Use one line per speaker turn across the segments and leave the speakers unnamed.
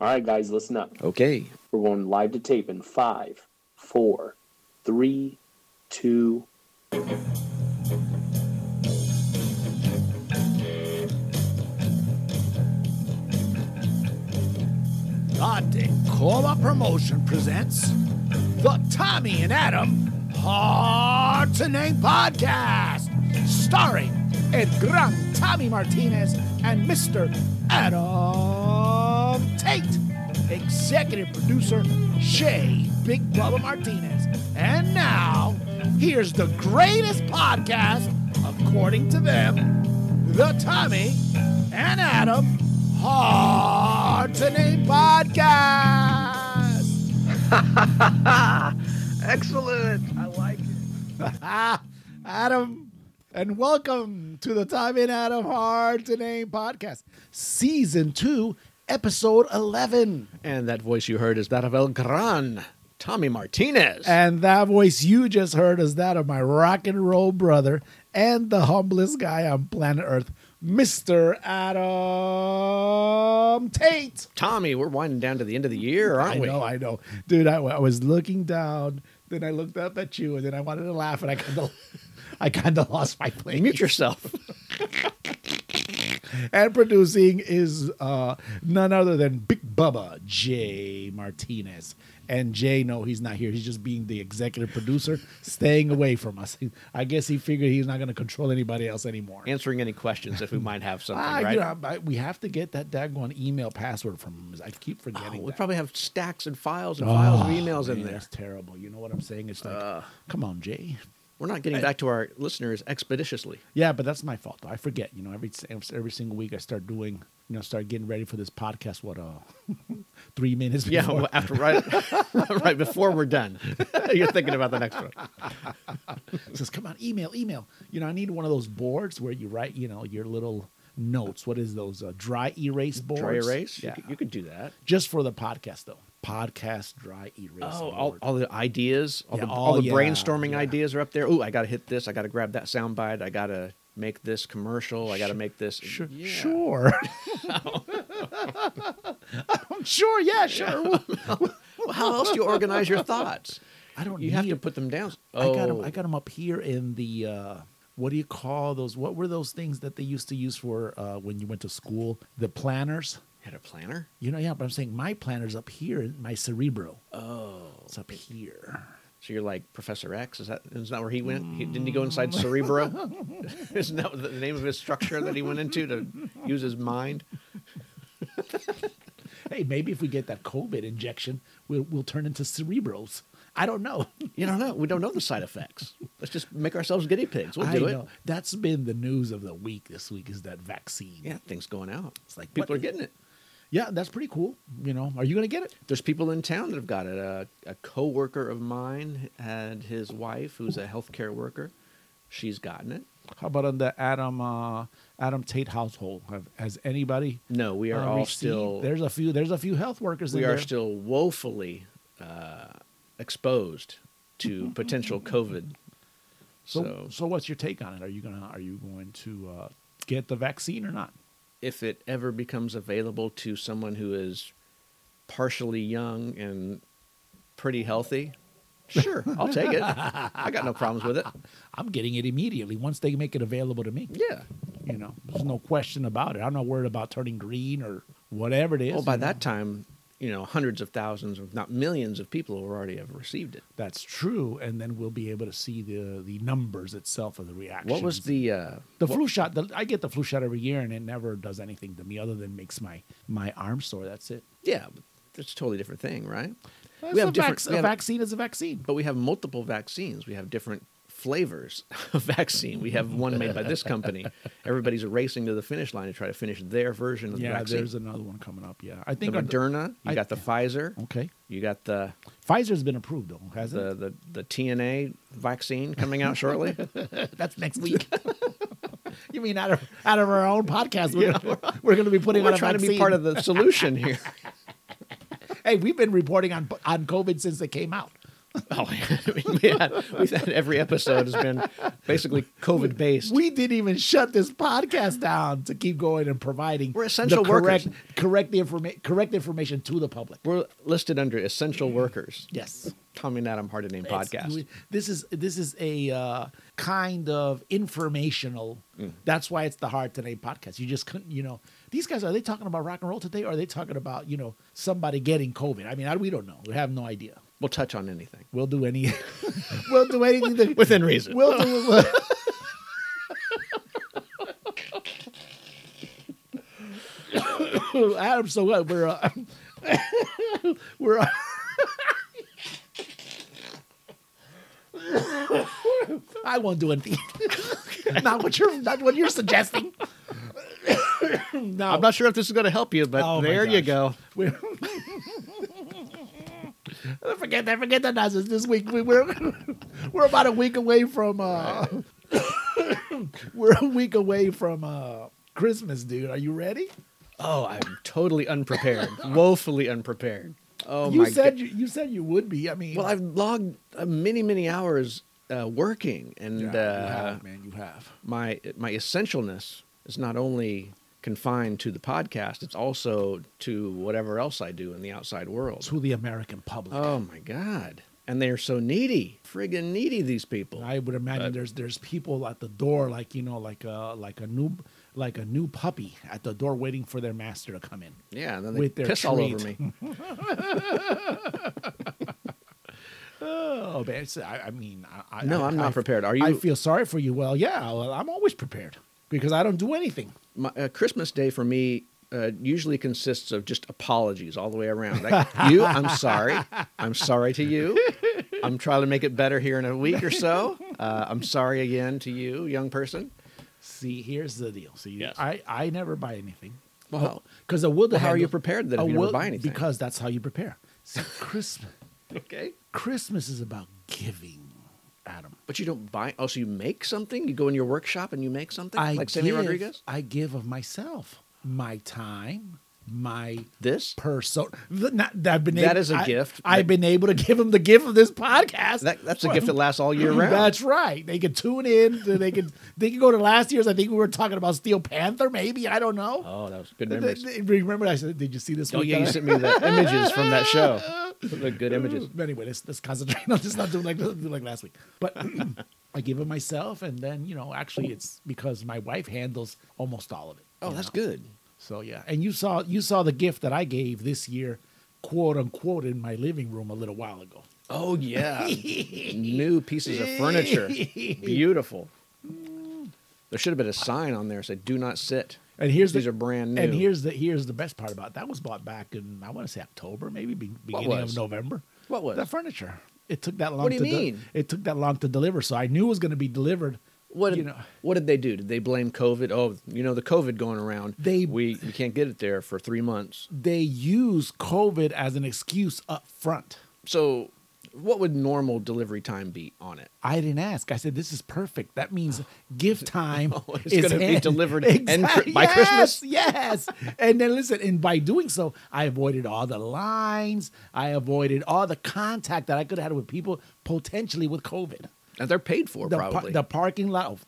All right, guys, listen up.
Okay.
We're going live to tape in five, four, three, two.
The Decola Promotion presents the Tommy and Adam Hard to Name Podcast, starring El Gran Tommy Martinez and Mr. Adam Tate, executive producer Shay Big Bubba Martinez. And now, here's the greatest podcast, according to them, the Tommy and Adam Hard to Name Podcast.
Excellent. I like it.
Ah, Adam, and welcome to the Time in Adam Hard to Name podcast, season two, episode 11.
And that voice you heard is that of El Gran, Tommy Martinez.
And that voice you just heard is that of my rock and roll brother and the humblest guy on planet Earth, Mr. Adam Tate.
Tommy, we're winding down to the end of the year, aren't
I
we?
know, I know. Dude, I, I was looking down, then I looked up at you, and then I wanted to laugh, and I kind of. I kind of lost my place.
Mute yourself.
And producing is uh, none other than Big Bubba Jay Martinez. And Jay, no, he's not here. He's just being the executive producer, staying away from us. I guess he figured he's not going to control anybody else anymore.
Answering any questions if we might have something,
Ah, you
right?
know, I- we have to get that daggone email password from him. I keep
Oh,
forgetting.
we
that. Ah,
probably have stacks and files and files of emails in
Man,
there. Uh.
That's terrible. You know what I'm saying? It's like, come on, Jay.
We're not getting back to our listeners expeditiously.
Yeah, but that's my fault. I forget. You know, every every single week I start doing, you know, start getting ready for this podcast. What, uh, three minutes?
Yeah,
before-
well, after right, right before we're done, you're thinking about the next one.
It says, "Come on, email, email." You know, I need one of those boards where you write, you know, your little notes. What is those uh, dry erase boards?
Dry erase.
Yeah,
You, could, you could do that.
just for the podcast though. Podcast dry erase.
Oh,
board.
all, all the ideas, all
Yeah,
the, all
oh,
the
yeah,
brainstorming
yeah.
ideas are up there. Oh, I got to hit this. I got to grab that soundbite. I got to make this commercial. I got to make this.
Sure,
Yeah.
sure. I'm sure. Yeah, sure.
Well, how else do you organize your thoughts?
I don't.
You
need
have to put them down.
I got
Oh.
them. I got 'em up here in the. Uh, what do you call those? What were those things that they used to use for uh, when you went to school? The planners.
Had a planner.
You know, yeah, but I'm saying my planner's up here, in my cerebro.
Oh,
It's up here.
so you're like Professor X? Is that is that where he went? He, didn't he go inside
Mm.
Cerebro? Isn't that the name of his structure that he went into to use his mind?
Hey, maybe if we get that COVID injection, we'll, we'll turn into cerebros. I don't know.
You don't know. We don't know the side effects. Let's just make ourselves guinea pigs. We'll
I
do it.
know. That's been the news of the week this week is that vaccine.
Yeah, things going out.
It's like,
people
what-
are getting it.
Yeah, that's pretty cool. You know, are you going to get it?
There's people in town that have got it. A, a coworker of mine had his wife, who's a healthcare worker. She's gotten it.
How about on the Adam uh, Adam Tate household? Have, has anybody?
No, we are
uh,
all
received-
still
There's a few. There's a few health workers.
we
in
are
there.
still woefully uh, exposed to potential COVID.
So,
So,
so, what's your take on it? Are you gonna Are you going to uh, get the vaccine or not?
if it ever becomes available to someone who is partially young and pretty healthy, sure, I'll take it. I got no problems with it.
I'm getting it immediately once they make it available to me.
Yeah.
You know, there's no question about it. I'm not worried about turning green or whatever it is.
Well, Oh, by
you know.
that time, you know, hundreds of thousands, if not millions of people will already have received it.
That's true, and then we'll be able to see the the numbers itself of the reaction.
What was the uh,
the
what-
flu shot? The, I get the flu shot every year, and it never does anything to me other than makes my my arm sore. That's it.
Yeah, but that's a totally different thing, right?
It's a vac-
we
a
have-
vaccine is a vaccine.
but we have multiple vaccines. We have different flavors of vaccine. We have one made by this company. Everybody's racing to the finish line to try to finish their version of
Yeah,
the vaccine.
there's another one coming up. Yeah, I
the
think on the-
Moderna. You
I-
got the Pfizer.
okay.
You got the
Pfizer's been approved though, hasn't
the the, the TNA vaccine coming out shortly.
it? That's next week. you mean out of out of our own podcast? We're gonna, we're going to be putting out
We're
a
trying to be
vaccine.
part of the solution here.
Hey, we've been reporting on on COVID since they came out.
Oh, I mean, man, we've had every episode has been basically COVID based.
We didn't even shut this podcast down to keep going and providing
We're essential
the correct,
workers.
correct the informa- correct information to the public.
We're listed under essential workers.
Yes.
Tommy and Adam Hard to Name
It's-
podcast.
we- This is this is a uh, kind of informational. That's why it's the hard today podcast. You just couldn't, you know. These guys are they talking about rock and roll today, or are they talking about you know somebody getting COVID? I mean, I, we don't know. We have no idea.
We'll touch on anything
We'll do any. we'll do anything. that-
within reason.
we'll do. Adam, so what? We're uh, we're. Uh, I won't do anything. not what you're not what you're suggesting. no,
I'm not sure if this is going to help you, but
Oh, my
there you
gosh.
go.
we're- forget that. Forget that nonsense. This week we, we're we're about a week away from uh, we're a week away from uh, Christmas, dude. Are you ready?
Oh, I'm totally unprepared, woefully unprepared. Oh
you
my
said
God.
you, you said you would be. I mean,
well, I've logged uh, many, many hours uh, working, and
Yeah,
uh,
you have, man, you have.
my my essentialness is not only confined to the podcast; it's also to whatever else I do in the outside world.
To the American public,
Oh my God! And they are so needy, friggin' needy. These people.
I would imagine
But-
there's there's people at the door, like you know, like a like a new like a new puppy at the door waiting for their master to come in.
yeah, and then they
with their
piss all over
treat.
me.
Oh, man, it's- I, I mean, I, I-
No,
I,
I'm not
I-
prepared. Are you?
I feel sorry for you. Well, yeah, well, I'm always prepared because I don't do anything.
my, uh, Christmas Day for me uh, usually consists of just apologies all the way around. Like, you, I'm sorry. I'm sorry to you. I'm trying to make it better here in a week or so. Uh, I'm sorry again to you, young person.
See, here's the deal. See,
Yes.
I I never buy anything.
Well, how-
because a wood.
well, how are you prepared then if you never buy anything?
Because that's how you prepare. See, Christmas
okay.
Christmas is about giving, Adam.
But you don't buy. Oh, so you make something? You go in your workshop and you make something? like Sammy
give-
Rodriguez?
I give of myself, my time, my
This?
person. th- not- that I've been
That
ab-
is a
I-
gift.
I've been able to give them the gift of this podcast.
That, that's a gift that lasts all year round.
That's right. They could tune in. They could they could go to last year's. I think we were talking about Steel Panther. Maybe I don't know.
oh, that was good
Th-
memories.
th- remember I said, did you see this?
Oh,
week
yeah,
that
you
I-
sent me the images from that show. The good images.
Anyway, let's, let's concentrate. No, let's not do like do like last week. But I give it myself, and then you know, actually, it's because my wife handles almost all of it.
Oh,
you
that's
know?
good.
So yeah, and you saw you saw the gift that I gave this year, quote unquote, in my living room a little while ago.
Oh yeah, new pieces of furniture, beautiful. There should have been a sign on there that said "Do not sit."
And here's
These
the,
are brand new.
And here's the here's the best part about it. that was bought back in I want to say October, maybe be, beginning of
was?
November.
What was?
that furniture? It took that long.
do you
to de-
mean?
it took that long to deliver, so I knew it was going to be delivered.
what did,
you know?
what did they do? Did they blame COVID? Oh, you know the COVID going around.
They-
we we can't get it there for three months.
They use COVID as an excuse up front.
So, what would normal delivery time be on it?
I didn't ask. I said this is perfect. That means gift time
Oh, it's
is
gonna be
in.
delivered in Chri- by
yes,
Christmas?
Yes. and then listen, and by doing so, I avoided all the lines. I avoided all the contact that I could have had with people potentially with COVID.
And they're paid for
the, par-
probably.
the parking lot. Oh,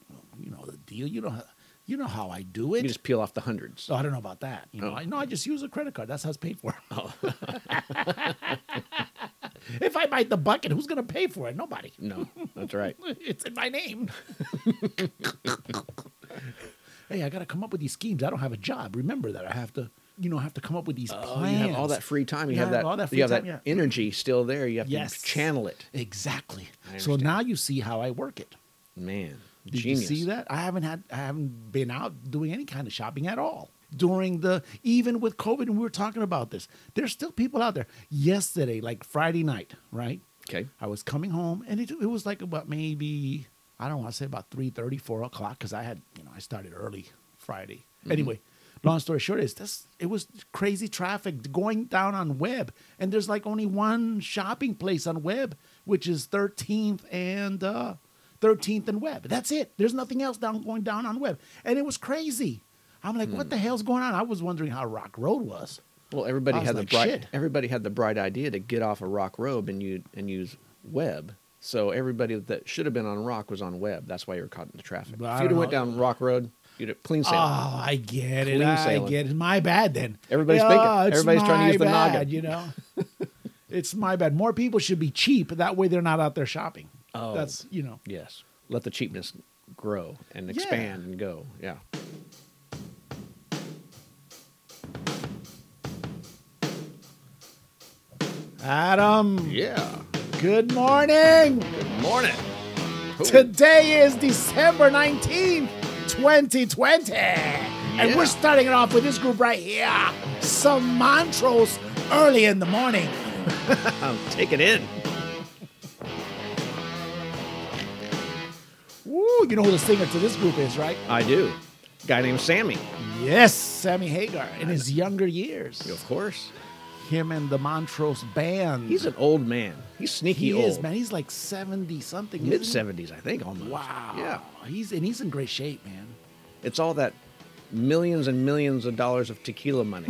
you know the deal. You know how, you know how I do it.
you just peel off the hundreds.
so I don't know about that. You know,
Oh.
I no, I just use a credit card. That's how it's paid for. if I bite the bucket, who's gonna pay for it? Nobody.
No, that's right.
It's in my name. hey, I gotta come up with these schemes. I don't have a job. Remember that I have to, you know, I have to come up with these
Oh,
plans.
you have all that free time. You
Yeah,
have that.
all that free
you have
time,
that
yeah.
energy still there. You have
Yes.
to channel it.
exactly.
I
So
understand.
now you see how I work it.
Man,
Did
genius.
you see that? I haven't had I haven't been out doing any kind of shopping at all. During the even with COVID, and we were talking about this. There's still people out there. Yesterday, like Friday night, right?
Okay.
I was coming home and it, it was like about maybe I don't want to say about 3:30, 4 o'clock because I had you know I started early Friday. Anyway, long story short is this it was crazy traffic going down on Webb and there's like only one shopping place on Webb which is 13th and uh, 13th and Webb. That's it. There's nothing else down going down on Webb and it was crazy. I'm like, what the hell's going on? I was wondering how Rock Road was.
Well, everybody
I was
had
like,
the bright.
"Shit."
Everybody had the bright idea to get off a rock robe and you and use Webb. So everybody that should have been on Rock was on Web. That's why you were caught in the traffic.
Well, I
if you'd
don't
have went
know.
down Rock Road, you'd have clean sailing.
Oh, I get it.
Clean
I
sailing.
get it. My bad then.
Everybody's
Yeah,
thinking.
it's
Everybody's trying to
my
use the
bad,
noggin.
You know, it's my bad. More people should be cheap. That way, they're not out there shopping.
Oh.
that's you know.
Yes. Let the cheapness grow and
Yeah.
expand and go. Yeah.
Adam,
Yeah.
good morning.
Morning.
Today is December nineteenth, 2020. And we're starting it off with this group right here. Some mantras early in the morning.
Take it in.
Woo, you know who the singer to this group is, right?
I do. Guy named Sammy.
Yes, Sammy Hagar in his younger years.
Of course.
Him and the Montrose Band.
He's an old man. He's sneaky
he
old.
is man. He's like seventy something.
Mid
isn't
seventies, I think, almost.
he? Wow.
Yeah.
He's and he's in great shape, man.
It's all that millions and millions of dollars of tequila money.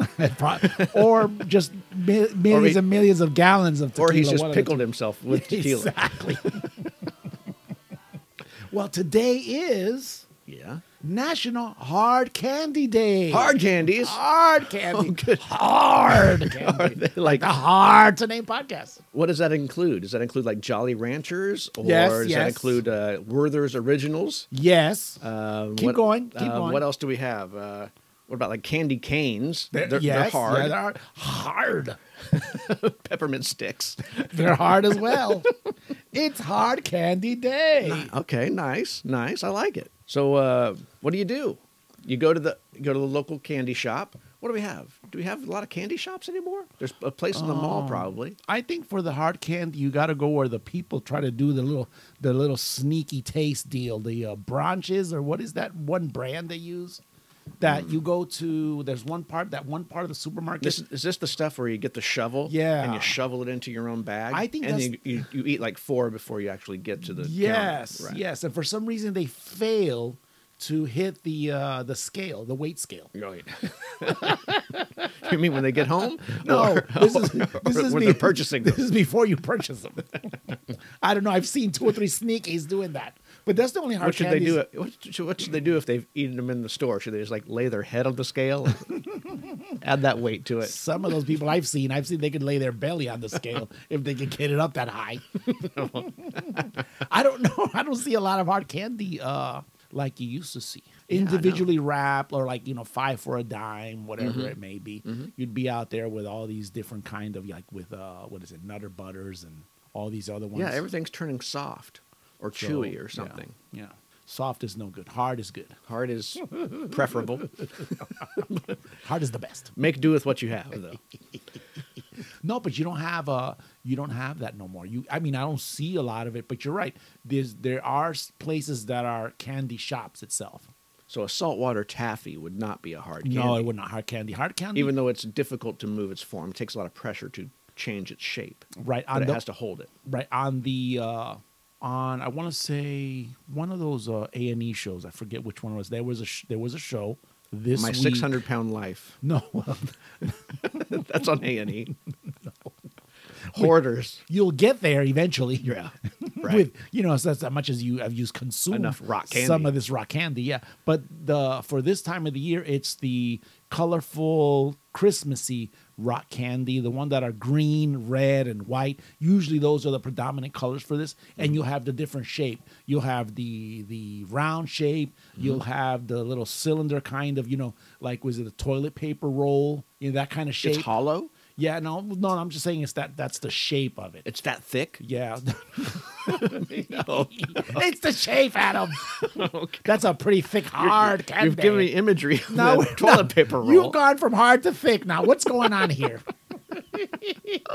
or just mi- millions
he-
and millions of gallons of tequila.
or he's just
one of the
pickled himself with
two.
tequila.
Exactly. well, today is
Yeah.
National Hard Candy Day.
Hard Oh, candies.
hard candy. Hard candy.
like
the hard to name podcast.
What does that include? Does that include like Jolly Ranchers, or
Yes,
does
yes.
that include uh, Werther's Originals?
Yes.
Um,
Keep going, keep
um,
going.
What else do we have? Uh, what about like candy canes? They're, they're
yes,
hard.
yeah, they're hard. Hard.
Peppermint sticks.
They're hard as well. it's hard candy day.
Okay, nice, nice. I like it. So, uh, what do you do? You go to the you go to the local candy shop. What do we have? Do we have a lot of candy shops anymore? There's a place in the
Oh.
mall, probably.
I think for the hard candy, you got to go where the people try to do the little, the little sneaky taste deal. The uh, branches, or what is that one brand they use? That you go to. There's one part. That one part of the supermarket.
This, is this the stuff where you get the shovel?
Yeah.
And you shovel it into your own bag.
I think
And
that's-
then you, you, you eat like four before you actually get to the. counter.
yes,
Right.
yes. And for some reason, they fail to hit the uh, the scale, the weight scale.
Right. you mean when they get home?
No,
Or-
this is this
or
is
when
be-
they're purchasing
This
them.
is before you purchase them. I don't know. I've seen two or three sneakies doing that, but that's the only hard.
What should they
candies-
do? it- What should, what should they do if they've eaten them in the store? Should they just like lay their head on the scale, add that weight to it?
Some of those people I've seen, I've seen they can lay their belly on the scale if they can get it up that high. I don't know. I don't see a lot of hard candy uh, like you used to see. Individually wrapped or like you know five for a dime, whatever
Mm-hmm.
it may be. You'd be out there with all these different kind of like with uh, what is it, Nutter Butters and all these other ones.
Yeah, everything's turning soft or
So,
chewy or
yeah,
something.
Yeah. Soft is no good. Hard is good.
Hard is preferable.
Hard is the best.
Make do with what you have, though.
No, but you don't have uh you don't have that no more. You I mean I don't see a lot of it, but you're right. There's there are s- places that are candy shops itself.
So a saltwater taffy would not be a hard candy.
No, it would not hard candy. Hard candy
Even though it's difficult to move its form, it takes a lot of pressure to change its shape.
right
But
on
it
the
has to hold it.
right on the uh on I want to say one of those uh A and E shows. I forget which one it was. There was a sh- there was a show this
My
week-
600 pound life.
No, well,
That's on A and E. Hoarders.
you'll get there eventually.
Yeah.
with you know as, as much as you have used consumed
Enough rock
some
candy.
of this rock candy yeah but the for this time of the year it's the colorful christmassy rock candy the one that are green red and white usually those are the predominant colors for this
Mm-hmm.
and you'll have the different shape you'll have the the round shape
Mm-hmm.
you'll have the little cylinder kind of you know like was it a toilet paper roll you know that kind of shape
It's hollow.
yeah no no i'm just saying it's that that's the shape of it
It's that thick.
yeah. it's the shape, Adam. That's a pretty thick, hard candy.
You've given me imagery. of
No,
that
we're
toilet
not.
paper roll.
You've gone from hard to thick now. What's going on here?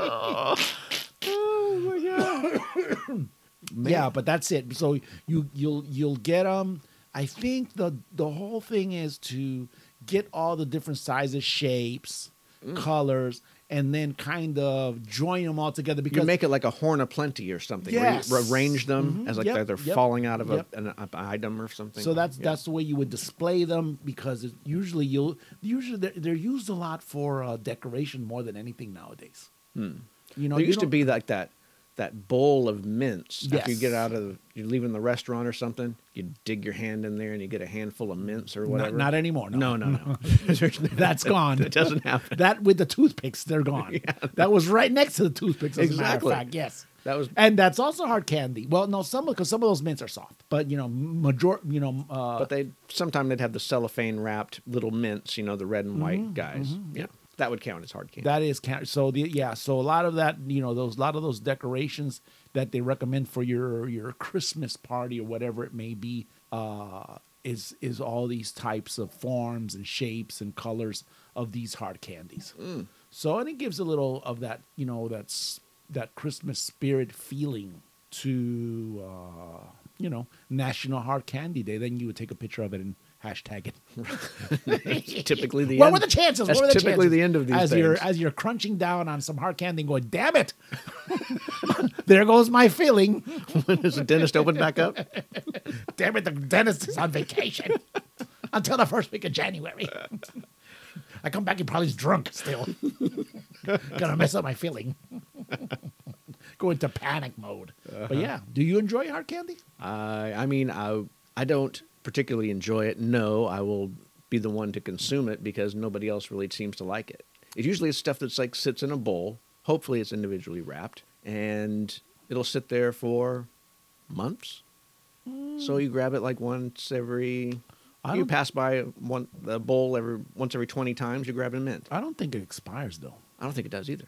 yeah, but that's it. So you you'll you'll get them. I think the the whole thing is to get all the different sizes, shapes,
Mm.
colors, and then kind of join them all together
you
because
make it like a horn of plenty or something. where
Yes.
you arrange them
Mhm.
as like
Yep,
they're- they're
yep,
falling out of
yep.
a, an, an item or something.
So that's
Yeah.
that's the way you would display them because it, usually you'll usually they're, they're used a
Hmm.
lot for uh, decoration more than anything nowadays. You know,
there
you
used to
don't-
be like that
that bowl of mints after you
Yes.
get out of you're leaving the restaurant or something. You dig your hand in there and you get a handful of mints or
Not,
whatever.
not anymore.
no,
No.
no, no.
That's gone.
It doesn't happen.
That with the toothpicks, they're gone. That was right next to the toothpicks. As
Exactly.
A matter of fact, yes.
That was
And that's also hard candy. Well, no, some because some of those mints are soft, but you know, major, you know, uh,
but they sometime they'd have the cellophane wrapped little mints, you know, the red and white guys. yeah. That would count as hard candy.
that is can- so the yeah. So a lot of that, you know, those a lot of those decorations that they recommend for your your Christmas party or whatever it may be, uh, is is all these types of forms and shapes and colors of these hard candies. So and it gives a little of that, you know, that's that Christmas spirit feeling to uh, you know National Hard Candy Day. Then you would take a picture of it and hashtag it.
typically the
what
end.
were the chances?
That's
what were the
typically
chances?
the end of these
as you're
things.
as you're crunching down on some hard candy, and going, "Damn it! there goes my feeling.
Does the dentist open back up?
Damn it! The dentist is on vacation until the first week of January. I come back, he probably's drunk still. Gonna mess up my feeling. Go into panic mode.
Uh-huh.
But yeah, do you enjoy hard candy?
I I mean, I I don't particularly enjoy it. No, I will be the one to consume it because nobody else really seems to like it. It usually is stuff that's like sits in a bowl. Hopefully, it's individually wrapped, and it'll sit there for months. So you grab it like once every.
I
you
don't-
pass by one the bowl every once every twenty times. You grab a mint.
I don't think it expires though.
I don't think it does either.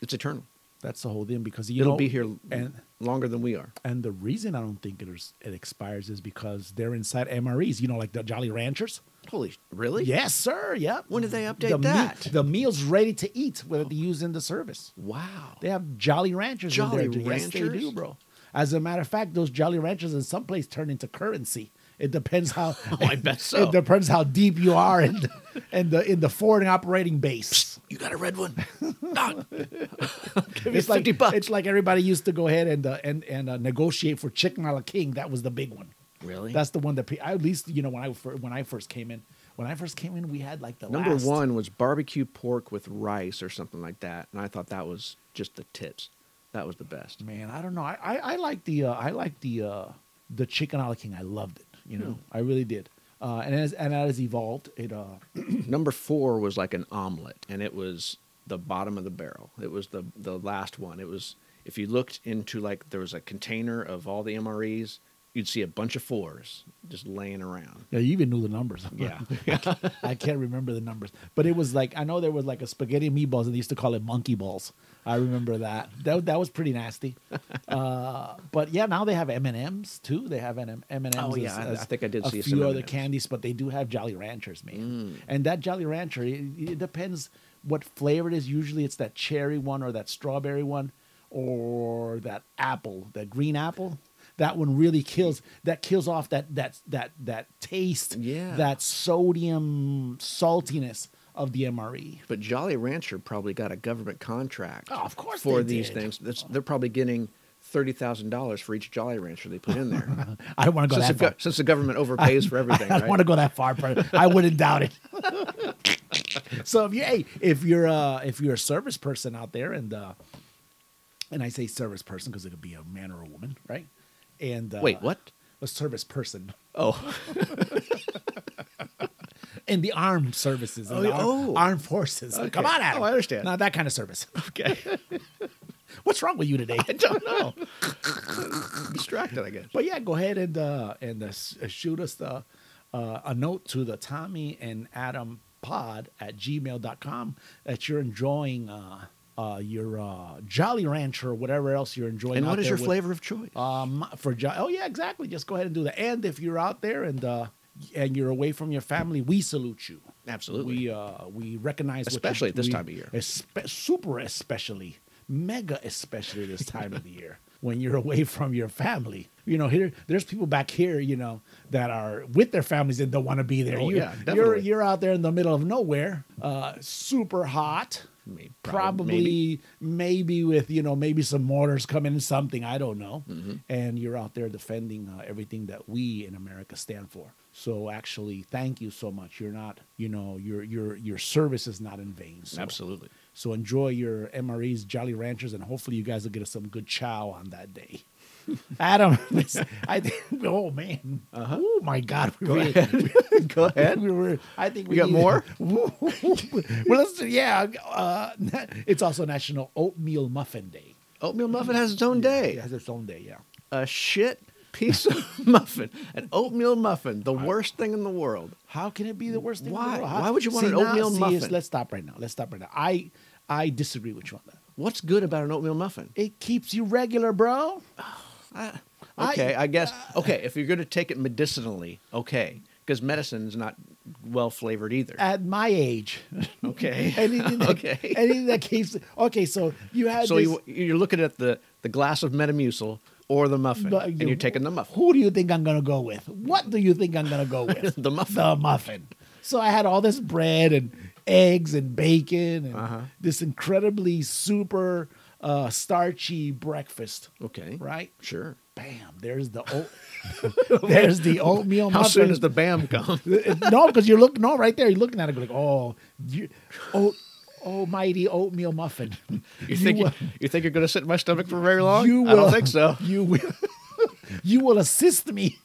It's eternal.
That's the whole thing because you
It'll
know-
be here
and
longer than we are.
And the reason I don't think it, is, it expires is because they're inside MREs, you know, like the Jolly Ranchers.
Holy, really?
Yes, sir. Yep.
When did they update
the me-
that?
the meal's ready to eat whether they use in the service.
Wow.
They have Jolly Ranchers.
Jolly
in there. Yes, they do,
Ranchers?
bro. As a matter of fact, those Jolly Ranchers in some place turn into currency. It depends how.
Oh, I bet so.
It depends how deep you are in the, in the in the foreign operating base.
You got a red one. No. Give me
It's like
50 bucks.
it's like everybody used to go ahead and uh, and and uh, negotiate for Chicken a la King. That was the big one.
really?
That's the one that pe- at least you know when I fir- when I first came in. When I first came in, we had like the
number
last-
one was barbecue pork with rice or something like that, and I thought that was just the tips. That was the best.
Man, I don't know. I I, I like the uh, I like the uh, the chicken ala king. I loved it. You know,
Hmm.
I really did. Uh, and as and as evolved, it uh,
number four was like an omelet, and it was the bottom of the barrel. It was the the last one. It was if you looked into like there was a container of all the MREs, you'd see a bunch of fours just laying around.
yeah, you even knew the numbers.
Yeah.
I can't remember the numbers, but it was like I know there was like a spaghetti and meatballs, and they used to call it monkey balls. I remember that. That that was pretty nasty. Uh, but yeah, now they have M and M's too. They have M and M's.
Oh, yeah, I- I think I did
a
see
few
some
other
M&Ms.
candies, but they do have Jolly Ranchers,
Mm.
man. And that Jolly Rancher, it, it depends what flavor it is. Usually, it's that cherry one or that strawberry one, or that apple, that green apple. That one really kills. That kills off that that that that taste
Yeah.
that sodium saltiness of the MRE.
But Jolly Rancher probably got a government contract.
Oh, of course
for
they
these
did.
things. That's, they're probably getting thirty thousand dollars for each Jolly Rancher they put in there.
I don't want to go
since, the,
that
go-
far.
since the government overpays for everything,
I
right?
don't want to go that far, but I wouldn't doubt it. so if you hey, if you're uh, if you're a service person out there and uh, and I say service person because it could be a man or a woman, right? And uh,
Wait, what?
A service person
Oh,
in the armed services, in
Oh,
the
yeah.
armed,
Oh.
armed forces. Come on, Adam.
Oh, I understand.
Not that kind of service.
okay.
What's wrong with you today?
I don't know. Distracted, I guess.
But yeah, go ahead and uh, and uh, s- uh, shoot us the, uh, a note to the Tommy and Adam pod at gmail.com that you're enjoying uh, uh, your uh, Jolly Rancher or whatever else you're enjoying.
And
out
what is
there
your
with-
flavor of choice?
Um, for jo- oh yeah, exactly. Just go ahead and do that. And if you're out there and uh, and you're away from your family, we salute you.
Absolutely.
We uh, we recognize what you-
Especially at this
we-
time of year.
espe- super especially, mega especially this time of the year when you're away from your family. You know, here there's people back here, you know, that are with their families and don't want to be there.
Oh,
you,
yeah,
you're
definitely.
you're out there in the middle of nowhere, uh, super hot.
Maybe,
probably maybe. with you know maybe some orders coming in something i don't know and you're out there defending uh, everything that we in america stand for so actually thank you so much you're not you know your your your service is not in vain so,
absolutely.
so enjoy your mres jolly ranchers and hopefully you guys will get us some good chow on that day adam this- i think oh man oh my god we really-
Go ahead.
we were. I think we
You got
need-
more?
well, let's do. Yeah, uh, it's also National Oatmeal Muffin Day.
Oatmeal muffin has its own
It
day.
has its own day. Yeah.
A shit piece of muffin, an oatmeal muffin, the worst thing in the world.
How can it be the worst thing? In
Why?
the world? How-
Why would you want
See,
an
now,
oatmeal
see, it's-
muffin?
let's stop right now. Let's stop right now. I I disagree with you on that.
What's good about an oatmeal muffin?
It keeps you regular, bro. I-
Okay, I, guess. Okay, if you're going to take it medicinally, okay, because medicine's not well flavored either.
At my age,
Okay.
anything that,
Okay.
anything that keeps. Okay, so you had
so
this.
you, you're looking at the, the glass of Metamucil or the muffin,
but
and
you-
you're taking the muffin.
Who do you think I'm gonna go with? What do you think I'm gonna go with?
The muffin.
The muffin. So I had all this bread and eggs and bacon and
Uh-huh.
this incredibly super uh, starchy breakfast.
Okay.
Right.
Sure.
Bam. There's the oat. there's the oatmeal
How
muffin.
soon does the BAM come?
no? Because you're looking. No, right there. You're looking at it like, oh, you, oh, almighty oatmeal muffin.
You think you,
will-
you think you're going to sit in my stomach for very long?
You
I don't
will-
think so.
You will. you will assist me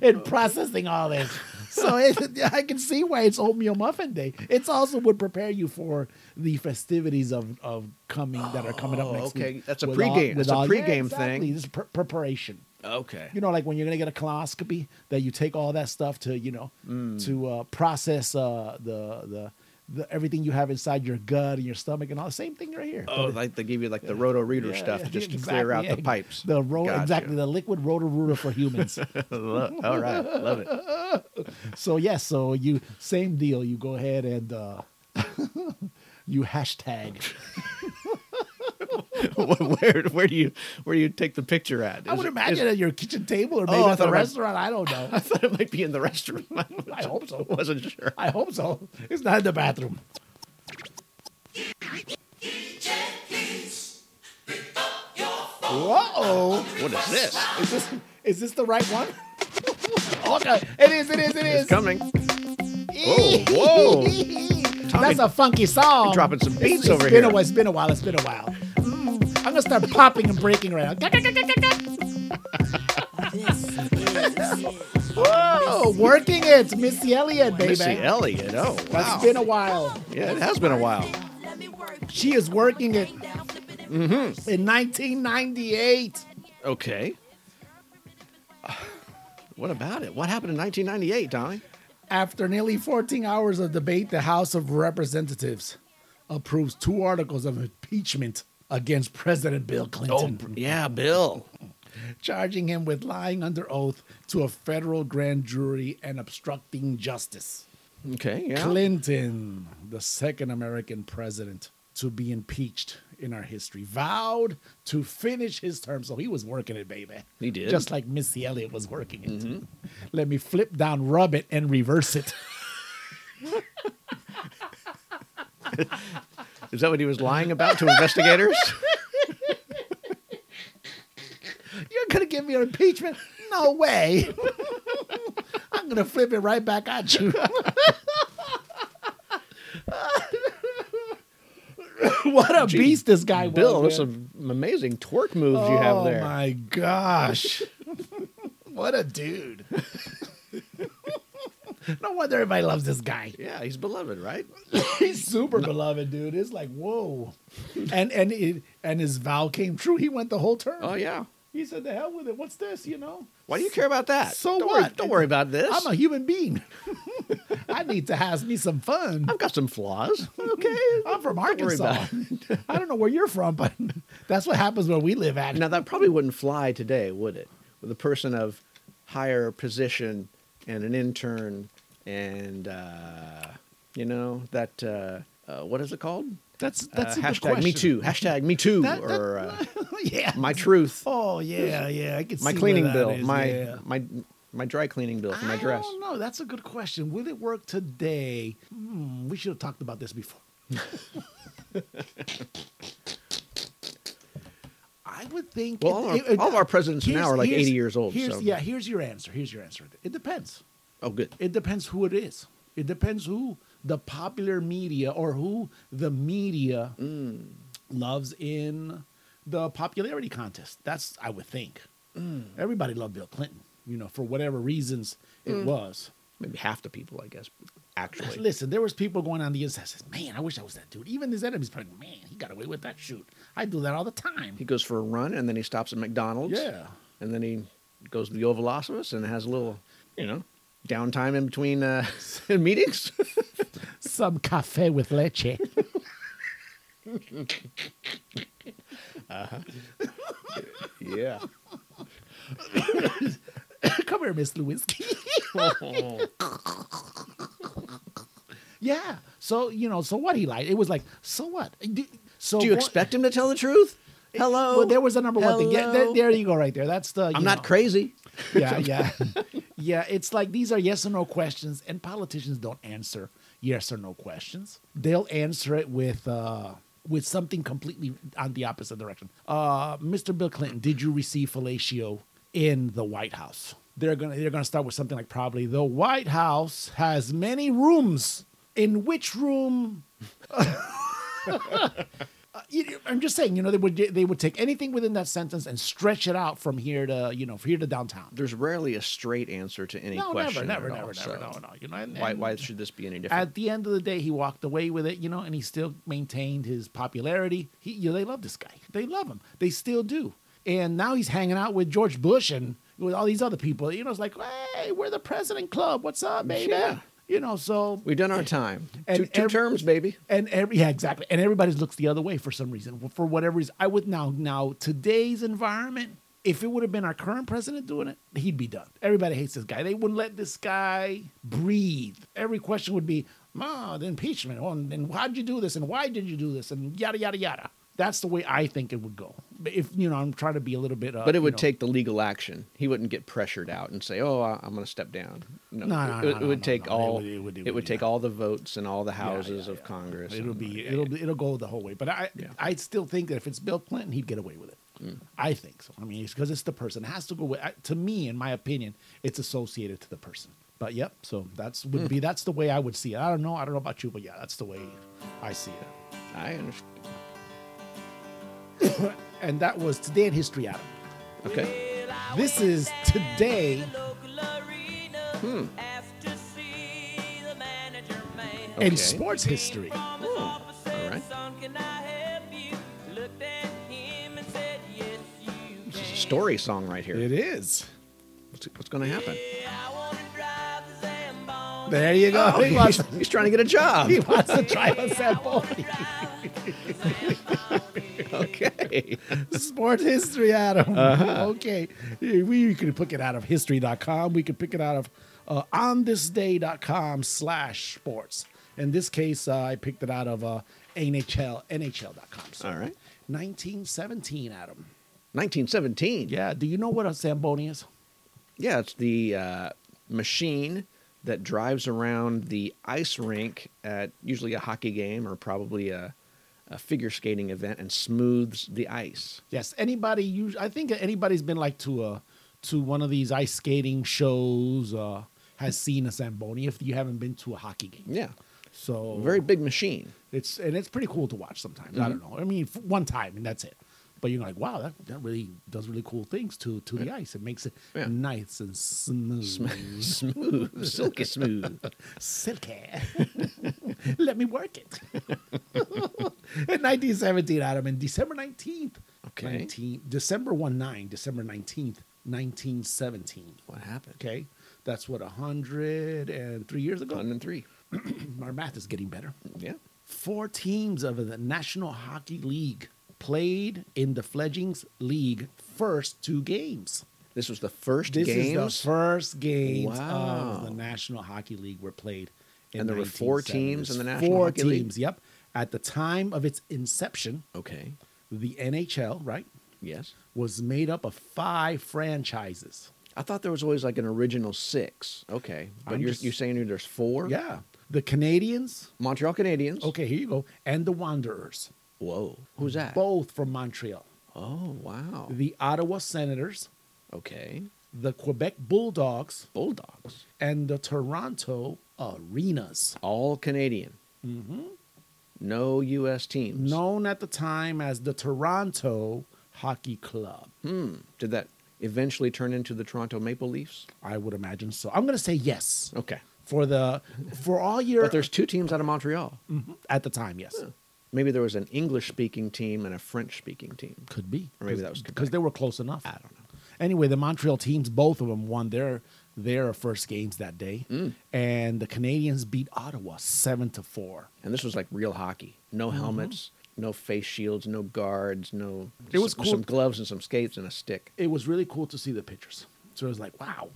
in processing all this. So it, I can see why it's oatmeal muffin day. It's also would prepare you for the festivities of of coming that are coming up
Oh,
next
okay.
week.
That's a
with all-
pregame.
with
That's a
all-
pregame thing.
exactly. This is pre- preparation.
Okay.
You know, like when you're gonna get a colonoscopy, that you take all that stuff to you know
Mm.
to uh, process uh, the the. The, everything you have inside your gut and your stomach and all the same thing right here.
Oh, like they give you like the roto reader stuff
Yeah,
just to
exactly.
clear out the pipes.
The ro-
Gotcha.
exactly the liquid rotor rooter for humans.
All right, love it.
so yes, so you same deal. You go ahead and uh, you hashtag.
where where do you where do you take the picture at?
I
Is
would
it-
imagine
is-
at your kitchen table or maybe
Oh, I
at the
thought it might-
restaurant. I don't know.
I thought it might be in the restroom. I
I hope so.
wasn't sure.
I hope so. It's not in the bathroom. Whoa!
What is this?
Is this is this the right one? okay, it is. It is. It is.
It's coming. Oh, whoa.
That's a funky song.
you're dropping some
It's-
beats
it's
over
been A,
here.
while- it's been a while. It's been a while. Mm, I'm gonna start popping and breaking right now. Whoa, working it, It's Missy Elliott, baby.
Missy Elliott. Oh,
That's
wow.
been a while.
yeah, it has been a while.
She is working it in 1998.
Okay. What about it? What happened in 1998, Tommy?
After nearly 14 hours of debate, the House of Representatives approves two articles of impeachment against President Bill Clinton,
Yeah, Bill.
charging him with lying under oath to a federal grand jury and obstructing justice.
Okay, yeah.
Clinton, the second American president to be impeached in our history, vowed to finish his term. So he was working it, baby.
He did. Mm-hmm.
Just like Missy Elliott was working it. Let me flip down, rub it, and reverse it.
Is that what he was lying about to investigators?
You're gonna give me an impeachment? No way. I'm gonna flip it right back at you. what a beast this guy was.
Bill,
man.
that's some amazing twerk moves you have there.
Oh my gosh. what a dude. no wonder everybody loves this guy.
Yeah, he's beloved, right?
He's super beloved, dude. It's like, whoa. and and it, and his vow came true. He went the whole term.
Oh yeah.
He said, the hell with it. What's this, you know?
Why do you care about that?
So
don't Worry,
what?
don't worry about this.
I'm a human being. I need to have me some fun.
I've got some flaws. Okay.
I'm from
worry
Arkansas.
about
I don't know where you're from, but that's what happens where we live at.
now that probably wouldn't fly today, would it? With a person of higher position and an intern and uh, you know that uh, uh, what is it called?
That's that's
uh,
a good
hashtag me
question.
too. Hashtag me too.
That- that-
or uh,
yeah.
my truth.
Oh yeah, yeah. I can
my
see where
cleaning
that
bill.
is,
my
yeah.
my My dry cleaning bill for my
I
dress.
don't know. That's a good question. Will it work today? Hmm, we should have talked about this before. I would think.
Well, all our,
it- it-
all of our presidents
here's-
now are like
here's-
80 years old.
here's-
so.
Yeah, here's your answer. Here's your answer. It depends.
Oh, good.
It depends who it is. It depends who the popular media or who the media loves in the popularity contest. That's I would think. Everybody loved Bill Clinton, you know, for whatever reasons it was.
Maybe half the people, I guess, actually.
Listen, there was people going on the internet says, "Man, I wish I was that dude." Even his enemies, probably, man, he got away with that shoot. I do that all the time.
He goes for a run and then he stops at McDonald's.
Yeah.
And then he goes to the Oval Office and has a little, you know, downtime in between uh, meetings.
Uh, Some cafe with leche.
Uh-huh. yeah.
Come here, Miss Lewinsky. yeah. So you know, so what he lied. It was like, so what? Do, so
Do you
what-
expect him to tell the truth? Hello.
Well, there was the number one thing. Yeah, there,
Hello?
there you go, right there. That's the. you
I'm not
know.
crazy.
Yeah, yeah, yeah. It's like these are yes or no questions, and politicians don't answer yes or no questions. They'll answer it with uh, with something completely on the opposite direction. Uh, Mr. Bill Clinton, did you receive fellatio in the White House? They're gonna they're gonna start with something like probably the White House has many rooms. In which room Uh, you know, I'm just saying, you know, they would they would take anything within that sentence and stretch it out from here to you know from here to downtown.
There's rarely a straight answer to any
No, never,
question.
never,
at all,
never, never,
so
no, no. You know, and,
Why,
and
why should this be any different?
at the end of the day, he walked away with it, you know, and he still maintained his popularity. He, you know, they love this guy. They love him. They still do. And now he's hanging out with George Bush and with all these other people. You know, it's like, hey, we're the president club. What's up, baby?
Yeah.
You know, so
We've done our time.
And
two two
ev-
terms, baby.
and every yeah exactly and everybody looks the other way for some reason for whatever reason i would now now today's environment if it would have been our current president doing it he'd be done everybody hates this guy they wouldn't let this guy breathe every question would be ma the impeachment oh, and, and how'd you do this and why did you do this and yada yada yada that's the way i think it would go But if you know i'm trying to be a little bit uh,
But it
you
would
know,
take the legal action. He wouldn't get pressured out and say, "Oh, I- I'm going to step down." No,
No,
it,
no,
it
no,
would- it
no,
would
no,
take
no. It
all.
would- it would- it would-
take
yeah.
all the votes and all the
yeah,
houses
yeah,
of
yeah.
Congress.
It'll
and-
be
yeah,
it'll
yeah.
be it'll go the whole way. But I
Yeah. Mm.
I still think that if it's Bill Clinton, he'd get away with it. I think so. I mean, because it's, the person It has to go with. I, to me, in my opinion, it's associated to the person. But yep. So that's would
Hmm.
be that's the way I would see it. I don't know. I don't know about you, but yeah, that's the way I see it.
I understand.
And that was today in history, Adam.
Okay.
This is today,
Hmm. Okay.
in sports history.
All right. This is a story song right here.
It is.
What's, what's going to happen?
There you go. he, wants,
he's, he's trying to get a job.
he wants to try a Zamboni.
okay.
Sport history, Adam. Okay. We, you could pick it out of history.com. We could pick it out of uh, onthisday.com slash sports. In this case, uh, I picked it out of uh, NHL, NHL.com. So
All right.
1917, Adam.
1917.
Yeah. Do you know what a Zamboni is?
Yeah, it's the uh, machine that drives around the ice rink at usually a hockey game or probably a, a figure skating event and smooths the ice.
Yes. Anybody, use, I think anybody's been like to a, to one of these ice skating shows uh, has seen a Zamboni if you haven't been to a hockey game.
Yeah,
So
very big machine.
It's and it's pretty cool to watch sometimes. I
Mm-hmm.
don't know. I mean, f- one time and that's it. But you're like, wow, that, that really does really cool things to to the ice. It makes it
Yeah.
nice and smooth,
Smooth, silky smooth.
silky. Let me work it. in 1917, Adam, in December 19th,
Okay.
19, December 1 9, December 19th, 1917.
What happened?
Okay, that's what 103 years ago.
103.
Our math is getting better.
Yeah.
Four teams of the National Hockey League played in the Fledgings League first two games.
This was the first
This
game.
is the first games
Wow.
of the National Hockey League were played. In
And there were four
1970s.
teams in the National
four
Hockey League?
teams, Yep. At the time of its inception,
okay.
the NHL right
Yes.
was made up of five franchises.
I thought there was always like an original six. Okay, but
I'm
you're
just-
you're saying there's four.
Yeah. The Canadians.
Montreal Canadiens.
Okay, here you go. And the Wanderers.
Whoa. Who's that?
Both from Montreal.
Oh wow.
The Ottawa Senators,
Okay.
the Quebec Bulldogs,
Bulldogs.
and the Toronto Arenas.
All Canadian. Mm-hmm. No U.S. teams.
Known at the time as the Toronto Hockey Club.
Hmm. Did that eventually turn into the Toronto Maple Leafs?
I would imagine so. I'm going to say yes.
Okay.
For the for all your
But there's two teams out of Montreal.
Mhm, at the time, yes.
Maybe there was an English-speaking team and a French-speaking team.
Could be.
Or maybe
'Cause-
that was
because they were close enough. I don't know. Anyway, the Montreal teams, both of them, won their their first games that day,
Hmm.
and the Canadians beat Ottawa seven to four.
And this was like real hockey. No
Mm-hmm.
helmets, no face shields, no guards, no.
It was
some,
cool.
some gloves and some skates and a stick.
It was really cool to see the pictures. So it was like, wow,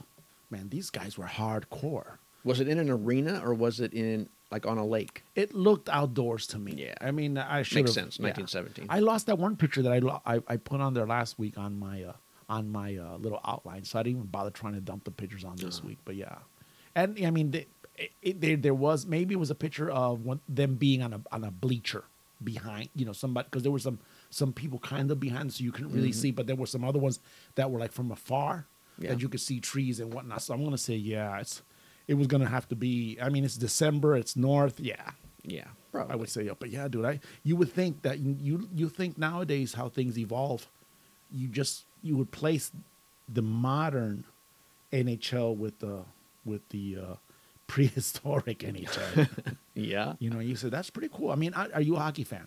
man, these guys were hardcore.
Was it in an arena or was it in like on a lake?
It looked outdoors to me.
Yeah.
I mean, I should
Makes sense. 1917.
I lost that one picture that I, lo- I I put on there last week on my uh, on my uh, little outline, so I didn't even bother trying to dump the pictures on this week. But yeah, and I mean, they, it, it, there there was maybe it was a picture of one, them being on a on a bleacher behind, you know, somebody because there were some some people kind of behind, so you couldn't really see, but there were some other ones that were like from afar
Yeah.
that you could see trees and whatnot. So I'm gonna say yeah, it's it was gonna have to be. I mean, it's December, it's north, yeah.
Yeah, probably.
I would say, yeah, but yeah, dude, I you would think that you- you you think nowadays how things evolve, you just you would place the modern NHL with the with the uh, prehistoric NHL.
Yeah.
you know, you said that's pretty cool. I mean, I, are you a hockey fan?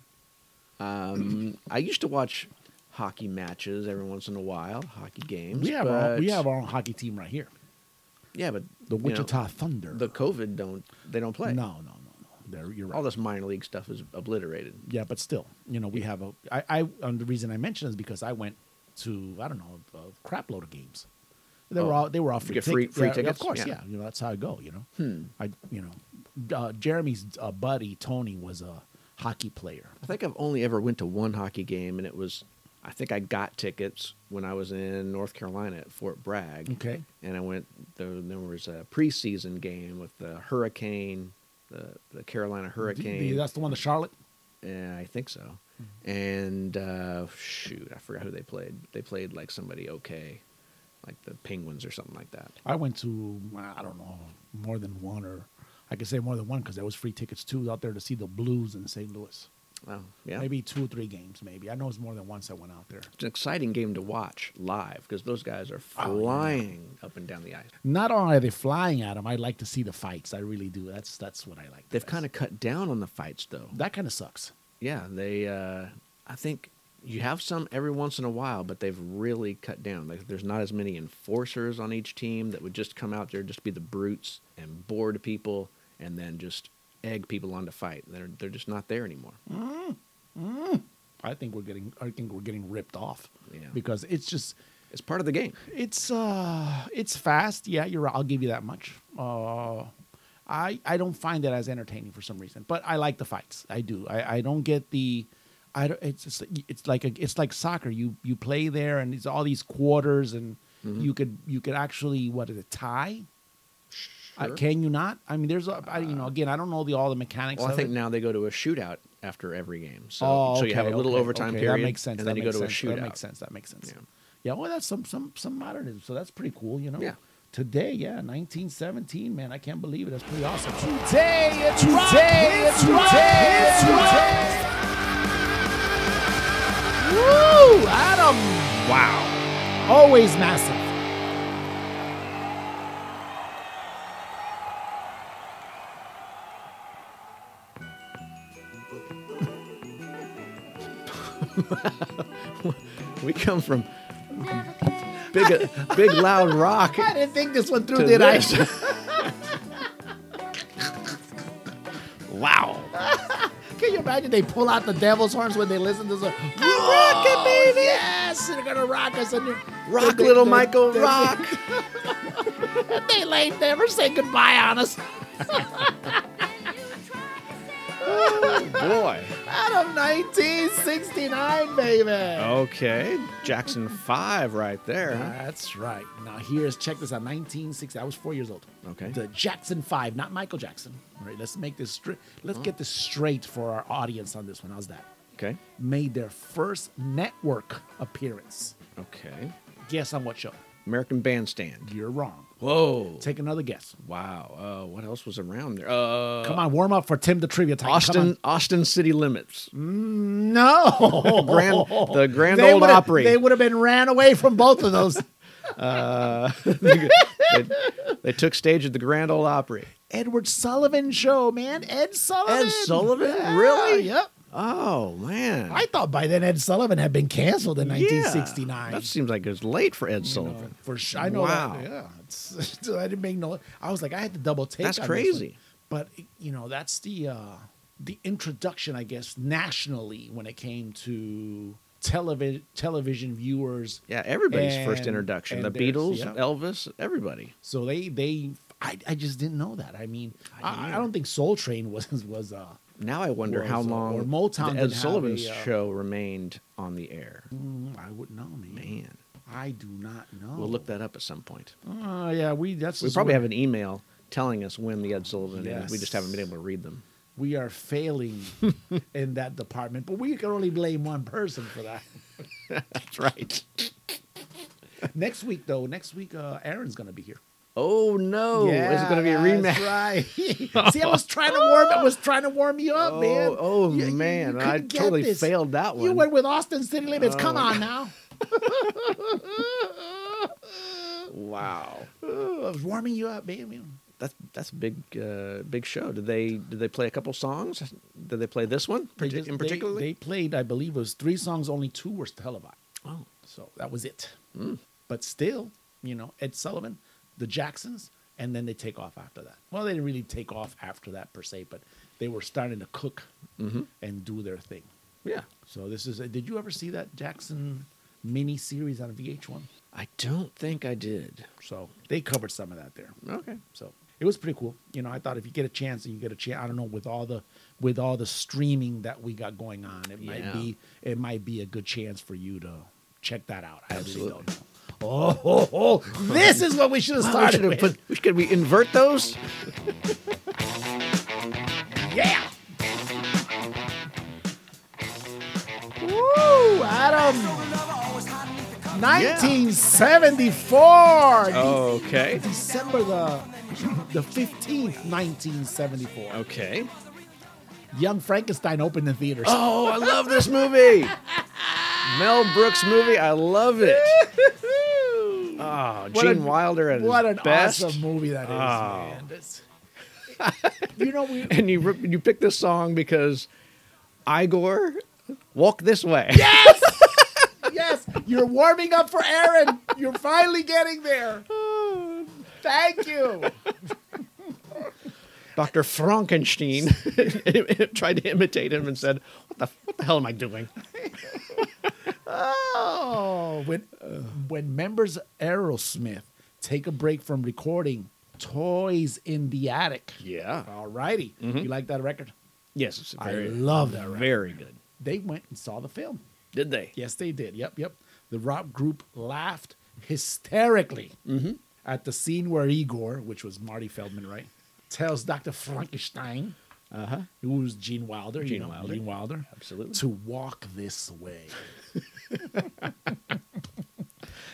Um, I used to watch hockey matches every once in a while, hockey games.
We have our
but,
own, we have our own hockey team right here,
yeah, but
the
you know,
Wichita Thunder.
the COVID don't they don't play.
No, no, no, no. There, you're right.
all this minor league stuff is obliterated.
yeah, but still, you know, we have a. I, I um, the reason I mention is because I went to I don't know a crap load of games. They were
Oh,
all they were all
you
free,
get
tic-
free- free
yeah,
tickets?
Of course,
Yeah.
yeah. You know that's how I go. You know,
Hmm.
I you know, uh, Jeremy's uh, buddy Tony was a hockey player.
I think I've only ever went to one hockey game, and it was I think I got tickets when I was in North Carolina at Fort Bragg.
Okay.
and I went. There, there was a preseason game with the Hurricane, the, the Carolina
D-
Hurricane.
d- that's the one, the Charlotte.
Yeah, I think so.
Mm-hmm.
And uh, shoot, I forgot who they played. They played like somebody okay, like the Penguins or something like that.
I went to I don't know more than one or I could say more than one because there was free tickets too out there to see the Blues in St. Louis.
Oh, yeah.
Maybe two or three games. Maybe I know it's more than once I went out there.
It's an exciting game to watch live because those guys are
Oh, yeah.
flying up and down the ice.
not only are they flying at them, I like to see the fights. I really do. That's that's what I like. the
They've
best.
kind of cut down on the fights, though.
that kind of sucks.
Yeah, they. Uh, I think you have some every once in a while, but they've really cut down. Like, there's not as many enforcers on each team that would just come out there, just be the brutes and board people, and then just egg people on to fight. They're they're just not there anymore.
I think we're getting I think we're getting ripped off.
Yeah.
Because it's just
It's part of the game.
it's uh it's fast. Yeah, you're right. I'll give you that much. Uh I I don't find it as entertaining for some reason, but I like the fights. I do. I, I don't get the I don't, it's just, it's like a, it's like soccer. You you play there and it's all these quarters and
Mm-hmm.
you could you could actually what is it tie? Uh,
Sure. Uh,
can you not? I mean, there's a, I, you know, again, I don't know the all the mechanics.
Well, I
of
think
it.
now they go to a shootout after every game. So,
Oh,
so you have a
okay,
little
okay,
overtime
okay,
period.
That makes sense.
And then
that
you go to a
makes sense,
shootout.
That makes sense. That makes sense.
Yeah.
Yeah. Well, that's some some some modernism. So that's pretty cool. You know.
Yeah.
Today, yeah, 1917, man, I can't believe it. That's pretty awesome.
Today it's today it's today it's right.
Woo, Adam! Wow, always massive.
We come from big, big loud rock.
I didn't think this one through,
to
did I?
this.
Wow. Can you imagine they pull out the devil's horns when they listen to this? Like,
rock it, baby.
Yes, they're gonna rock us. And they're-
Rock,
they-
little
they-
Michael,
they-
rock.
They, they, never say goodbye on us.
Boy.
Out of 1969, baby.
Okay, Jackson 5 right there.
That's right. Now here's check this out. 1960. I was four years old.
Okay.
The Jackson Five, not Michael Jackson. All right. Let's make this straight. Let's get this straight for our audience on this one. How's that?
Okay.
Made their first network appearance.
Okay.
Guess on what show?
American Bandstand.
You're wrong.
Whoa.
Take another guess.
Wow. Uh, what else was around there? Uh,
Come on, warm up for Tim the Trivia Titan. Come
Austin,
on.
Austin City Limits.
No.
Grand- the Grand
They
Old
would've-
Opry.
They would have been ran away from both of those.
they, they took stage at the Grand Ole Opry.
Edward Sullivan show, man. Ed Sullivan.
Sullivan?
Yeah,
Really?
Yep.
Oh man,
I thought by then Ed Sullivan had been canceled in
Yeah.
1969.
That seems like it's late for Ed
You know,
Sullivan.
for sure. I know
Wow.
that. Yeah, it's, I didn't make no. I was like, I had to double take.
That's
on this one.
crazy.
But you know, that's the uh, the introduction, I guess, nationally when it came to television television viewers.
Yeah, everybody's first
And-
introduction. The
and there's-
Beatles,
yeah.
Elvis, everybody.
So they they I, I just didn't know that. I mean, I, I don't think Soul Train was was uh
Now I wonder
Or
how
so-
long
or Motown
the
didn't
Ed
have
Sullivan's
a, uh,
show remained on the air.
mm, I wouldn't know, man.
Man,
I do not know.
we'll look that up at some point.
Oh yeah, we that's
We
just
probably
what-
have an email telling us when the Ed Sullivan is. We
Yes.
just haven't been able to read them.
we are failing in that department, but we can only blame one person for that.
That's right.
next week, though, next week, uh, Aaron's gonna be here.
Oh no! is it going to be a rematch?
rematch? Right. See, I was trying to warm. I was trying to warm you up,
Oh,
man.
oh,
You- you- you
man,
couldn't
I
get
totally
this.
failed that one. Oh.
You went with Austin City Limits. Come on now.
wow,
Oh, I was warming you up, man. man.
that's that's a big uh, big show. Did they did they play a couple songs? Did they play this one
They
parti-
just-
in
they-
particular?
they, played, I believe, it was three songs. Only two were televised.
oh,
So that was it.
Hmm.
But still, you know, Ed Sullivan, the Jacksons, and then they take off after that. Well, they didn't really take off after that per se, but they were starting to cook
Mm-hmm.
and do their thing.
yeah.
So this is. did you ever see that Jackson mini series on VH1?
I don't think I did.
So they covered some of that there.
Okay.
So it was pretty cool. You know, I thought if you get a chance and you get a chance, I don't know, with all the with all the streaming that we got going on, it might
Yeah.
be it might be a good chance for you to check that out. I really
Absolutely.
don't know. Oh, ho, ho. this is what we should have
Wow, we
started
should have
with.
put. We should, could we invert those?
yeah. Woo, Adam. 1974.
Okay.
December the the 15th, 1974.
Okay.
Young Frankenstein opened the theaters.
Oh, I love this movie. Mel Brooks movie. I love it. Oh,
What a-
Gene Wilder at
what
his
an
best. Oh.
awesome movie that is, man. That's- you know, we
and you you pick this song because Igor walk this way.
yes, yes, you're warming up for Aaron. You're finally getting there. Thank you.
Dr. Frankenstein tried to imitate him and said, "What the what the hell am I doing?"
Oh, when when members of Aerosmith take a break from recording, toys in the attic.
Yeah.
All righty, you like that record?
Yes, it's
I
Mm-hmm. very
love that record.
very good.
They went and saw the film.
Did they?
Yes, they did. Yep, yep. The rock group laughed hysterically
Mm-hmm.
at the scene where Igor, which was Marty Feldman, right, tells Dr. Frankenstein, uh-huh. who was Gene Wilder, you
Gene
know,
Wilder.
Gene Wilder,
Absolutely.
to walk this way.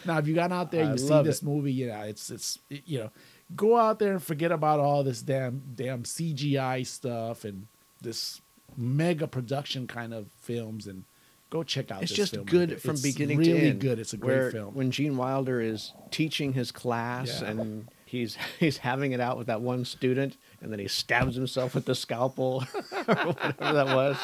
now, if you got out there,
I
you see
love
this
it.
movie, you know, it's it's you know, go out there and forget about all this damn damn CGI stuff and this mega production kind of films and go check out
It's
this
just
film.
good
It's
from beginning
really
to end.
good. It's a great
where
film.
When Gene Wilder is teaching his class
Yeah.
and he's he's having it out with that one student, and then he stabs himself with the scalpel or whatever that was.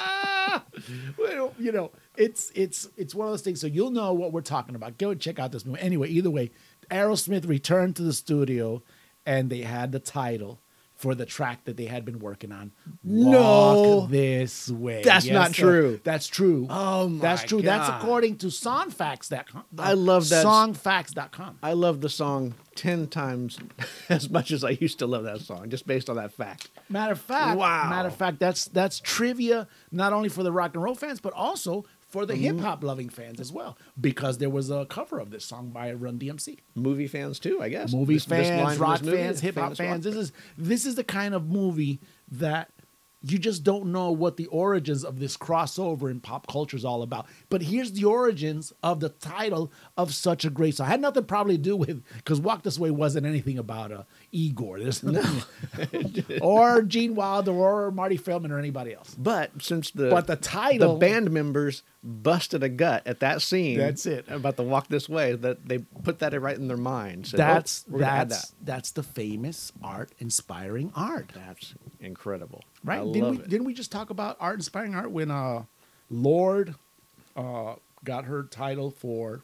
Well, you know, it's it's it's one of those things. So you'll know what we're talking about. Go and check out this movie. Anyway, either way, Aerosmith returned to the studio, and they had the title for the track that they had been working on.
No.
Walk this way.
That's not true.
That's true.
Oh my
That's true. That's
God.
according to songfacts.com.
I love that.
Songfacts.com.
I love the song 10 times as much as I used to love that song, just based on that fact.
Matter of fact,
Wow.
matter of fact, that's that's trivia not only for the rock and roll fans, but also for the hip hop loving fans as well, because there was a cover of this song by Run DMC.
Movie fans, too, I guess.
Movie
This- this line
fans,
from
rock
this movie
fans,
is
hip hop
famous rock
fans. This is this is the kind of movie that you just don't know what the origins of this crossover in pop culture is all about. But here's the origins of the title of such a great song. It had nothing probably to do with because Walk This Way wasn't anything about uh, Igor. There's no. or Gene Wilder or Marty Feldman or anybody else.
But since the
But the title-
the band members busted a gut at that scene.
That's it.
About the walk this way, that they put that right in their mind. Said, "Oh,
That's
we're gonna add
that's that's the famous art inspiring art.
that. That's incredible.
Right?
I
didn't
love
we
it.
didn't we just talk about art inspiring art when uh Lord uh got her title for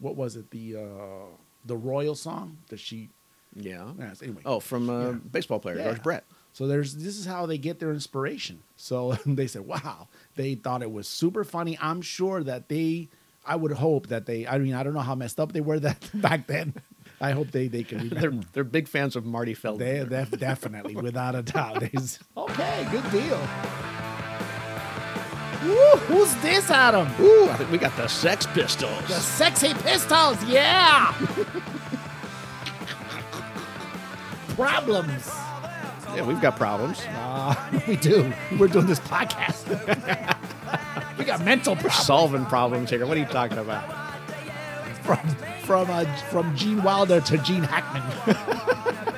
what was it? The uh the royal song that she
yeah.
yes, anyway.
Oh, from a baseball player,
Yeah.
George Brett.
So there's this is how they get their inspiration. So they said, "Wow, they thought it was super funny." I'm sure that they, I would hope that they. I mean, I don't know how messed up they were that back then. I hope they they can.
They're
remember.
they're big fans of Marty Feldman.
They, def- definitely, without a doubt. It's- okay, good deal. Woo, who's this, Adam?
Ooh, I think we got the Sex Pistols.
The Sexy Pistols, yeah! Problems.
Yeah, we've got problems.
We do. We're doing this podcast. we got mental
We're
problems
solving problems here. What are you talking about?
from from uh, from Gene Wilder to Gene Hackman.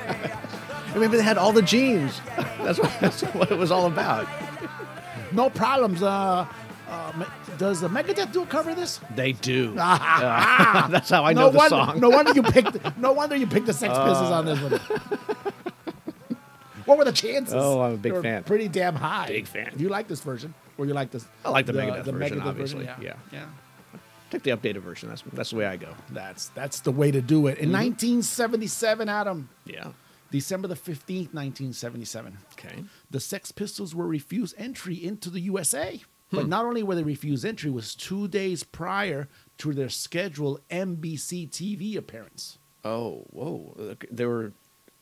Remember, they had all the genes. That's what, that's what it was all about.
No problems. Uh, uh, Me- does uh, Megadeth do a cover of this?
They do. that's how I know the
wonder,
song. Uh.
No wonder you picked. No wonder you picked the Sex Pistols on this one. what were the chances?
Oh, I'm a
They
big
were
fan.
Pretty damn high.
Big fan.
You like this version, or you like this?
I like the Megadeth version, obviously.
yeah.
Yeah.
yeah.
Take the updated version. That's that's the way I go.
That's that's the way to do it. In
Mm-hmm.
1977, Adam,
Yeah.
December the 15th, 1977.
Okay.
the Sex Pistols were refused entry into the USA.
Hmm.
But not only were they refused entry, it was two days prior to their scheduled NBC TV appearance.
Oh, whoa. They were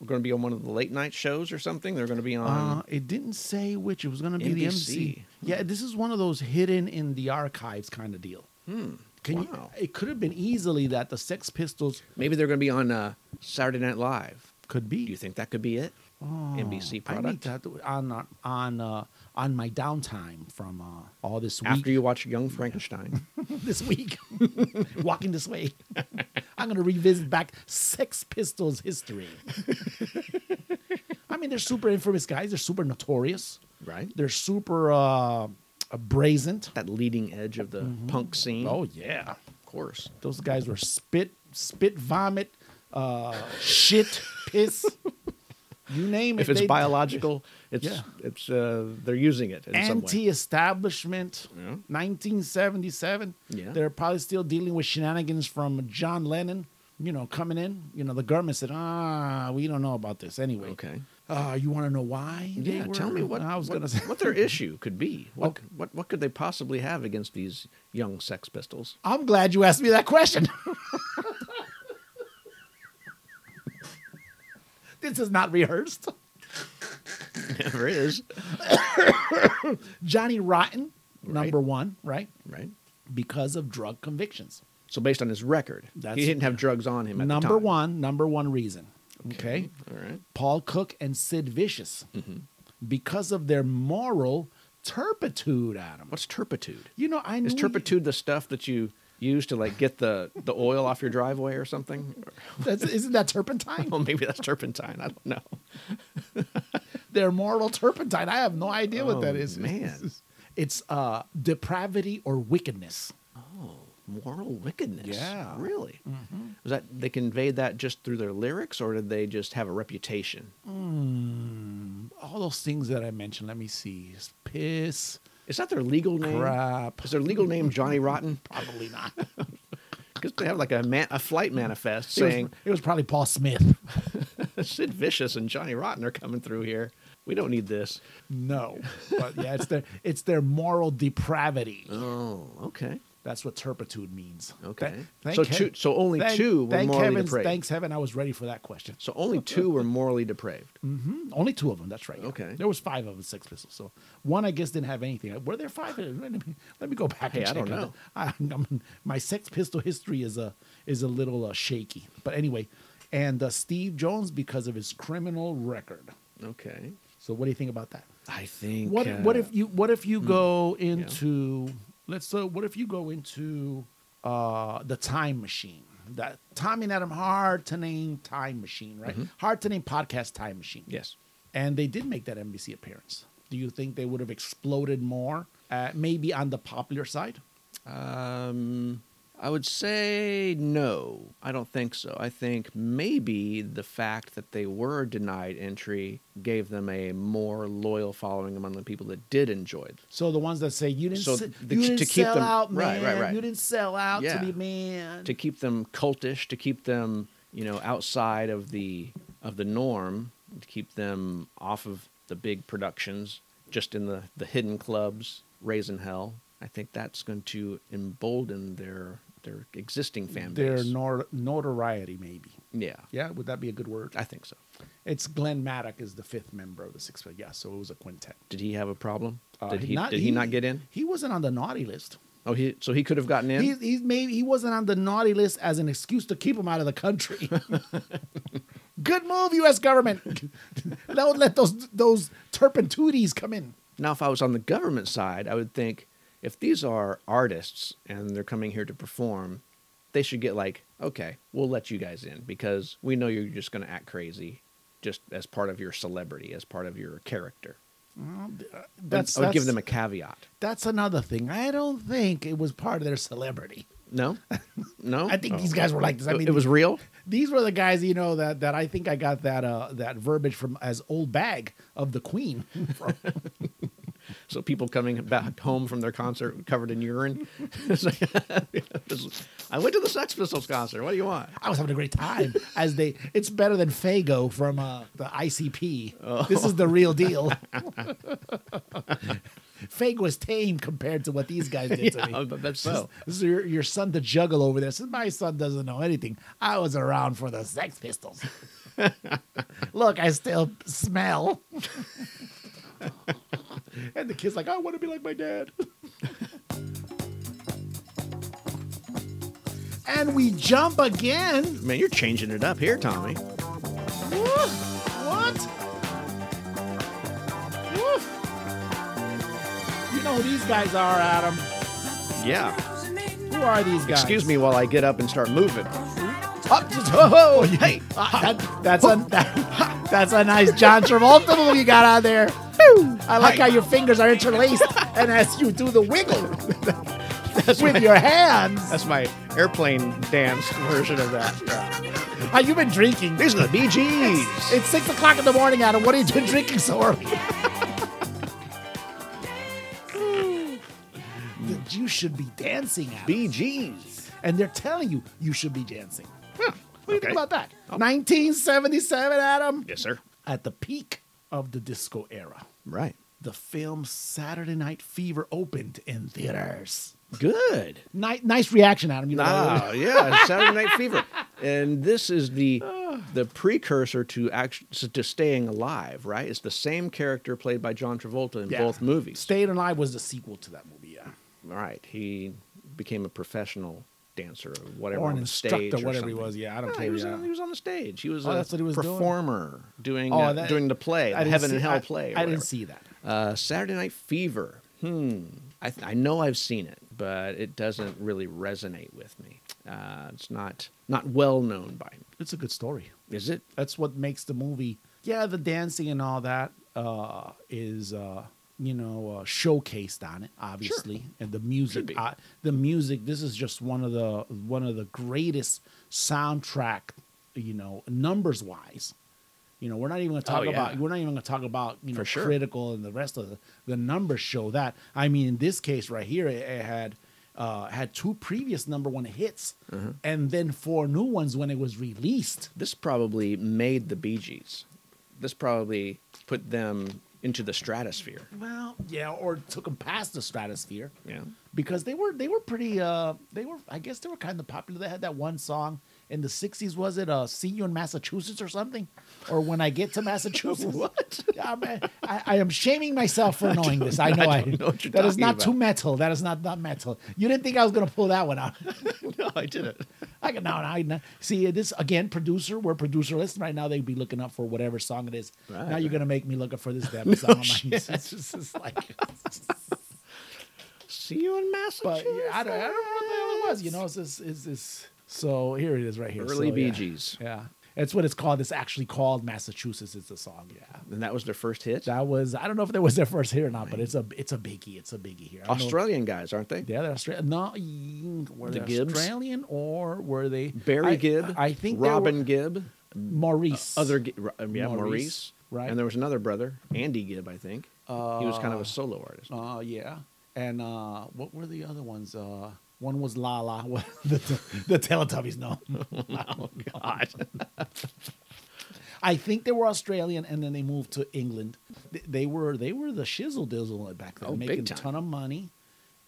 going to be on one of the late night shows or something. They're going to be on.
Uh, it didn't say which. It was going to be the MC.
NBC.
Yeah, this is one of those hidden in the archives kind of deal. Can
Hmm. Wow.
you, it could have been easily that the Sex Pistols
maybe they're going to be on uh, Saturday Night Live.
could be.
Do you think that could be it? NBC
Oh, I need
product.
to have to, on uh, on uh, on my downtime from uh, all this week.
After you watch Young Frankenstein.
this week. Walking this way. I'm going to revisit back Sex Pistols history. I mean, they're super infamous guys. They're super notorious.
Right.
They're super uh, brazen.
that leading edge of the punk scene.
Oh, yeah.
of course.
Those guys were spit, spit, vomit, uh, shit, piss. You name it.
If it's
they-
biological, it's
Yeah.
it's uh, they're using it in some way.
anti-establishment 1977
Yeah.
they're probably still dealing with shenanigans from john lennon you know coming in you know the government said ah we don't know about this anyway
Okay.
uh, you want to know why they
Yeah, tell
were-
me what
i was
what,
gonna say
what their issue could be. What,
Okay.
what what could they possibly have against these young Sex Pistols?
i'm glad you asked me that question this is not rehearsed
Never is
johnny rotten number
Right.
one right
right.
because of drug convictions
So based on his record,
That's-
he didn't have drugs on him. At the
number
time.
one number one reason okay.
All right. Mm-hmm.
Paul Cook and Sid Vicious because of their moral turpitude, Adam.
What's turpitude?
You know, I knew
Is turpitude the stuff that you use to like get the the oil off your driveway or something?
That's, isn't that turpentine?
Well, maybe that's turpentine. I don't know.
their moral turpentine. I have no idea what that
Oh,
is.
man.
It's uh, depravity or wickedness.
Moral wickedness.
Yeah. Mm-hmm.
Really? Was that they conveyed that just through their lyrics, or did they just have a reputation?
All those things that I mentioned. Let me see. Piss.
Is that their legal name?
Crap.
Is their legal name Johnny Rotten?
Probably not.
Because they have like a man, a flight manifest
It was,
saying
it was probably Paul Smith.
Sid Vicious and Johnny Rotten are coming through here. We don't need this.
No, but yeah, it's their it's their moral depravity.
Oh, okay.
That's what turpitude means.
Okay.
Thank- thank
So
heav-
two- so only
thank-
two were
thank
morally
heavens-
depraved.
Thanks heaven, I was ready for that question.
So only two were morally depraved.
Only two of them. That's right. yeah.
Okay.
There was five of them, six pistols. So one, I guess, didn't have anything. Were there five? Let me, let me go back.
Hey,
and
I
check
don't
on
know.
that. I, I'm- my sex pistol history is a is a little uh, shaky. But anyway, and uh, Steve Jones because of his criminal record.
Okay.
So what do you think about that?
I think. uh,
What what if you what if you go
Hmm. Yeah.
into let's uh, what if you go into uh, the time machine? That Tommy and Adam hard to name time machine,
Mm-hmm.
right? Hard to name podcast time machine.
Yes.
And they did make that NBC appearance. Do you think they would have exploded more? Uh, maybe on the popular side?
Um, I would say no. I don't think so. I think maybe the fact that they were denied entry gave them a more loyal following among the people that did enjoy it.
So the ones that say you didn't,
So
se-
the-
you
to
didn't
keep
sell
them-
out,
right,
man.
right, right.
You didn't sell out
Yeah.
to me, man.
To keep them cultish, to keep them, you know, outside of the of the norm, to keep them off of the big productions, just in the the hidden clubs, raising hell. I think that's going to embolden their their existing fan base.
Their nor- notoriety, maybe.
yeah,
Yeah, would that be a good word?
I think so.
It's Glenn Maddock is the fifth member of the Six Flags. Yeah, so it was a quintet.
Did he have a problem?
Uh,
did he, did he, not get in?
He wasn't on the naughty list.
Oh, he so he could have gotten in.
He, he maybe he wasn't on the naughty list as an excuse to keep him out of the country. Good move, U.S. government. Don't let those those turpentooties come in.
now, if I was on the government side, I would think if these are artists and they're coming here to perform, they should get like, okay, we'll let you guys in because we know you're just going to act crazy, just as part of your celebrity, as part of your character.
That's
I would give
that's-
them a caveat.
That's another thing. I don't think it was part of their celebrity.
No, no.
I think these guys were like this. I
Oh. It-
mean,
it was real.
these were the guys you know that that I think I got that uh that verbiage from as old bag of the Queen.
So people coming back home from their concert covered in urine. It's like, I went to the Sex Pistols concert. What do you want?
I was having a great time as they. It's better than Fago from uh, the ICP. This is the real deal. Fago is tame compared to what these guys did to me.
I bet
This is-
so.
This is your, your son to juggle over there. Says my son doesn't know anything. I was around for the Sex Pistols. Look, I still smell. and the kid's like, I want to be like my dad. and we jump again.
Man, you're changing it up here, Tommy.
Woof. What? Woof. You know who these guys are, Adam.
Yeah.
Who are these guys?
Excuse me while I get up and start moving.
Up, just, ho, ho. Hey, uh, that- that's a that- that's a nice John Travolta move you got on there. I like how your fingers are interlaced, and as you do the wiggle with your hands.
That's my airplane dance version of that.
Have you Ah, been drinking?
These are the BGs.
It's six o'clock in the morning, Adam. What have you been drinking so early? That you should be dancing, Adam.
BGs.
and they're telling you you should be dancing.
Huh.
What do you think about that?
Oh.
1977, Adam.
Yes, sir.
At the peak of the disco era,
Right.
the film Saturday Night Fever opened in theaters.
Good.
Ni- nice reaction, Adam. You know,
Ah, yeah, Saturday Night Fever, and this is the the precursor to act- to staying alive. Right, it's the same character played by John Travolta in
Yeah.
both movies.
Staying Alive was the sequel to that movie, yeah.
Right, he became a professional dancer or whatever
Or an
on the stage
instructor,
or
whatever he
something.
was. Yeah, I don't
No,
care.
he was,
yeah.
on, he was on the stage. He was
Oh,
a
that's what he was doing?
performer doing
Oh,
uh,
that-
doing the play,
I
the
didn't
Heaven
see-
and Hell
I-
play. or
I
whatever.
didn't see that.
Uh, Saturday Night Fever. Hmm. I, th- I know I've seen it, but it doesn't really resonate with me. Uh, it's not not well known by me.
It's a good story.
Is it?
That's what makes the movie. Yeah, the dancing and all that uh, is uh, you know uh, showcased on it, obviously, and the music.
be.
Uh, the music. This is just one of the one of the greatest soundtrack. You know, numbers wise. You know, we're not even going to talk
Oh, yeah.
about. We're not even going to talk about you know
For sure.
critical and the rest of the, the numbers show that. I mean, in this case right here, it, it had uh, had two previous number one hits
Mm-hmm.
and then four new ones when it was released.
This probably made the Bee Gees. This probably put them into the stratosphere.
Well, yeah, or took them past the stratosphere.
Yeah.
because they were they were pretty uh they were I guess they were kind of popular. They had that one song in the '60s, was it? Uh, "See You in Massachusetts" or something, or "When I Get to Massachusetts." what? I'm, I, I am shaming myself for knowing this. I know I,
know what you're
that is
talking
not
about.
too metal. That is not not metal. You didn't think I was gonna pull that one out?
no, I didn't.
I can now. I now- see uh, this again. Producer, we're producer listening right now. They'd be looking up for whatever song it is. now you're gonna make me look up for this damn song. on my, it's just it's like.
See you in
but
Massachusetts.
yeah, I, don't, I don't know what the hell it was. You know, it's this is this. So here it is, right here.
Early
so,
Bee
yeah.
Gees.
Yeah, it's what it's called. It's actually called Massachusetts. Is the song. Yeah,
And that was their first hit.
that was. I don't know if that was their first hit or not, but it's a it's a biggie. It's a biggie here. I don't know if-
Australian guys, aren't they?
Yeah, they're Australian. No, mm, were
The
they
Gibbs?
Australian or were they
Barry
I-
Gibb.
I think they were-
Robin Gibb.
Maurice.
Other Gi- Ro- yeah,
Maurice,
Maurice,
right.
And there was another brother, Andy Gibb, I think. he was kind of a solo artist.
Uh, yeah. And uh, what were the other ones? Uh, one was Lala. the, the Teletubbies, no. oh, God. I think they were Australian, and then they moved to England. They, they were they were the shizzle dizzle back then,
Oh, big
making a
time.
ton of money,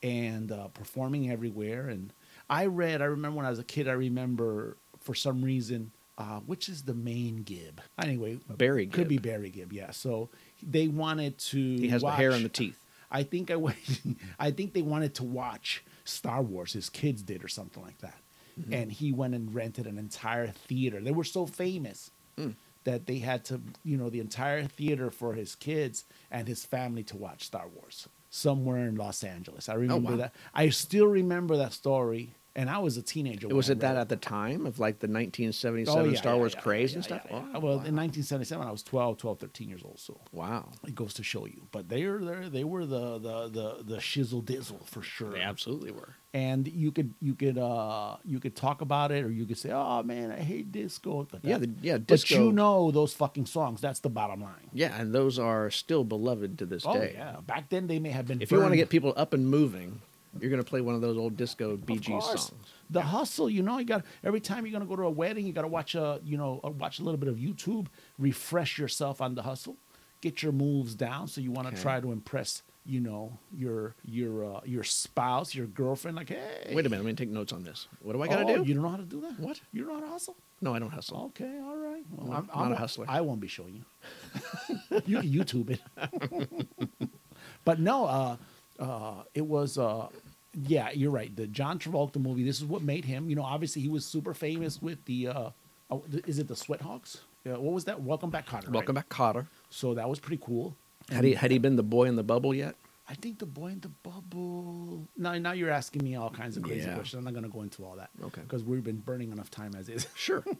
and uh, performing everywhere. And I read, I remember when I was a kid, I remember for some reason, uh, which is the main Gib. Anyway,
Barry
could be
Gibb.
Barry Gibb. Yeah. So they wanted to.
He has the hair
watch-
and the teeth.
I think I, wa- I think they wanted to watch Star Wars. His kids did, or something like that.
Mm-hmm.
And he went and rented an entire theater. They were so famous
Hmm.
that they had to, you know, the entire theater for his kids and his family to watch Star Wars somewhere in Los Angeles. I remember
wow.
that. I still remember that story. And I was a teenager.
It was
when
it
I read
that at the time of like the 1977
Oh, yeah,
Star
yeah,
Wars
yeah,
craze
yeah,
and stuff?
yeah, yeah.
Oh,
well,
wow.
in 1977, I was 12, 12, 13 years old. So
wow.
it goes to show you. But they were there. They were the the the the shizzle dizzle for sure.
They absolutely were.
And you could you could uh you could talk about it, or you could say, "Oh man, I hate disco." But
Yeah,
that-
the- yeah,
But you
disco-
know those fucking songs. That's the bottom line.
Yeah, and those are still beloved to this
Oh
day.
yeah. Back then they may have been.
If you want to
burned.
get people up and moving, you're going to play one of those old disco Bee
Of
Gees
course.
songs.
The hustle, you know, you got every time you're gonna go to a wedding, you gotta watch a, you know, uh, watch a little bit of YouTube, refresh yourself on the hustle, get your moves down. So you want to
Okay.
try to impress, you know, your your uh, your spouse, your girlfriend. Like, hey,
Wait a minute, I'm going to take notes on this. What do I got to
oh,
do?
You don't know how to do that?
What?
You don't know how to hustle?
No, I don't hustle.
Okay, all right. Well,
No,
I'm,
not
I'm
a hustler.
I won't be showing you. you can YouTube it. but no, uh, uh, it was. Uh, yeah, you're right. The John Travolta movie. This is what made him. You know, obviously he was super famous with the. Uh, oh, th- is it the Sweathawks? Yeah, what was that? Welcome back, Cotter. right?
Welcome back, Cotter.
So that was pretty cool.
Had he had he been the boy in the bubble yet?
I think the boy in the bubble. Now, now you're asking me all kinds of crazy
Yeah.
questions. I'm not going to go into all that.
Okay.
Because we've been burning enough time as is.
Sure.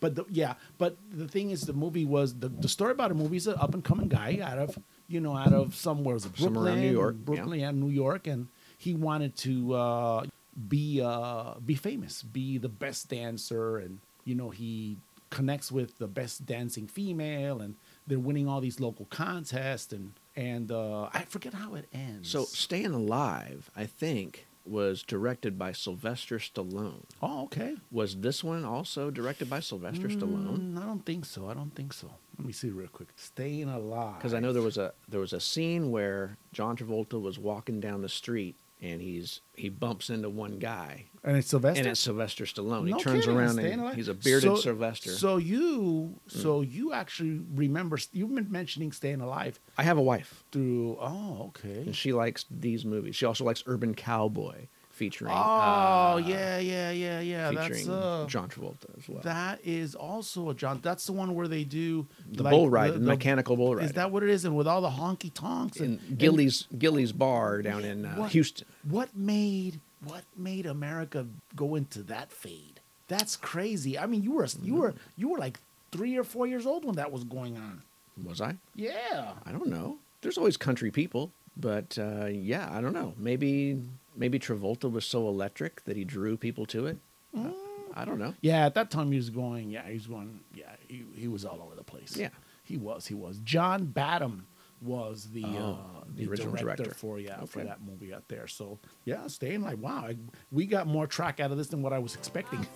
But the, yeah, but the thing is, the movie was the, the story about a movie is an up and coming guy out of you know out of somewhere was it Brooklyn,
Somewhere around New York, yeah.
Brooklyn and New York, and he wanted to uh, be uh, be famous, be the best dancer, and you know he connects with the best dancing female, and they're winning all these local contests, and and uh, I forget how it ends.
so Staying Alive, I think, was directed by Sylvester Stallone.
oh okay,
Was this one also directed by Sylvester Stallone?
Mm, I don't think so. I don't think so. Let me see real quick. Staying alive
Because I know there was a there was a scene where John Travolta was walking down the street and he's he bumps into one guy
and it's Sylvester.
and it's Sylvester Stallone.
No
he turns
kidding,
around
staying
and
alive.
he's a bearded
So-
Sylvester. Mm.
So you, so you actually remember? You've been mentioning staying alive
I have a wife
through. Oh, okay.
and she likes these movies. She also likes Urban Cowboy featuring
Oh,
uh,
yeah, yeah, yeah, yeah. That's
featuring
uh,
John Travolta as well.
that is also a John. That's the one where they do
the
like,
bull ride, the, mechanical bull ride.
Is that what it is? And with all the honky tonks
in
and,
Gilly's Gilly's bar down in uh,
What-
Houston?
What made what made America go into that fade? That's crazy. I mean, you were you were you were like three or four years old when that was going on.
Was I?
Yeah.
I don't know. There's always country people, but uh, yeah, I don't know. Maybe maybe Travolta was so electric that he drew people to it. Uh, I don't know.
Mm. Yeah, at that time he was going. Yeah, he was going. Yeah, he, he was all over the place.
Yeah.
he was. He was. John Badham was the
Oh,
uh,
the
the,
original
director,
director.
for yeah for
Okay.
that movie out there. So yeah, staying like wow, I, we got more track out of this than what I was expecting.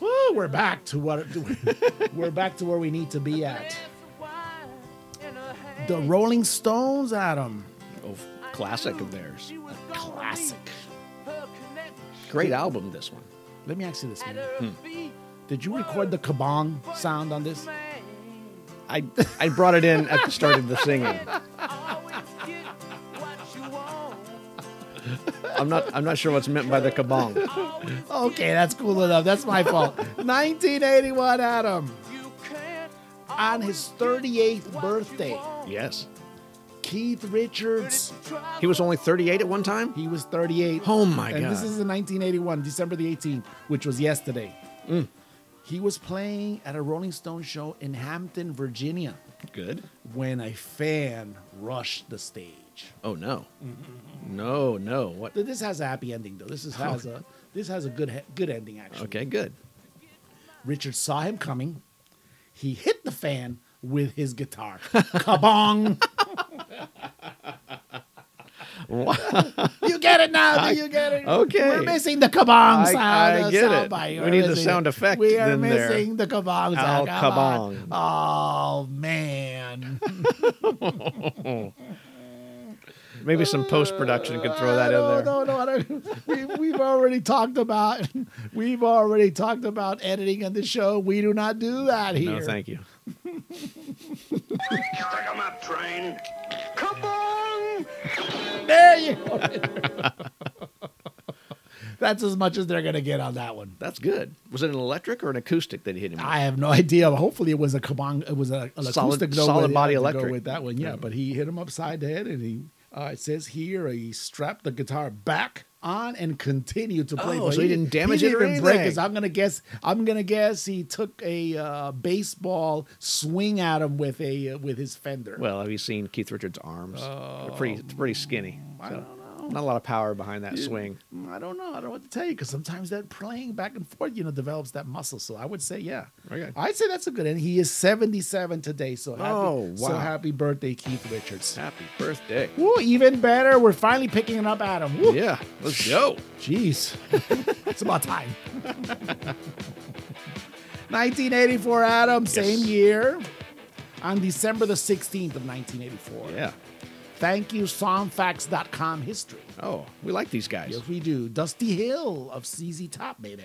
Woo, we're back to what we're back to where we need to be at. The Rolling Stones, Adam.
Oh, f- classic of theirs.
Classic.
Great album, this one.
Let me ask you this, man.
Hmm.
Hmm.
Did you record the kabong sound on this?
I, I brought it in at the start of the singing. I'm not I'm not sure what's meant by the kabong.
Okay, that's cool enough. That's my fault. 1981, Adam. On his 38th birthday,
Yes.
Keith Richards.
He was only 38 at one time?
He was 38.
Oh my
and
God.
this is in 1981, December the 18th, which was yesterday. He was playing at a Rolling Stone show in Hampton, Virginia,
Good.
when a fan rushed the stage.
Oh no. No, no. What?
Th- This has a happy ending, though. This is, has a this has a good he- good ending actually.
Okay, good.
Richard saw him coming. He hit the fan with his guitar. Kabong! you get it now. Do you get it?
okay.
We're missing the kabong
I-
sound.
I
the
get
sound
it.
bite.
We
We're
need the
missing
sound
it.
effect
We are
in there.
missing the kabong
Al
sound. Come on. Oh man.
Maybe some post production could throw that
no,
in there.
No, no, no. We, we've already talked about. We've already talked about editing on the show. We do not do that here.
No, thank you.
Pick 'em up, train. Come on!
There you go. That's as much as they're gonna get on that one.
That's good. Was it an electric or an acoustic that he hit him? with?
I have no idea. But hopefully, it was a kabong. It was a an
Solid-
acoustic note
solid
with-
body
to go
electric.
with that one. Yeah, but he hit him upside the head, and he uh, it says here he strapped the guitar back on and continued to play.
Oh,
but
so he didn't damage
he
it
didn't
or
even break
anything.
his- I'm gonna guess. I'm gonna guess he took a uh, baseball swing at him with a uh, with his fender.
Well, have you seen Keith Richards' arms? They're pretty, it's pretty skinny.
I
so
don't know.
Not a lot of power behind that swing.
Mm, I don't know. I don't know what to tell you because sometimes that playing back and forth, you know, develops that muscle. So I would say, yeah.
Okay.
I'd say that's a good. And he is 77 today. So happy,
Oh,
so
wow.
happy birthday, Keith Richards.
Happy birthday.
Woo, even better. We're finally picking it up, Adam. Woo.
Yeah, let's go.
Jeez. it's about time. 1984, Adam, same year. On December the 16th of 1984.
Yeah.
Thank you, songfacts.com history.
Oh, we like these guys.
Yes, we do. Dusty Hill of CZ Top, baby,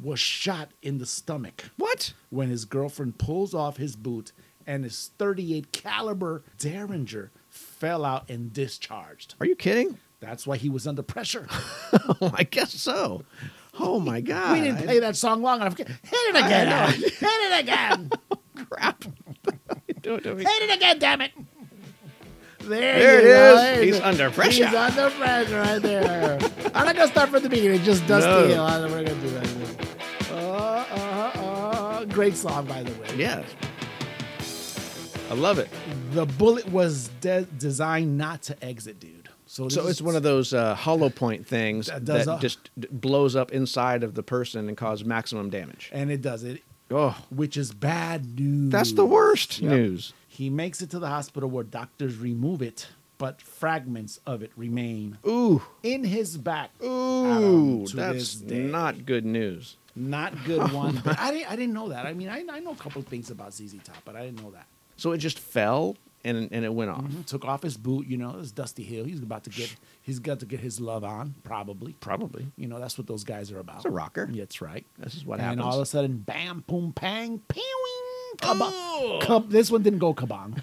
was shot in the stomach
What?
when his girlfriend pulls off his boot and his 38 caliber Derringer fell out and discharged.
Are you kidding?
That's why he was under pressure.
Oh, I guess so. Oh my god.
we didn't play that song long enough. Hit it again! Adam. Hit it again!
Oh, crap. Don't- don't be-
Hit it again! Damn it! There,
There
you
it
go.
is.
There you
He's
go.
under pressure.
He's under pressure right there. I'm not gonna start from the beginning. Just Dusty
No.
Hill. I'm not gonna do that. Uh, uh, uh, great song, by the way.
yeah. I love it.
The bullet was de- designed not to exit, dude. So, this
So
is-
it's one of those uh, hollow point things that,
That does a-
just d- blows up inside of the person and cause maximum damage.
and it does it,
Oh,
which is bad news.
that's the worst
Yep.
news.
He makes it to the hospital where doctors remove it, but fragments of it remain
Ooh,
in his back. Adam,
ooh,
to this
that's
day.
not good news.
Not good one. But I didn't. I didn't know that. I mean, I, I know a couple of things about ZZ Top, but I didn't know that.
So it just fell and and it went off.
Took off his boot. You know, it was Dusty Hill. He's about to get. He's got to get his love on, probably.
Probably.
You know, that's what those guys are about.
It's a rocker.
That's right.
This is what
and
happens.
all of a sudden, bam, boom, pang, pewing,
Oh!
kabong. Kab- this one didn't go kabong.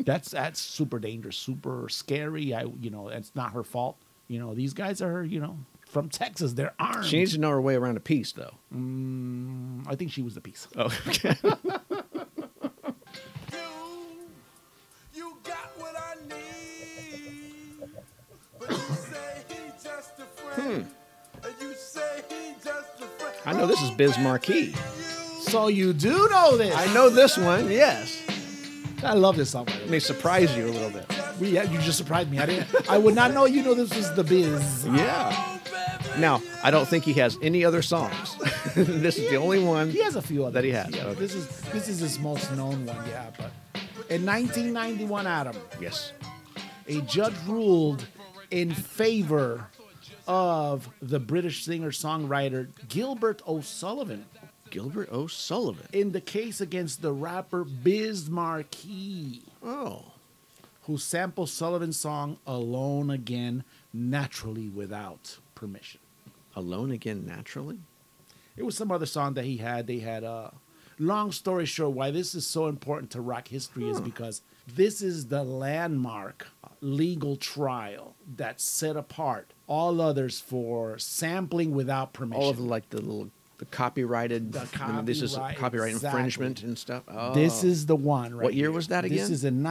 that's that's super dangerous, super scary. I, you know, it's not her fault. You know, these guys are, you know, from Texas. They're armed.
she needs to know her way around a piece, though.
I think she was the piece.
Oh, okay.
You got what I need. But you
Hmm.
say he just a friend. You say he just a friend.
I know this is Biz Marquee.
So you do know this.
I know Oh, this one. Yes,
I love this song. by the
it
way.
may surprise you a little bit.
We, yeah, you just surprised me. I didn't. I would not know you know this was the biz.
Yeah. Now I don't think he has any other songs. this is the only one.
He has a few others.
That he has,
Yeah,
okay.
This is this is his most known one. Yeah, but in 1991, Adam,
Yes.
a judge ruled in favor of the British singer-songwriter Gilbert O'Sullivan
Gilbert O'Sullivan.
in the case against the rapper Biz Markie,
Oh.
who sampled Sullivan's song "Alone Again" naturally without permission.
Alone again naturally?
It was some other song that he had. They had uh long story short, why this is so important to rock history is
Hmm.
because this is the landmark legal trial that set apart all others for sampling without permission.
All of like the little the copyrighted
The
I mean, this is
copyright,
copyright
exactly.
infringement and stuff. Oh.
This is the one, right?
What year
here.
was that
This
again?
is in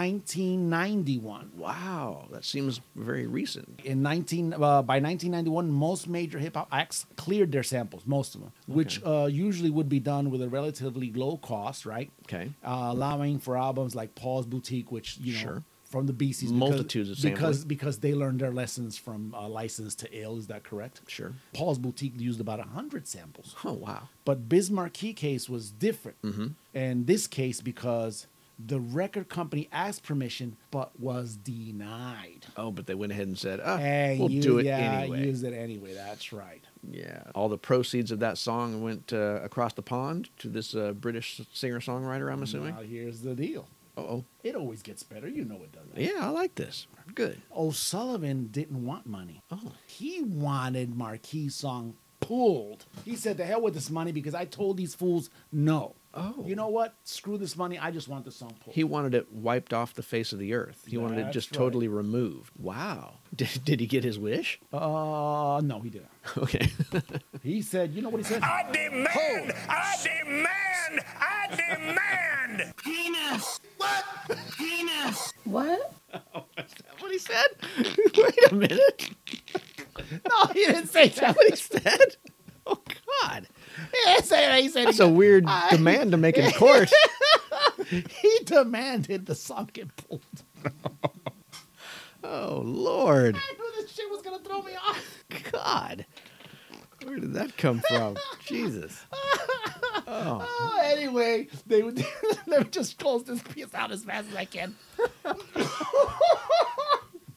1991.
wow, that seems very recent.
in 19 uh, by 1991 most major hip-hop acts cleared their samples most of them which uh, usually would be done with a relatively low cost right
Okay.
uh, allowing for albums like paul's boutique which you know
Sure.
from the beasties because-
Multitudes of sampling.
because because they learned their lessons from uh, license to ill is that correct
Sure.
paul's boutique used about 100 samples
Oh wow.
but Bismarcky case was different.
Mm-hmm.
And this case because the record company asked permission but was denied.
Oh, but they went ahead and said, oh,
And
we'll
you-
do it
yeah,
anyway.
Use it anyway. That's right.
Yeah. All the proceeds of that song went uh, across the pond to this uh, British singer songwriter, I'm assuming.
Now here's the deal.
Uh oh.
It always gets better. You know it does.
Yeah, I like this. Good.
O'Sullivan didn't want money.
Oh.
He wanted Marquis' song pulled. He said, "The hell with this money," because I told these fools no.
Oh.
You know what? Screw this money. I just want the song pulled.
He wanted it wiped off the face of the earth. He wanted it
That's
just
right.
totally removed. Wow. Did, did he get his wish?
uh, no, he didn't.
Okay.
He said, "You know what he said?
I demand, I demand, I demand. Penis. What? Penis.
What?
what he said? Wait a minute.
no, he didn't say that.
What he said? Oh God.
He didn't say that. He said
That's a weird demand to make in court.
he demanded the song get pulled.
oh Lord.
I knew this shit was gonna throw me off.
God. Where did that come from? Jesus. Oh.
Oh, anyway, they would they would just close this piece out as fast as I can.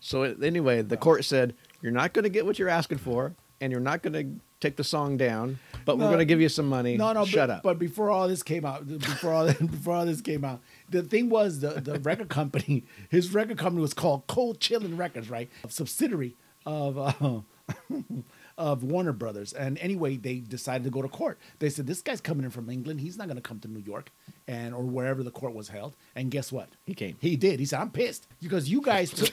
So anyway, the court said you're not going to get what you're asking for, and you're not going to take the song down, but
No.
we're going to give you some money.
No, no,
shut
but,
up.
But before all this came out, before all before all this came out, the thing was the the record company, his record company was called Cold Chillin' Records, right? A subsidiary of. Uh, Of Warner Brothers, and anyway, they decided to go to court. They said this guy's coming in from England. He's not going to come to New York, and or wherever the court was held. And guess what?
He came.
He did. He said, "I'm pissed because you guys took."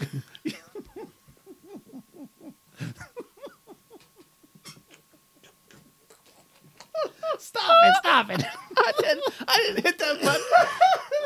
stop it! Stop it!
I didn't. I didn't hit that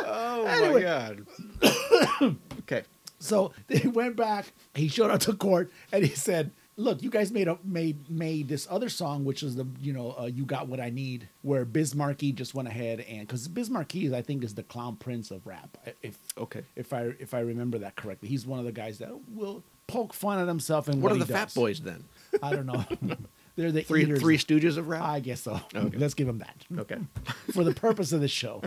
button. oh my god. okay.
So they went back. He showed up to court and he said, "Look, you guys made a made made this other song, which is the you know uh, you got what I need, where Bismarcky just went ahead and because Bismarcky is I think is the clown prince of rap, if
Okay.
if I if I remember that correctly. He's one of the guys that will poke fun at himself and
What,
what,
are
he
the Fat
does.
Boys then?
I don't know. They're the
Three
eaters.
Three Stooges of rap.
I guess so. Let's give him that
okay.
for the purpose of this show.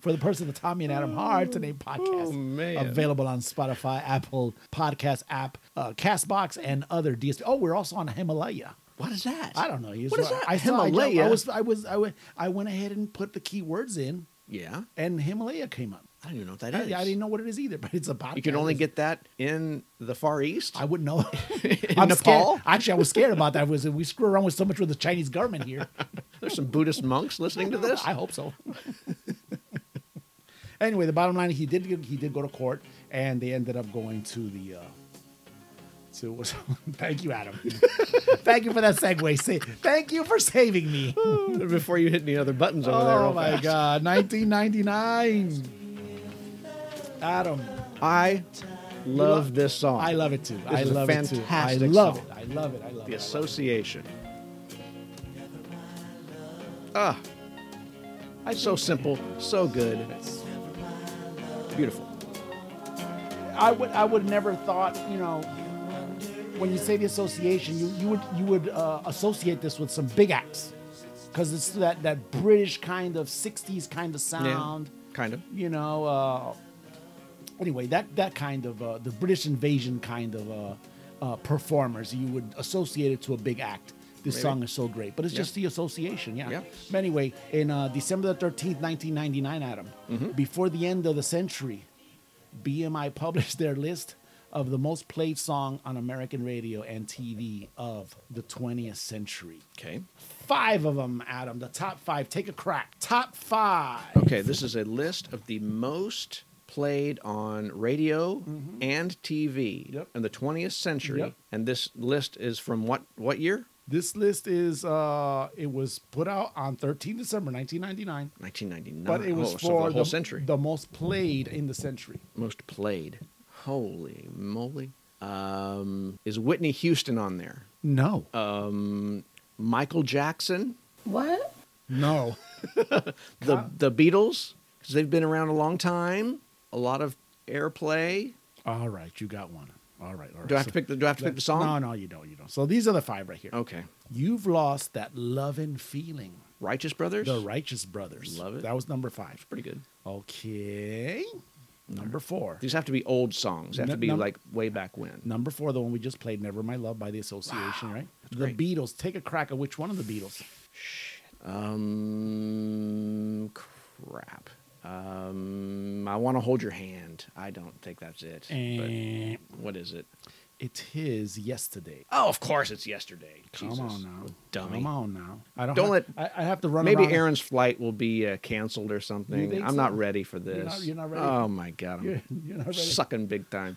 for the purpose of the Tommy and Adam Hard Today podcast.
oh, man.
Available on Spotify, Apple Podcast app, uh, Castbox, and other DSP. Oh, we're also on Himalaya.
What is that?
I don't know. You-
What is that?
I saw- I-
Himalaya.
I, was, I was, I went, I went ahead and put the keywords in,
yeah.
and Himalaya came up.
I don't even know what that
I,
is.
I didn't know what it is either, but it's a podcast.
You can only get that in the Far East.
I wouldn't know.
in
I'm
Nepal.
scared. Actually, I was scared about that. Was we screw around with so much with the Chinese government here?
There's some Buddhist monks listening to this.
I hope so. anyway, the bottom line, he did he did go to court, and they ended up going to the. Uh, to thank you, Adam. thank you for that segue. Say, thank you for saving me.
Oh, Before you hit any other buttons over there.
oh
real
my
fast.
God, 1999. Adam,
I love
love-
this song.
Uh, I love it too. I
is a
love it too. I
fantastic
love
song.
it. I love it. I love
the
it. I love it.
association. Ah, so simple, so good, beautiful.
I would I would never thought you know when you say the association, you, you would you would uh, associate this with some big acts, because it's that that British kind of '60s kind of sound.
kind of.
You know. Uh, anyway, that that kind of uh, the British invasion kind of uh, uh, performers, you would associate it to a big act. This
Maybe.
song is so great, but it's
Yeah.
just the association, yeah.
Yeah.
But anyway, in uh, December the thirteenth, nineteen ninety nine, Adam,
Mm-hmm.
before the end of the century, BMI published their list of the most played song on American radio and TV of the twentieth century.
Okay.
Five of them, Adam. The top five. Take a crack. Top five.
Okay, this is a list of the most played on radio and TV
Mm-hmm. Yep.
in the 20th century.
Yep.
And this list is from what what year?
This list is uh it was put out on 13 December 1999,
1999.
but it was for
oh, so the whole
the,
century.
the most played in the century.
most played. Holy moly. Um, is Whitney Houston on there?
No.
Uh. Michael Jackson?
What?
no.
The the Beatles? Because they've been around a long time. A lot of airplay.
All right, you got one. All right, all right.
Do I have to pick the Do I have Oh. to pick the song?
No, no, you don't. You don't. So these are the five right here.
Okay.
You've lost that love and feeling.
Righteous Brothers.
The Righteous Brothers.
Love it.
That was number five.
Pretty good.
Okay. Number four.
These have to be old songs. They have
No-
to be
no-
like way back when.
Number four, the one we just played, "Never My Love" by the Association, right? The
great.
Beatles. Take a crack at which one of the Beatles?
Um, crap. Um, I want to hold your hand. I don't think that's it.
And
But what is it?
It's his yesterday.
Oh, of course, it's yesterday.
Come
Jesus.
on now,
dummy.
Come on now. I don't.
Don't
have,
let-
I, I have to run.
Maybe
around.
Aaron's flight will be uh, canceled or something.
think
I'm
so?
not ready for this.
You're not- you're not ready?
Oh my god, I'm
You're, you're not ready.
sucking big time.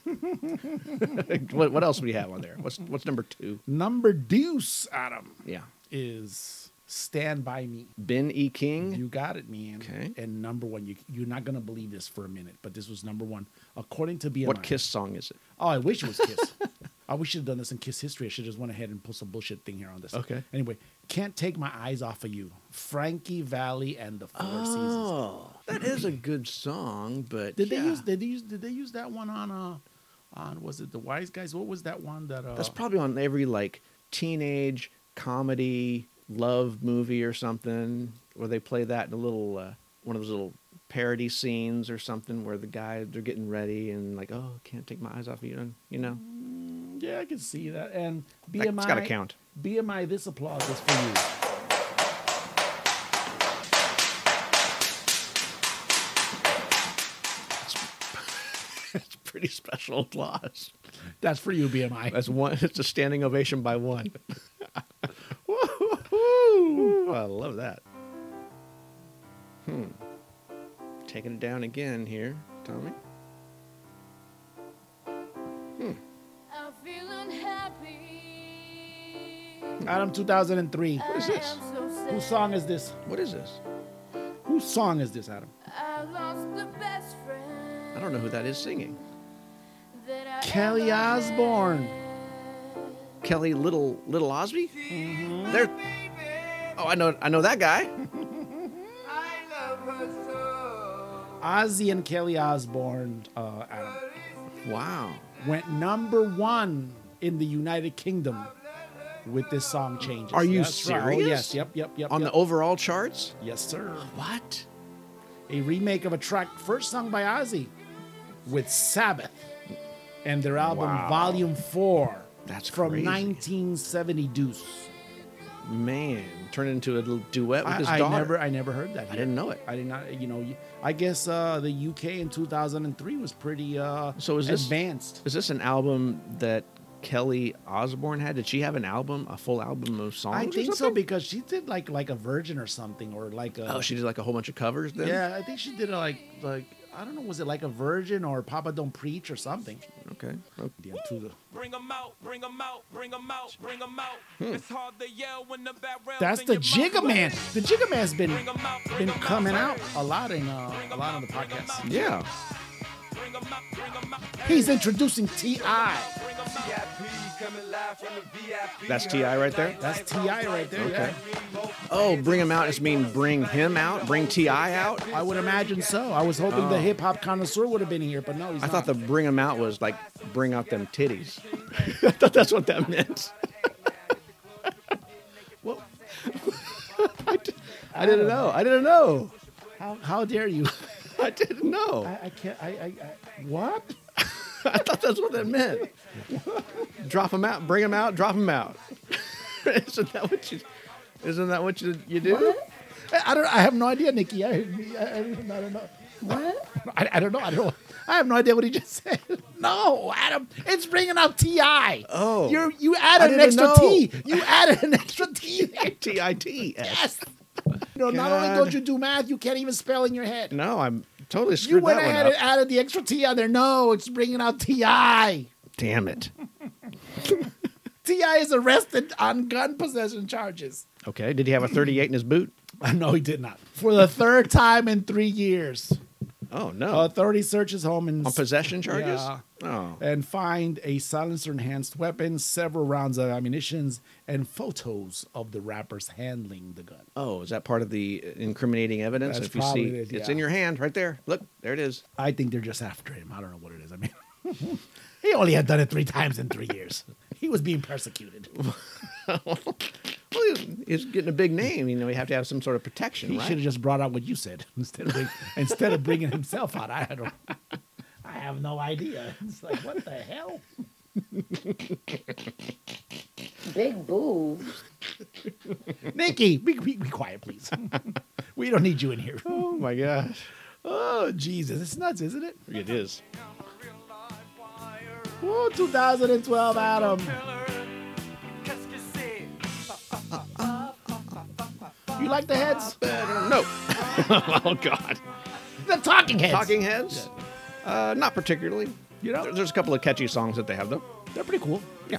what, what else do we have on there? What's what's number two?
Number deuce, Adam
Yeah,
is "Stand by Me."
Ben E. King.
You got it, man.
Okay.
And number one, you you're not gonna believe this for a minute, but this was number one according to BMI.
what Kiss song is it?
Oh, I wish it was Kiss. I wish you'd done this in Kiss history. I should just went ahead and put some bullshit thing here on this.
Okay.
Anyway, can't take my eyes off of you, Frankie Valley and the
Oh.
Four Seasons.
that is a good song, but
Oh. Did
yeah.
they use? Did they use? Did they use that one on? Uh, on was it the Wise Guys? What was that one that? Uh,
That's probably on every like teenage comedy love movie or something where they play that in a little uh, one of those little parody scenes or something where the guy they're getting ready and like oh I can't take my eyes off of you and, you know
yeah, I can see that. And
Like,
BMI.
it's gotta count.
BMI. This applause is for you.
it's pretty special applause.
That's for you, BMI.
That's one. It's a standing ovation by one. Woo-hoo-hoo. I love that. Hmm. Taking it down again here, Tommy.
I'm feeling happy.
Adam 2003.
What
is this?
Whose song is this?
What is this?
Whose song is this, Adam?
I lost the best friend.
I don't know who that is singing.
that I
Kelly
ever had.
Osbourne.
Kelly Little Little Osby? There. Oh, I know. I know that guy.
Ozzy and Kelly Osbourne. Uh, Adam.
Wow.
went number one in the United Kingdom with this song changes.
Are you
That's right. Oh,
serious?
yes. Yep. Yep. Yep.
On
yep.
the overall charts.
yes, sir.
What?
A remake of a track first sung by Ozzy with Sabbath and their album
Wow.
Volume Four.
That's
from
crazy.
1970. Deuce.
Man, turned into a little duet with
I,
his
I
daughter.
never. I never heard that.
I
here.
didn't know it.
I did not. You know. you- I guess uh, the UK in 2003 was pretty. Uh,
So is this-
advanced?
Is this an album that Kelly Osbourne had? Did she have an album, a full album of songs?
I
or
think so
something?
because she did like like a Virgin or something or like a
oh, she did like a whole bunch of covers then.
Yeah, I think she did it like like I don't know, was it like a virgin or Papa Don't Preach or something?
Okay. okay.
Yeah, to the-
Bring 'em out, bring 'em out, bring 'em out, bring 'em out. It's hard to yell when the background.
Hmm. That's the Jigga Man. The Jigga Man's been been coming out a lot in uh, a lot on the podcast.
Yeah.
He's introducing Ti.
That's Ti right there.
That's Ti right there.
Okay.
yeah.
Oh, bring him out. It's mean bring him out. Bring Ti out.
I would imagine so. I was hoping the hip hop connoisseur would have been here, but no, he's
Oh. I
not.
thought the bring them out was like bring out them titties. I thought that's what that meant.
Well,
I didn't know. I didn't know.
how, how dare you?
I didn't know.
I, I can't. I, I, I what?
I thought that's what that meant. drop them out, bring them out, drop them out. isn't that what you? Isn't that what you you do?
I, I don't. I have no idea, Nikki. I, I, I don't I don't know. What? I, I don't know. I don't. Know. I have no idea what he just said. No, Adam, it's bringing up Ti.
Oh.
you you added an
didn't
extra
know.
T. You added an extra T. there.
T I T S.
yes. No, not only
God.
don't you do math, you can't even spell in your head.
No, I'm totally screwed
you went
that
ahead
one
and
up.
added the extra T on there. No, it's bringing out Ti.
Damn it.
Ti is arrested on gun possession charges.
Okay. Did he have a 38 in his boot?
No, he did not. For the third time in three years,
Oh no.
authority searches home and
On possession charges?
Yeah.
Oh.
and find a silencer enhanced weapon, several rounds of ammunitions, and photos of the rappers handling the gun.
Oh, is that part of the incriminating evidence?
That's
if you see,
probably it,
it's
yeah.
in your hand right there. Look, there it is.
I think they're just after him. I don't know what it is. I mean, he only had done it three times in three years. He was being persecuted.
Well, he- he's getting a big name. You know, you have to have some sort of protection,
He
right?
should have just brought out what you said instead of bring, instead of bringing himself out. I don't. I have no idea. It's like what the hell?
Big boo.
Nikki, be, be, be quiet, please. we don't need you in here.
Oh my gosh,
Oh Jesus, it's nuts, isn't it?
it is.
Woo, 2012, Adam. You like the heads?
No. oh God.
The talking heads.
Talking Heads. Uh, not particularly.
You know?
There- there's a couple of catchy songs that they have though.
They're pretty cool.
Yeah.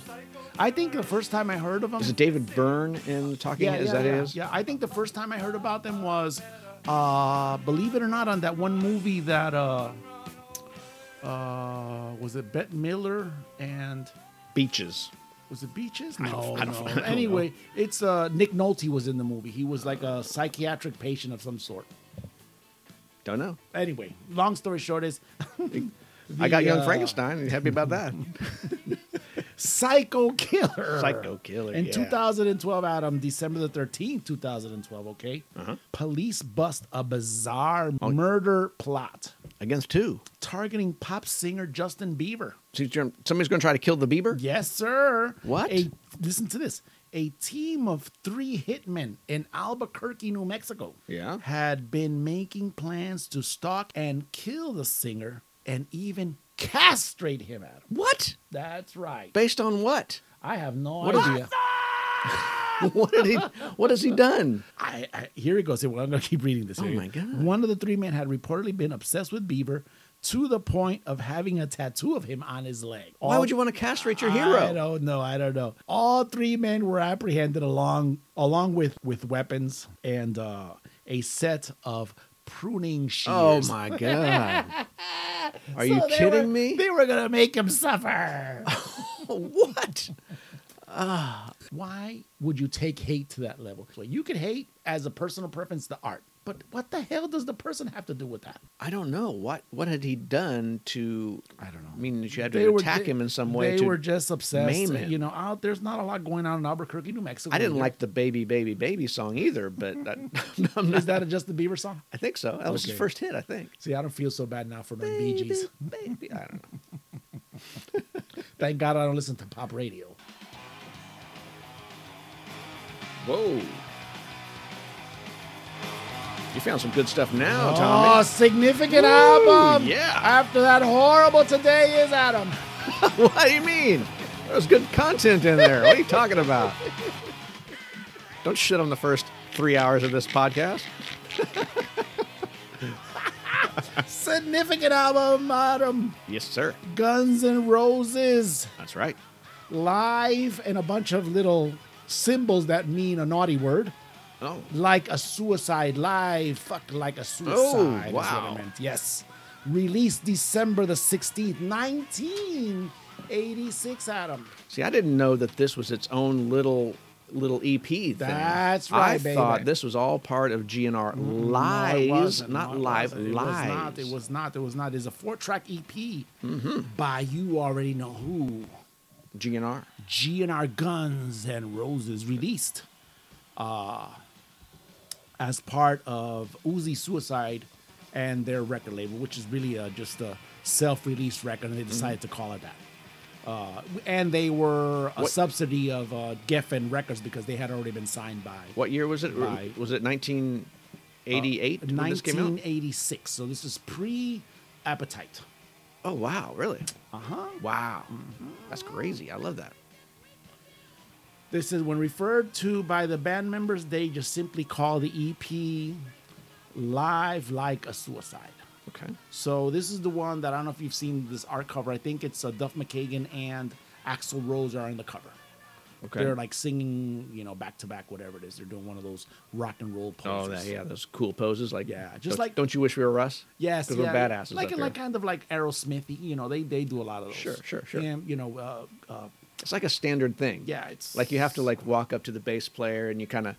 I think the first time I heard of them.
Is it David Byrne in Talking
yeah,
Heads?
yeah,
that
yeah,
it is.
yeah. I think the first time I heard about them was, uh, believe it or not, on that one movie that uh, uh, was it Bette Miller and
Beaches.
was it Beaches? No, no. Anyway, it's uh, Nick Nolte was in the movie. He was like a psychiatric patient of some sort.
Don't know.
Anyway, long story short is
I got
The,
Young
uh,
Frankenstein. You happy about that?
Psycho Killer.
Psycho Killer,
In
yeah.
2012, Adam, December the 13th, 2012, okay?
Uh-huh.
Police bust a bizarre
Oh.
murder plot
Against two.
targeting pop singer Justin Bieber.
So you're- Somebody's going to try to kill the Bieber.
Yes, sir.
What?
A, listen to this. A team of three hitmen in Albuquerque, New Mexico,
Yeah.
had been making plans to stalk and kill the singer and even castrate him, Adam.
What?
That's right.
Based on what?
I have no
What is-
idea.
what did he? What has he done?
I, I here it goes. Here, well, I'm going to keep reading this.
Oh
here.
my God.
One of the three men had reportedly been obsessed with Bieber to the point of having a tattoo of him on his leg.
Why
All-
would you want to castrate your
I
hero?
don't know. I don't know. All three men were apprehended along along with with weapons and uh, a set of pruning shears.
Oh my god! Are you
So they
kidding
were-
me?
They were going to make him suffer. Ah,
what?
Why would you take hate to that level? Like, You could hate as a personal preference to art, but what the hell does the person have to do with that?
I don't know. What what had he done to?
I don't know.
I mean, did you have to attack him in some way?
They
to-
were just obsessed.
maim him.
You know, out there's not a lot going on in Albuquerque, New Mexico.
I didn't
either.
like the baby, baby, baby song either, but I, I'm not,
Is that a Justin Bieber song?
I think so. That was his
Okay.
first hit, I think.
See, I don't feel so bad now for my Bee Gees.
baby. I don't know.
Thank God I don't listen to pop radio.
Whoa. You found some good stuff now,
Oh,
Tommy.
significant album.
yeah.
After that horrible today is Adam.
what do you mean? There was good content in there. What are you talking about? Don't shit on the first three hours of this podcast.
Significant album, Adam.
Yes, sir.
Guns and Roses.
That's right.
Live and a bunch of little symbols that mean a naughty word.
Oh,
like a suicide live fuck like a suicide is what I
wow.
meant. yes released december the 16th 1986 adam
see, I didn't know that this was its own little little EP. Thing.
That's
I
right, baby. Mm,
thought this was all part of GNR
No, it
Lies,
wasn't.
not
No, it
live. Mm-hmm.
wasn't. it
lies.
was not it E was not it was not it's a four track ep by you already know who
GNR.
G and R Guns and Roses released uh, as part of Uzi Suicide and their record label, which is really uh, just a self released record, and
Mm-hmm.
they decided to call it that. Uh, and they were a
What-
subsidy of uh, Geffen Records because they had already been signed by
What year was it? Or
Right.
Was it 1988 when this came out?
1986. So this is pre Appetite.
Oh wow, really?
Uh huh.
Wow, Uh-huh. Mm-hmm. that's crazy. I love that.
This is when referred to by the band members, they just simply call the EP Live Like a Suicide.
Okay.
So this is the one that I don't know if you've seen this art cover. I think it's uh, Duff McKagan and Axl Rose are on the cover.
Okay.
They're like singing, you know, back to back, whatever it is. They're doing one of those rock and roll
Oh,
poses.
that, yeah, those cool poses, like
Yeah, just
don't-
like-
don't you wish we were us?
Yes,
because we're
yeah,
badasses.
Like
out there.
like kind of like Aerosmithy, you know, they they do a lot of those.
Sure, sure, sure.
And you know, uh, uh,
it's like a standard thing.
yeah, it's
like you have to like walk up to the bass player and you kind of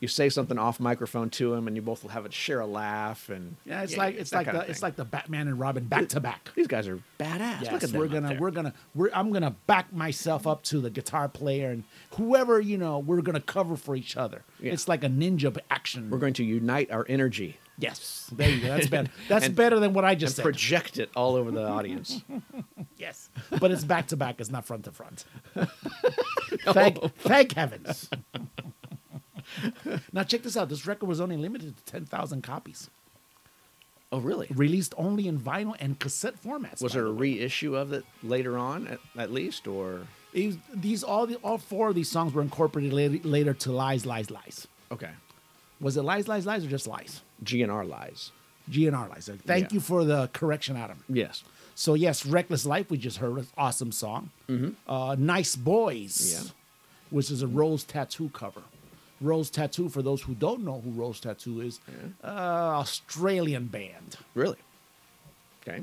you say something off microphone to him and you both will have a share a laugh and
Yeah, it's like it's like the it's like the Batman and Robin back to back.
these guys are badass.
Yes,
Look at them
we're
up
gonna
there.
we're gonna we're I'm gonna back myself up to the guitar player and whoever you know we're gonna cover for each other.
Yeah.
It's like a ninja action.
we're going to unite our energy
yes, there you go. That's better. That's
And-
better than what I
and
just said.
project it all over the audience.
yes, but it's back to back. It's not front to front. Thank thank heavens. now check this out. This record was only limited to ten thousand copies,
oh, really?
released only in vinyl and cassette formats.
Was
by
there
the
a
way.
reissue of it later on, at, at least, or
These, these all the, all four of these songs were incorporated later, later to Lies, Lies, Lies.
okay,
Was it Lies, Lies, Lies, or just Lies?
GNR lies?
GNR Lies. Thank
Yeah.
you for the correction, Adam.
Yes.
So yes, Reckless Life we just heard, was awesome song. Uh, nice Boys,
Mm-hmm. Yeah.
which is a Rose Tattoo cover. Rose Tattoo, for those who don't know who Rose Tattoo is, uh, Australian band.
Really? Okay.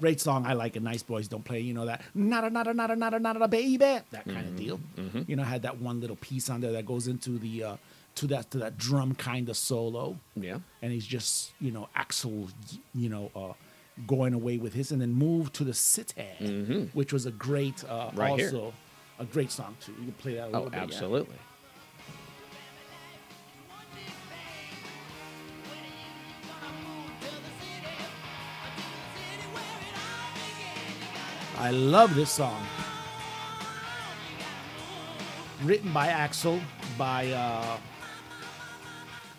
Great song, I like it. Nice Boys Don't Play, you know that. Nada, nada, nada, nada, nada, baby. That kind
Mm-hmm.
of deal. You know, had that one little piece on there that goes into the, uh, to that, to that drum kind of solo.
Yeah.
And he's just, you know, Axel, you know, uh, going away with his and then moved to the sitar, which was a great, uh,
Mm-hmm. Right here.
also a great song too. You can play that a little
Oh,
bit. yeah.
absolutely.
I love this song. Written by Axel, by uh,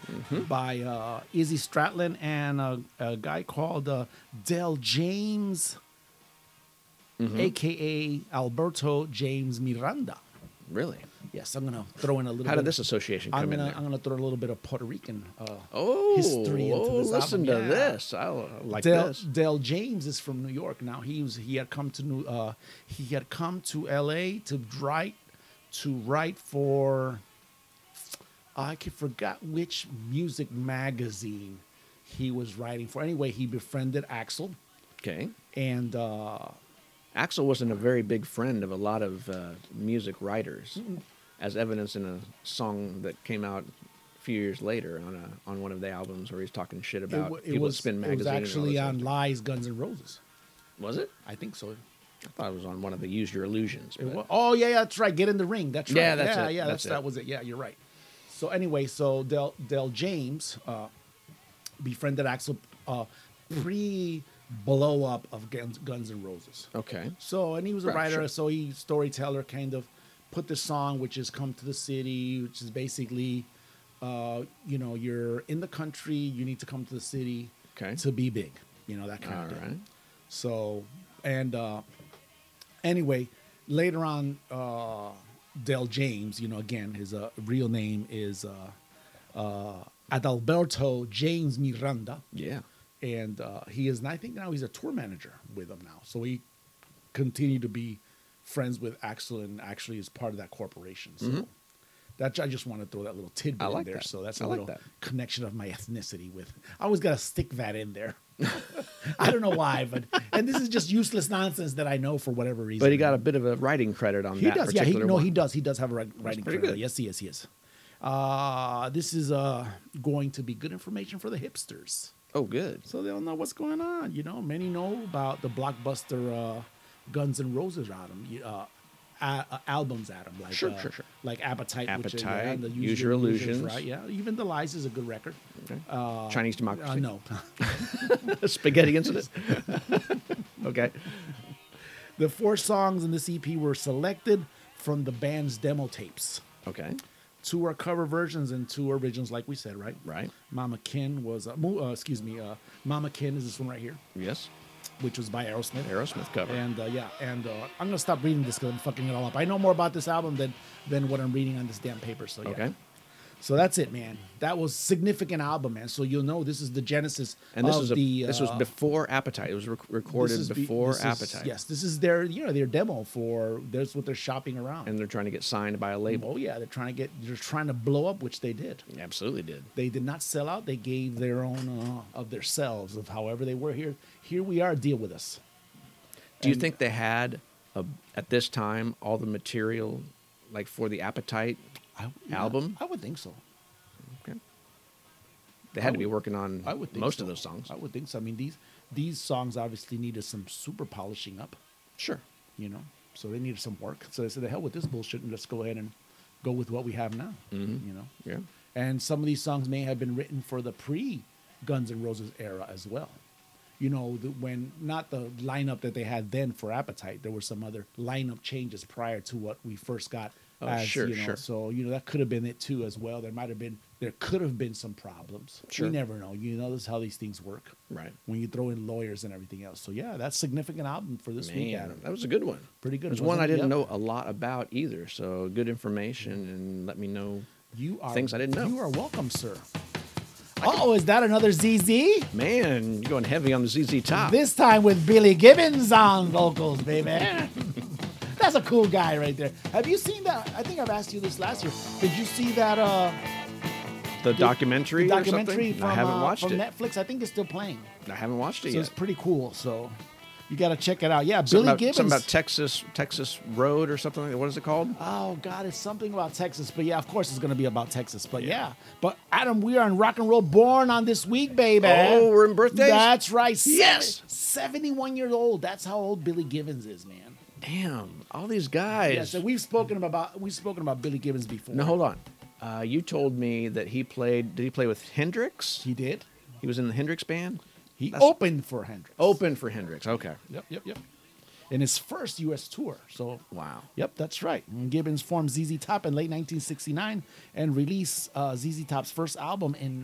Mm-hmm.
by uh, Izzy Stratton and a, a guy called uh, Del James,
Mm-hmm.
aka Alberto James Miranda.
Really?
Yes, I'm gonna throw in a little.
How
bit
did this association come
I'm
in
gonna
there?
I'm gonna throw a little bit of Puerto Rican. Uh,
oh,
history into
oh,
this
listen
album.
to
Yeah.
this. I l- like
Del,
this.
Del James is from New York. Now he was he had come to New uh, he had come to L.A. to write to write for I can forgot which music magazine he was writing for. Anyway, he befriended Axel
Okay.
and uh,
Axel wasn't a very big friend of a lot of uh, music writers,
Hmm.
as evidenced in a song that came out a few years later on a, on one of the albums where he's talking shit
it,
about
wa- it
people
was
at Spin
it
Magazine.
was
and all
actually
this other
on
stuff.
Lies, Guns and Roses.
Was it?
I think so.
I thought it was on one of the Use Your Illusions.
It
but-
wa- oh yeah, yeah, that's right. Get in the ring. That's right.
Yeah, that's
yeah,
it.
yeah. That's,
That's it.
that was it. Yeah, you're right. So anyway, so Del Del James uh, befriended Axel uh, pre blow up of Guns, Guns N' Roses.
Okay.
So and he was a
Right,
writer,
sure.
so he storyteller kind of put this song, which is "Come to the City," which is basically, uh, you know, you're in the country, you need to come to the city
Okay.
to be big, you know that kind
All
of thing.
right.
So, and uh, anyway, later on, uh, Del James, you know, again, his uh, real name is uh, uh, Adalberto James Miranda,
Yeah.
and uh, he is, I think now he's a tour manager with them now. So he continued to be friends with Axel and actually is part of that corporation. So that I just want to throw that little tidbit
Mm-hmm. I
in
like
there.
that.
So that's
I
a
like
little
that.
connection of my ethnicity with. I always gotta stick that in there. I don't know why, but and this is just useless nonsense that I know for whatever reason.
But he got a bit of a writing credit on
He
that
does, yeah.
particular
He, no,
one.
he does. He does have a wri- writing
pretty
credit.
good.
Yes, he is. He is. Uh, this is uh, going to be good information for the hipsters
Oh, good.
so they'll know what's going on. You know, many know about the blockbuster uh, Guns N' Roses album, you- uh, uh, uh, albums at him, like
Sure,
uh,
sure, sure.
like Appetite, which are, yeah,
Appetite,
and the
Use Your Illusions.
right? Yeah, even The Lies is a good record. Uh,
Chinese
uh,
democracy.
no,
Spaghetti incident. okay.
the four songs in this EP were selected from the band's demo tapes.
Okay.
Two are cover versions and two are originals, like we said, right?
Right.
Mama Kin was, uh, mo- uh, excuse me, uh, Mama Kin is this one right here,
Yes.
which was by Aerosmith.
Aerosmith cover.
And uh, yeah, and uh, I'm gonna stop reading this because I'm fucking it all up. I know more about this album than than what I'm reading on this damn paper. So yeah.
okay.
So that's it, man. That was significant album, man. So you'll know this is the genesis.
And this
of
was a,
the
this was
uh,
before Appetite. It was rec- recorded
this is be-
before
this is-
Appetite.
yes, this is their you know their demo for there's what they're shopping around.
And they're trying to get signed by a label.
oh yeah, they're trying to get they're trying to blow up, which they did.
Absolutely did.
They did not sell out. They gave their own uh, of themselves of however they were here. Here we are. Deal with us.
Do you think they had a, at this time all the material like for the Appetite
I,
Album?
I would think so.
Okay. They had to be working on
I would think
most
so.
of those songs.
I would think so. I mean, these these songs obviously needed some super polishing up,
Sure.
you know. So they needed some work. So they said, "The hell with this bullshit, and let's go ahead and go with what we have now."
Mm-hmm.
You know.
Yeah.
And some of these songs may have been written for the pre Guns N' Roses era as well. You know, the, when not the lineup that they had then for Appetite, there were some other lineup changes prior to what we first got.
Oh, sure,
you know,
sure.
So you know that could have been it too as well. There might have been there could have been some problems.
Sure.
You never know. You know this is how these things work.
Right.
When you throw in lawyers and everything else. So yeah, that's significant album for this week,
Man,
Adam.
that was a good one.
Pretty good,
It was one I
wasn't it?
didn't
Yep.
know a lot about either. So good information and let me know.
You are
Things I didn't know.
You are welcome, sir. Oh, is that another ZZ?
Man, you're going heavy on the ZZ Top.
This time with Billy Gibbons on vocals, baby. That's a cool guy right there. Have you seen that? I think I've asked you this last year. Did you see that uh,
the documentary,
the
or something?
documentary from,
I haven't
uh,
watched
from
it.
Netflix? I think it's still playing.
I haven't watched it
So
yet.
it's pretty cool. So you got to check it out. Yeah,
Something
Billy
about,
Gibbons.
Something about Texas, Texas Road or something like that. What is it called?
Oh God, it's something about Texas. But yeah, of course it's gonna be about Texas. But yeah. But Adam, we are in rock and roll born on this week, baby.
Oh, we're in birthdays?
That's right. Se-
Yes!
71 years old. That's how old Billy Gibbons is, man.
Damn, all these guys.
Yes, and we've spoken about we've spoken about Billy Gibbons before.
now hold on. Uh, you told me that he played. Did he play with Hendrix?
He
He,
did.
was in the Hendrix band.
He
That's-
opened for Hendrix.
Open for Hendrix. Okay.
Yep, yep, yep. In his first U.S. tour. So
Wow.
Yep, that's right. And Gibbons formed ZZ Top in late 1969 and released uh, ZZ Top's first album in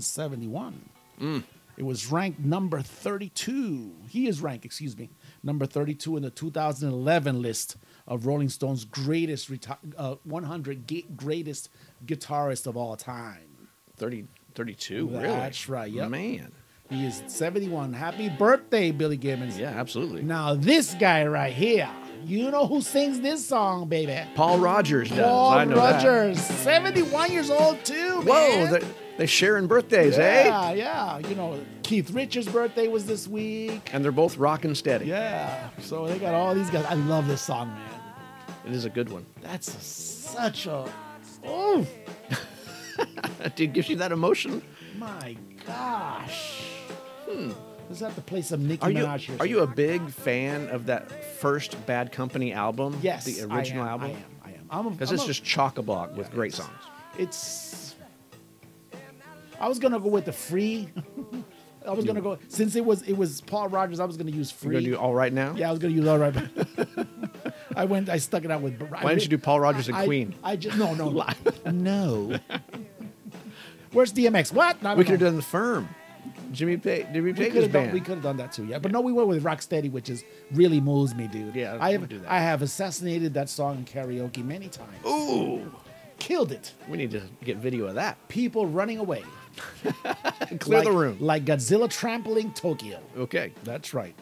1971.
Mm.
It was ranked number 32. He is ranked, excuse me, number 32 in the 2011 list of Rolling Stone's greatest reti- uh, 100 ge- greatest guitarists of all time.
30, 32, really?
That's right, yep.
Man.
He is 71. Happy birthday, Billy Gibbons.
Yeah, absolutely.
Now this guy right here, you know who sings this song, baby?
Paul Rogers does.
Paul
I know that.
Rogers, 71 years old too.
Whoa,
man.
they, they sharing birthdays, eh?
yeah, yeah. You know, Keith Richards' birthday was this week.
And they're both rocking steady.
Yeah. So they got all these guys. I love this song, man.
It is a good one.
That's a- such a oh
Dude, gives you that emotion.
my gosh. Let's have to play some Nicki
Hmm. Are you
Minaj here.
are you a big fan of that first Bad Company album?
yes?
the original
I am, I
album.
am. I am. I'm a-
Because
I'm
it's
a-
just chock a block with great
it's-
songs.
it's I was gonna go with the free. I was gonna go since it was it was Paul Rogers. I was gonna use
You're gonna
free.
do all right now.
yeah, I was gonna use all right. I went. I stuck it out with.
Why don't you do Paul Rogers and Queen?
I, just no no no. Where's DMX? What? No, no,
we could have
no.
done the Firm, Jimmy Page, Jimmy
We
Page's
could have done,
band.
we could have done that too, yeah. But no, we went with Rocksteady, which is really moves me, dude.
Yeah,
I
we'll
have
do that.
I have assassinated that song in karaoke many times.
Ooh,
Killed it.
we need to get video of that.
People running away.
Clear
like,
the room.
Like Godzilla trampling Tokyo.
okay,
That's right.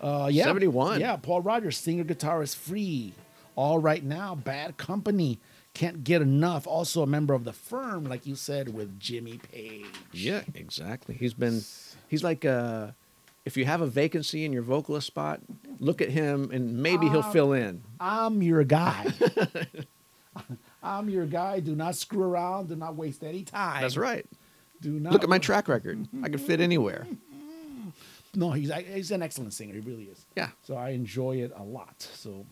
Uh, yeah.
71.
Yeah, Paul Rogers, singer, guitarist, free. All right now, bad company. Can't get enough. Also a member of the firm, like you said, with Jimmy Page.
yeah, exactly. He's been, he's like, uh, if you have a vacancy in your vocalist spot, look at him and maybe he'll fill in.
I'm your guy. I'm your guy. Do not screw around. Do not waste any time.
That's right.
Do not
Look at my track record. I can fit anywhere.
No, he's he's an excellent singer. He really is.
Yeah.
So I enjoy it a lot. So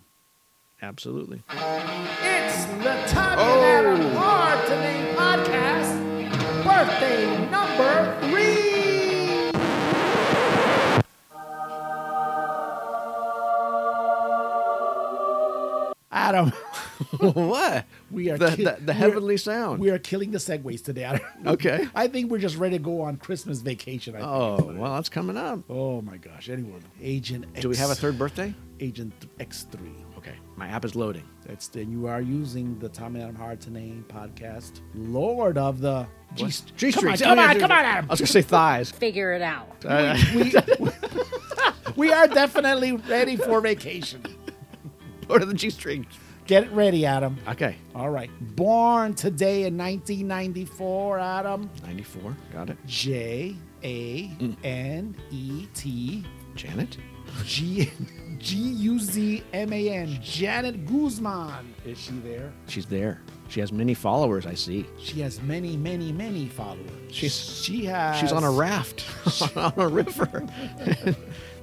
Absolutely.
It's the Tommy and
Oh.
Adam Hard to Name podcast, birthday number three. Adam,
what?
we are
The,
ki-
the, the
we're-
heavenly sound.
We are killing the segues today. Adam.
Okay.
I think we're just ready to go on Christmas vacation. I think.
Oh, well, that's coming up.
Oh my gosh! Anyone? Agent X.
Do we have a third birthday?
Agent X three.
Okay. My app is loading.
That's then you are using the Tom and Adam Hard to Name podcast. Lord of the G,
G
come on,
strings.
come
Oh, yeah,
on,
G-
come on, Adam.
I was going to say thighs.
Figure it out.
We are definitely ready for vacation.
Part of the G string.
Get it ready, Adam.
Okay.
All right. Born today in 1994, Adam.
94. Got it.
J A N E T
Janet.
G G U Z M A N. Janet Guzman. Is she there?
She's there. She has many followers, I see.
She has many, many, many followers.
She's-
she has
She's on a raft on a river.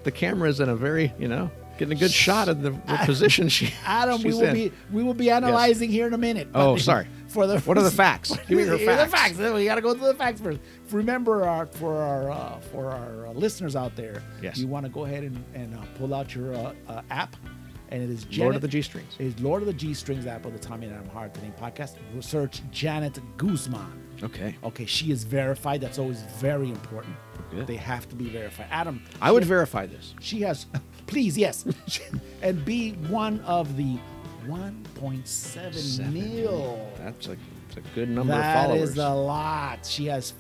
the camera's in a very, you know, getting a good shot of the, the position she.
Adam, we
she's
will
in.
be we will be analyzing here in a minute.
Oh,
but
sorry.
For the
What are the facts? Give me your
Here are The
facts.
facts. We got to go to the facts first. Remember, our for our uh, for our uh, listeners out there,
Yes.
you want to go ahead and, and uh, pull out your uh, uh, app, and it is Janet,
Lord of the G strings.
Is Lord of the G Strings app of the Tommy and Adam Hard Thing podcast. We'll search Janet Guzman.
Okay.
Okay, she is verified. That's always very important.
Good.
They have to be verified. Adam,
I would
she-
verify this.
she has, please, yes, and be one of the 1.7
Seven.
mil.
That's a, that's a good number of
That
followers.
is a lot. She has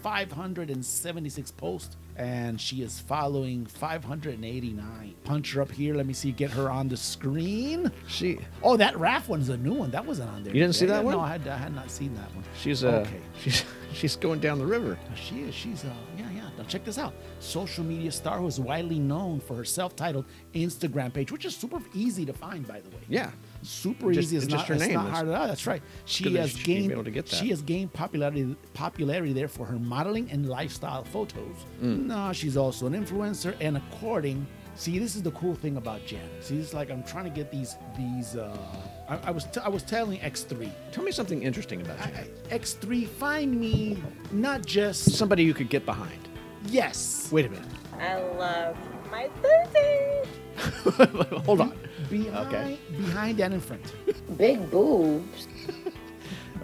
576 posts, and she is following 589. Punch her up here. Let me see. Get her on the screen.
she
Oh, that Raph one's a new one. That wasn't on there.
You didn't see
Yeah,
that
yeah, No,
one?
I had, I had not seen that one.
she's uh,
Okay.
she's she's going down the river.
She is. She's uh yeah, yeah. Now check this out. Social media star who is widely known for her self-titled Instagram page, which is super easy to find, by the way.
Yeah.
Super
Just-
easy. It's
just
not,
her
it's
name.
not
It's
hard at all. That's right. She
good that
has
she'd be
gained.
able to get that.
She has gained popularity popularity there for her modeling and lifestyle photos.
Mm.
Now she's also an influencer and according. See, this is the cool thing about Jan. See, it's like I'm trying to get these these. Uh, I, I was t- I was telling X three.
Tell me something interesting about you.
X three, find me not just
Somebody you could get behind.
yes.
Wait a minute.
I love my booty.
Hold on.
Behind,
Okay.
behind and in front.
Big boobs.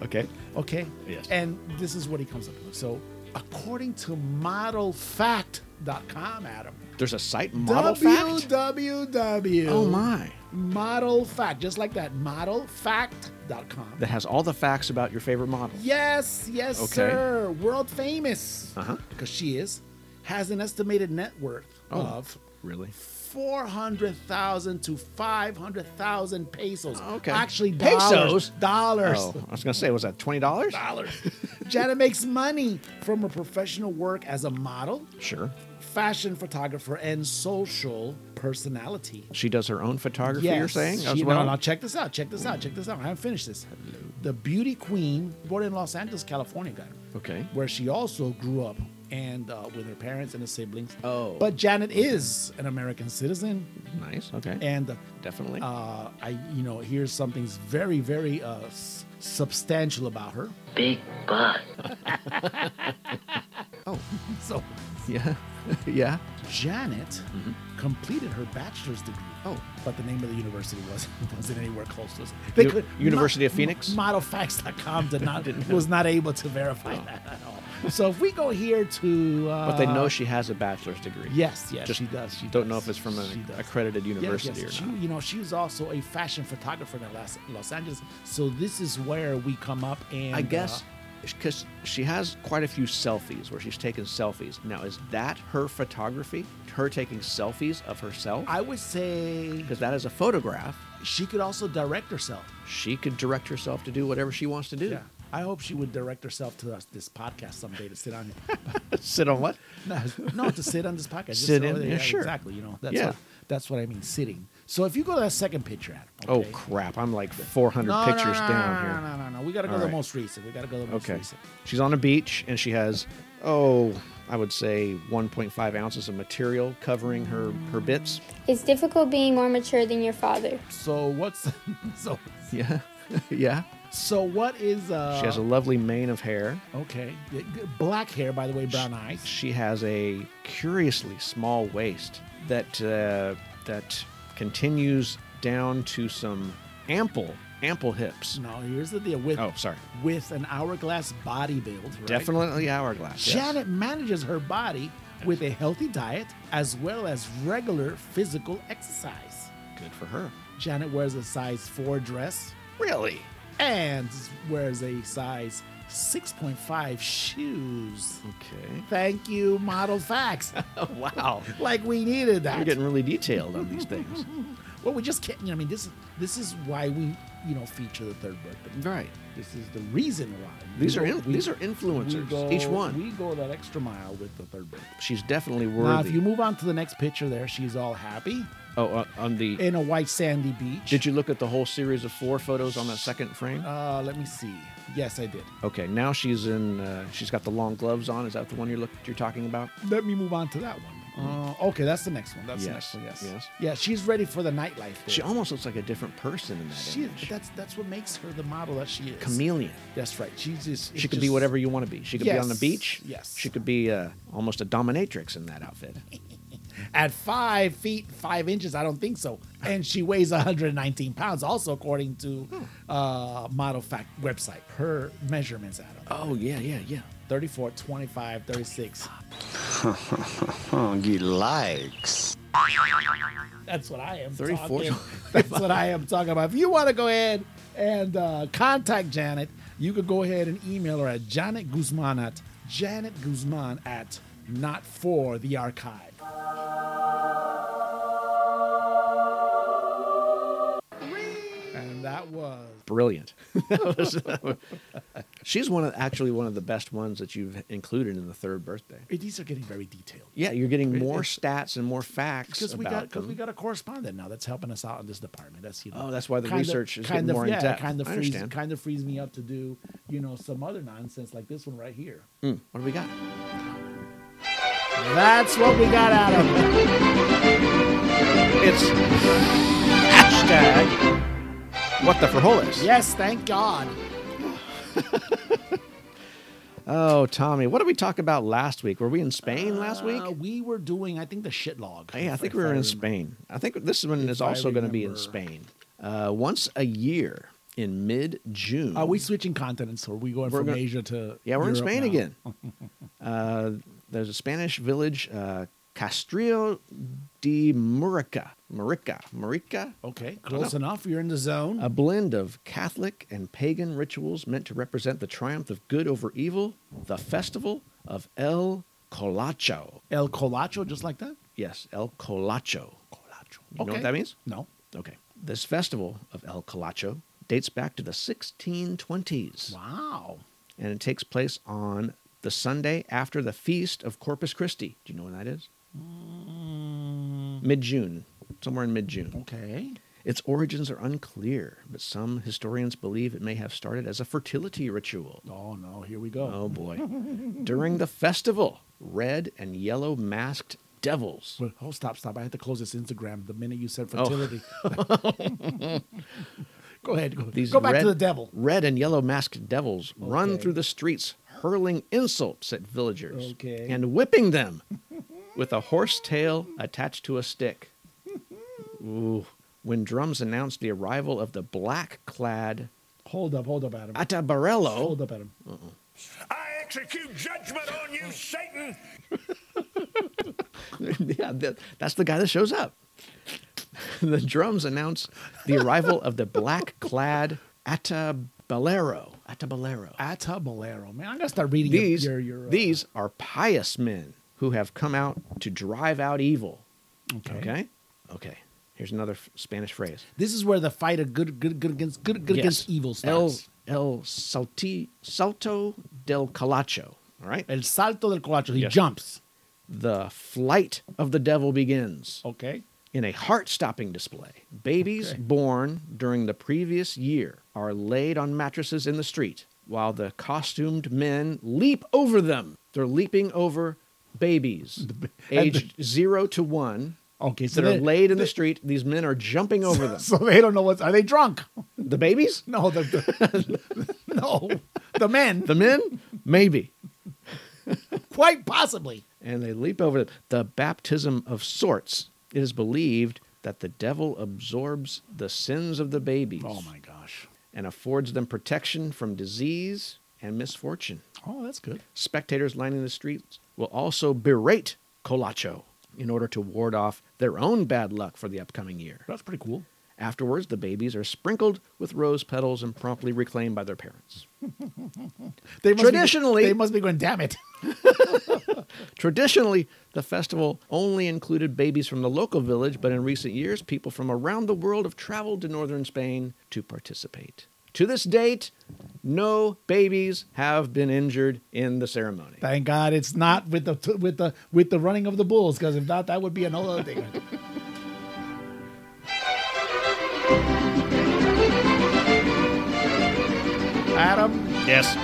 Okay.
Okay.
Yes.
And this is what he comes up with. So, according to modelfact.com, Adam.
There's a site model fact.
www.
Oh my.
Model fact, just like that. Modelfact.com.
That has all the facts about your favorite model.
Yes, yes,
Okay.
sir. World famous.
Uh-huh.
Because she is, has an estimated net worth
Oh.
of
Really?
400,000 to 500,000 pesos.
Okay.
Actually,
Pesos?
dollars. Dollars.
Oh, I was gonna say, was that twenty dollars?
Janet makes money from her professional work as a model,
Sure.
fashion photographer, and social personality.
She does her own photography. you're saying
she-
as
no,
well.
no, check this out. Check this out. Check this out. I haven't finished this. The beauty queen, born in Los Angeles, California, guy,
Okay.
where she also grew up and uh, with her parents and her siblings.
Oh.
But Janet is an American citizen,
Nice. Okay.
and uh,
Definitely.
uh, I, you know, here's something's very, very uh, s- substantial about her.
Big butt.
Oh.
So.
yeah. yeah.
Janet completed her bachelor's degree.
Mm-hmm. Oh.
But the name of the university wasn't wasn't anywhere close to us.
U- University of Phoenix?
Modelfacts.com did not was not able to verify that at all. So if we go here to uh,
Oh. But they know she has a bachelor's degree.
Yes, yes,
Just
she does. She
don't know
does.
if it's from
She
an
does.
accredited
Yes,
university
yes. She,
or not.
you know, she was also a fashion photographer in Los, Los Angeles. So this is where we come up and
I
uh,
guess because she has quite a few selfies where she's taken selfies. Now, is that her photography? Her taking selfies of herself?
I would say
Because that is a photograph.
she could also direct herself.
She could direct herself to do whatever she wants to do.
Yeah. I hope she would direct herself to us, this podcast someday to sit on it.
Sit on what?
No, no, to sit on this podcast. Just
Sit
over
in,
there.
yeah, sure.
Exactly. You know, that's
Yeah.
what, that's what I mean. Sitting. So if you go to that second picture, Adam.
Oh
okay?
crap! I'm like 400
No, no,
pictures
no, no,
down
no, No,
here.
no, no, no. We got to go to
All
the
right.
most recent. We got to go to the most
Okay.
recent.
She's on a beach and she has, oh, I would say 1.5 ounces of material covering her her bits.
It's difficult being more mature than your father.
So what's so
Yeah, yeah.
so what is uh?
She has a lovely mane of hair.
okay Yeah, g- black hair by the way, brown eyes.
She has a curiously small waist that uh, that continues down to some ample ample hips.
No, here's the deal with
Oh, sorry.
with an hourglass body build. Right?
Definitely hourglass. yes.
Janet manages her body with a healthy diet as well as regular physical exercise.
Good for her.
Janet wears a size 4 dress
Really?
and wears a size 6.5 shoes.
Okay.
Thank you, Model Facts.
Oh, Wow.
like we needed that.
You're getting really detailed on these things.
well, we just can't. You know, I mean, this this is why we you know feature the third birthday.
right.
This is the reason why.
These
We
are
go-
in,
we-
these are
we
influencers.
go-
each one.
We go that extra mile with the third birthday.
She's definitely worthy.
Now, if you move on to the next picture, there she's all happy
oh, uh, on the.
in a white sandy beach.
did you look at the whole series of four photos on that second frame?
Uh, let me see. Yes, I did.
okay, now she's in. Uh, she's got the long gloves on. Is that the one you're look, you're talking about?
Let me move on to that one. Uh, okay, that's the next one. That's the
Mm.
next
Yes,
one. Yes.
yes.
Yeah, she's ready for the nightlife.
She
there.
almost looks like a different person in that
She,
image.
that's that's what makes her the model that she is.
Chameleon.
That's right. She just
She could be whatever you want to be. She could be on the
Yes,
beach.
yes.
She could be uh, almost a dominatrix in that outfit.
At five feet five inches, I don't think so. And she weighs 119 pounds, also according to uh, Model Fact website. Her measurements, Adam:
Oh yeah, yeah, yeah.
34, 25, 36.
He likes.
That's what I am
34.
talking. That's what I am talking about. If you want to go ahead and uh, contact Janet, you could go ahead and email her at Janet Guzman at Janet Guzman at not for the archive. And that was
Brilliant. That was- that was- she's one of actually one of the best ones that you've included in the third birthday.
eh, these are getting very detailed.
Yeah, you're getting more
it's-
stats and more facts
Because
about
we got because
them.
we got a correspondent now that's helping us out in this department. That's you know.
Oh, that's why the research is
kind
getting
of,
more
yeah,
in-depth.
Kind of
I
frees
understand.
kind of frees me up to do you know some other nonsense like this one right here.
Mm, what do we got?
That's what we got out of it.
It's hashtag what the frijoles.
Yes, thank God.
Oh, Tommy, what did we talk about last week? Were we in Spain last week?
Uh, we were doing, I think, the shit log.
Hey, I
if-
think
if
we were in
remember.
Spain. I think this one is
I
also going to be in
remember.
Spain. Uh, once a year in mid-June.
Are Uh, we switching continents? Or are we going
We're
from
gonna-
Asia to?
Yeah, we're in
Europe
Spain
now?
again. uh, there's a Spanish village, uh, Castrillo de Murica. Murica. Murica?
Okay, close enough. You're in the zone.
A blend of Catholic and pagan rituals meant to represent the triumph of good over evil, the festival of El Colacho.
El Colacho, just like that.
Yes, El Colacho. Colacho. You know
Okay.
what that means?
No.
Okay. This festival of El Colacho dates back to the 1620s.
Wow.
and it takes place on the Sunday after the feast of Corpus Christi. Do you know when that is?
Mm.
Mid June, somewhere in mid June.
Okay.
Its origins are unclear, but some historians believe it may have started as a fertility ritual.
Oh no, here we go.
Oh boy. During the festival, red and yellow masked devils.
Well, oh, stop, stop. I had to close this Instagram the minute you said
Oh.
fertility. go ahead. Go,
These
go back
red,
to the devil.
Red and yellow masked devils run
Okay.
through the streets, hurling insults at villagers
Okay.
and whipping them with a horse tail attached to a stick. Ooh. When drums announced the arrival of the black clad
Hold up, hold up, Adam.
Atabarello,
Hold up, Adam.
I execute judgment on you, Satan.
yeah, that, that's the guy that shows up. the drums announce the arrival of the black clad Atabalero. Atabalero.
Atabalero, man. I'm gonna start reading your-
These,
your, your, uh,
these are pious men who have come out to drive out evil. Okay? Okay. Here's another f- Spanish phrase.
This is where the fight of good, good, good against good, good against evil
El,
starts.
El Salti, Salto del Calacho. All right?
El, salto del coacho. He
Yes.
jumps.
The flight of the devil begins.
Okay.
in a heart stopping display, babies
Okay.
born during the previous year are laid on mattresses in the street while the costumed men leap over them. They're leaping over babies aged zero to one
Okay, so
that are
they-
laid in the street. These men are jumping over them.
So they don't know what's. Are they drunk?
The babies?
No, the, the- no, the men.
The men? Maybe.
quite possibly.
and they leap over the baptism of sorts. It is believed that the devil absorbs the sins of the babies
Oh my gosh.
and affords them protection from disease and misfortune.
Oh, that's good.
Spectators lining the streets will also berate Colacho in order to ward off their own bad luck for the upcoming year.
That's pretty cool.
Afterwards, the babies are sprinkled with rose petals and promptly reclaimed by their parents.
They be-
Traditionally-
they must be going. Damn it!
Traditionally, the festival only included babies from the local village, but in recent years, people from around the world have traveled to northern Spain to participate. To this date, no babies have been injured in the ceremony.
Thank God it's not with the with the with the running of the bulls, because if not, that would be another thing. Adam,
Yes.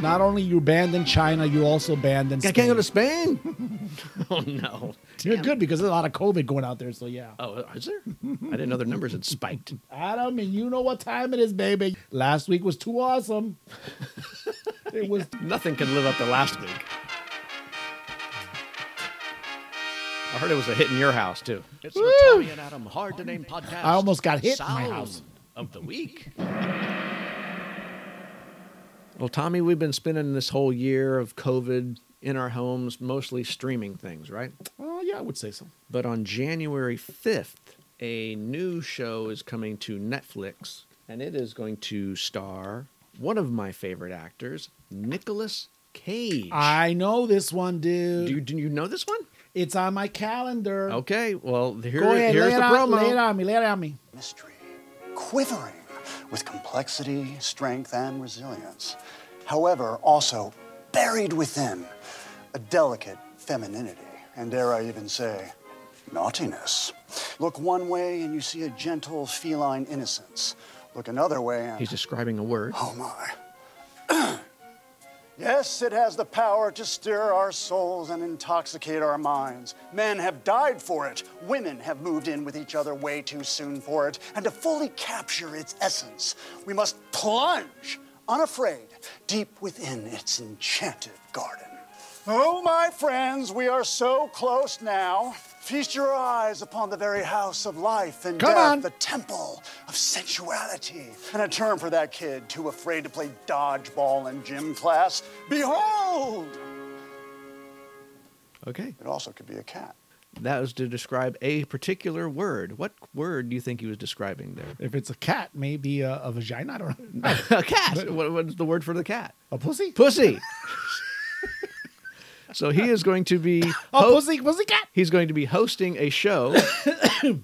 not only you banned in China, you also banned in.
I
Spain.
can't go to Spain? oh, no.
You're good because there's a lot of COVID going out there. So yeah.
Oh, is there? I didn't know their numbers had spiked.
Adam, and you know what time it is, baby. Last week was too awesome. it was
Nothing can live up to last week. I heard it was a hit in your house, too. It's the Tommy and Adam Hard to Name podcast.
I almost got hit in my house.
of the week. Well, Tommy, we've been spending this whole year of COVID in our homes, mostly streaming things, right?
Oh yeah, I would say so.
But on January 5th, a new show is coming to Netflix, and it is going to star one of my favorite actors, Nicolas Cage.
I know this one,
do,
dude.
you, do you know this one?
It's on my calendar.
Okay, well, here,
Go ahead,
here's
lay, it
the
on,
promo.
lay it on me. Lay it on me.
mystery, quivering with complexity, strength, and resilience. However, also buried within a delicate femininity, and dare I even say, naughtiness. Look one way and you see a gentle feline innocence. Look another way and.
He's describing a word.
Oh my. yes, it has the power to stir our souls and intoxicate our minds. Men have died for it. Women have moved in with each other way too soon for it. And to fully capture its essence, we must plunge, unafraid, deep within its enchanted garden. Oh, my friends, we are so close now. Feast your eyes upon the very house of life and
Come
death,
on.
the temple of sensuality. And a term for that kid too afraid to play dodgeball in gym class. Behold!
Okay.
It also could be a cat.
That was to describe a particular word. What word do you think he was describing there?
If it's a cat, maybe a, a vagina. I don't know.
a cat. What, what's the word for the cat?
A pussy.
Pussy. so he is going to be
a
ho-
pussy. Pussy cat.
he's going to be hosting a show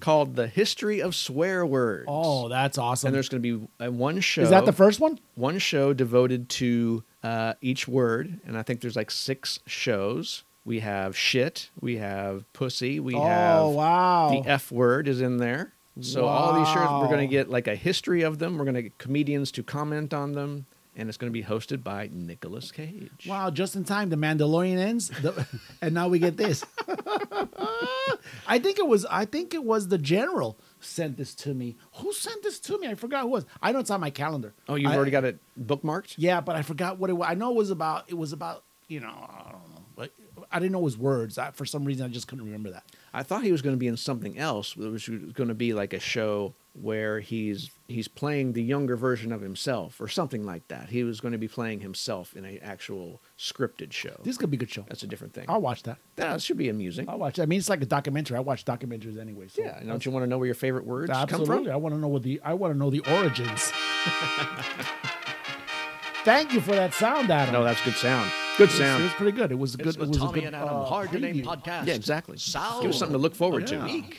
called The History of Swear Words.
Oh, that's awesome.
and there's going to be uh, one show.
Is that the first one?
one show devoted to uh, each word, and I think there's like six shows. We have shit, we have pussy, we have
oh wow.
the F word is in there. So all these shows, we're
Wow.
going to get like a history of them. We're going to get comedians to comment on them, and it's going to be hosted by Nicolas Cage.
Wow, just in time. The Mandalorian ends, the, and now we get this. I think it was. I think it was the general sent this to me. Who sent this to me? I forgot who it was. I know it's on my calendar.
Oh, you've
I-
already got it bookmarked.
Yeah, but I forgot what it was. I know it was about. It was about. You know, I don't know. But I didn't know it was words. I, for some reason, I just couldn't remember that.
I thought he was going to be in something else, which was going to be like a show where he's he's playing the younger version of himself or something like that. He was going to be playing himself in an actual scripted show.
This Oh. could be a good show.
That's a different thing.
I'll watch that.
that should be amusing.
I'll watch. That. I mean, it's like a documentary. I watch documentaries anyway. So
yeah, and don't you want to know where your favorite words
Absolutely.
come from?
I want to know what the I want to know the origins. Thank you for that sound, Adam.
No, that's good sound. Good
It
sound.
was pretty good. It was a good. it was a good. uh, preview.
podcast. Yeah, exactly. Give us something to look forward
Yeah.
to.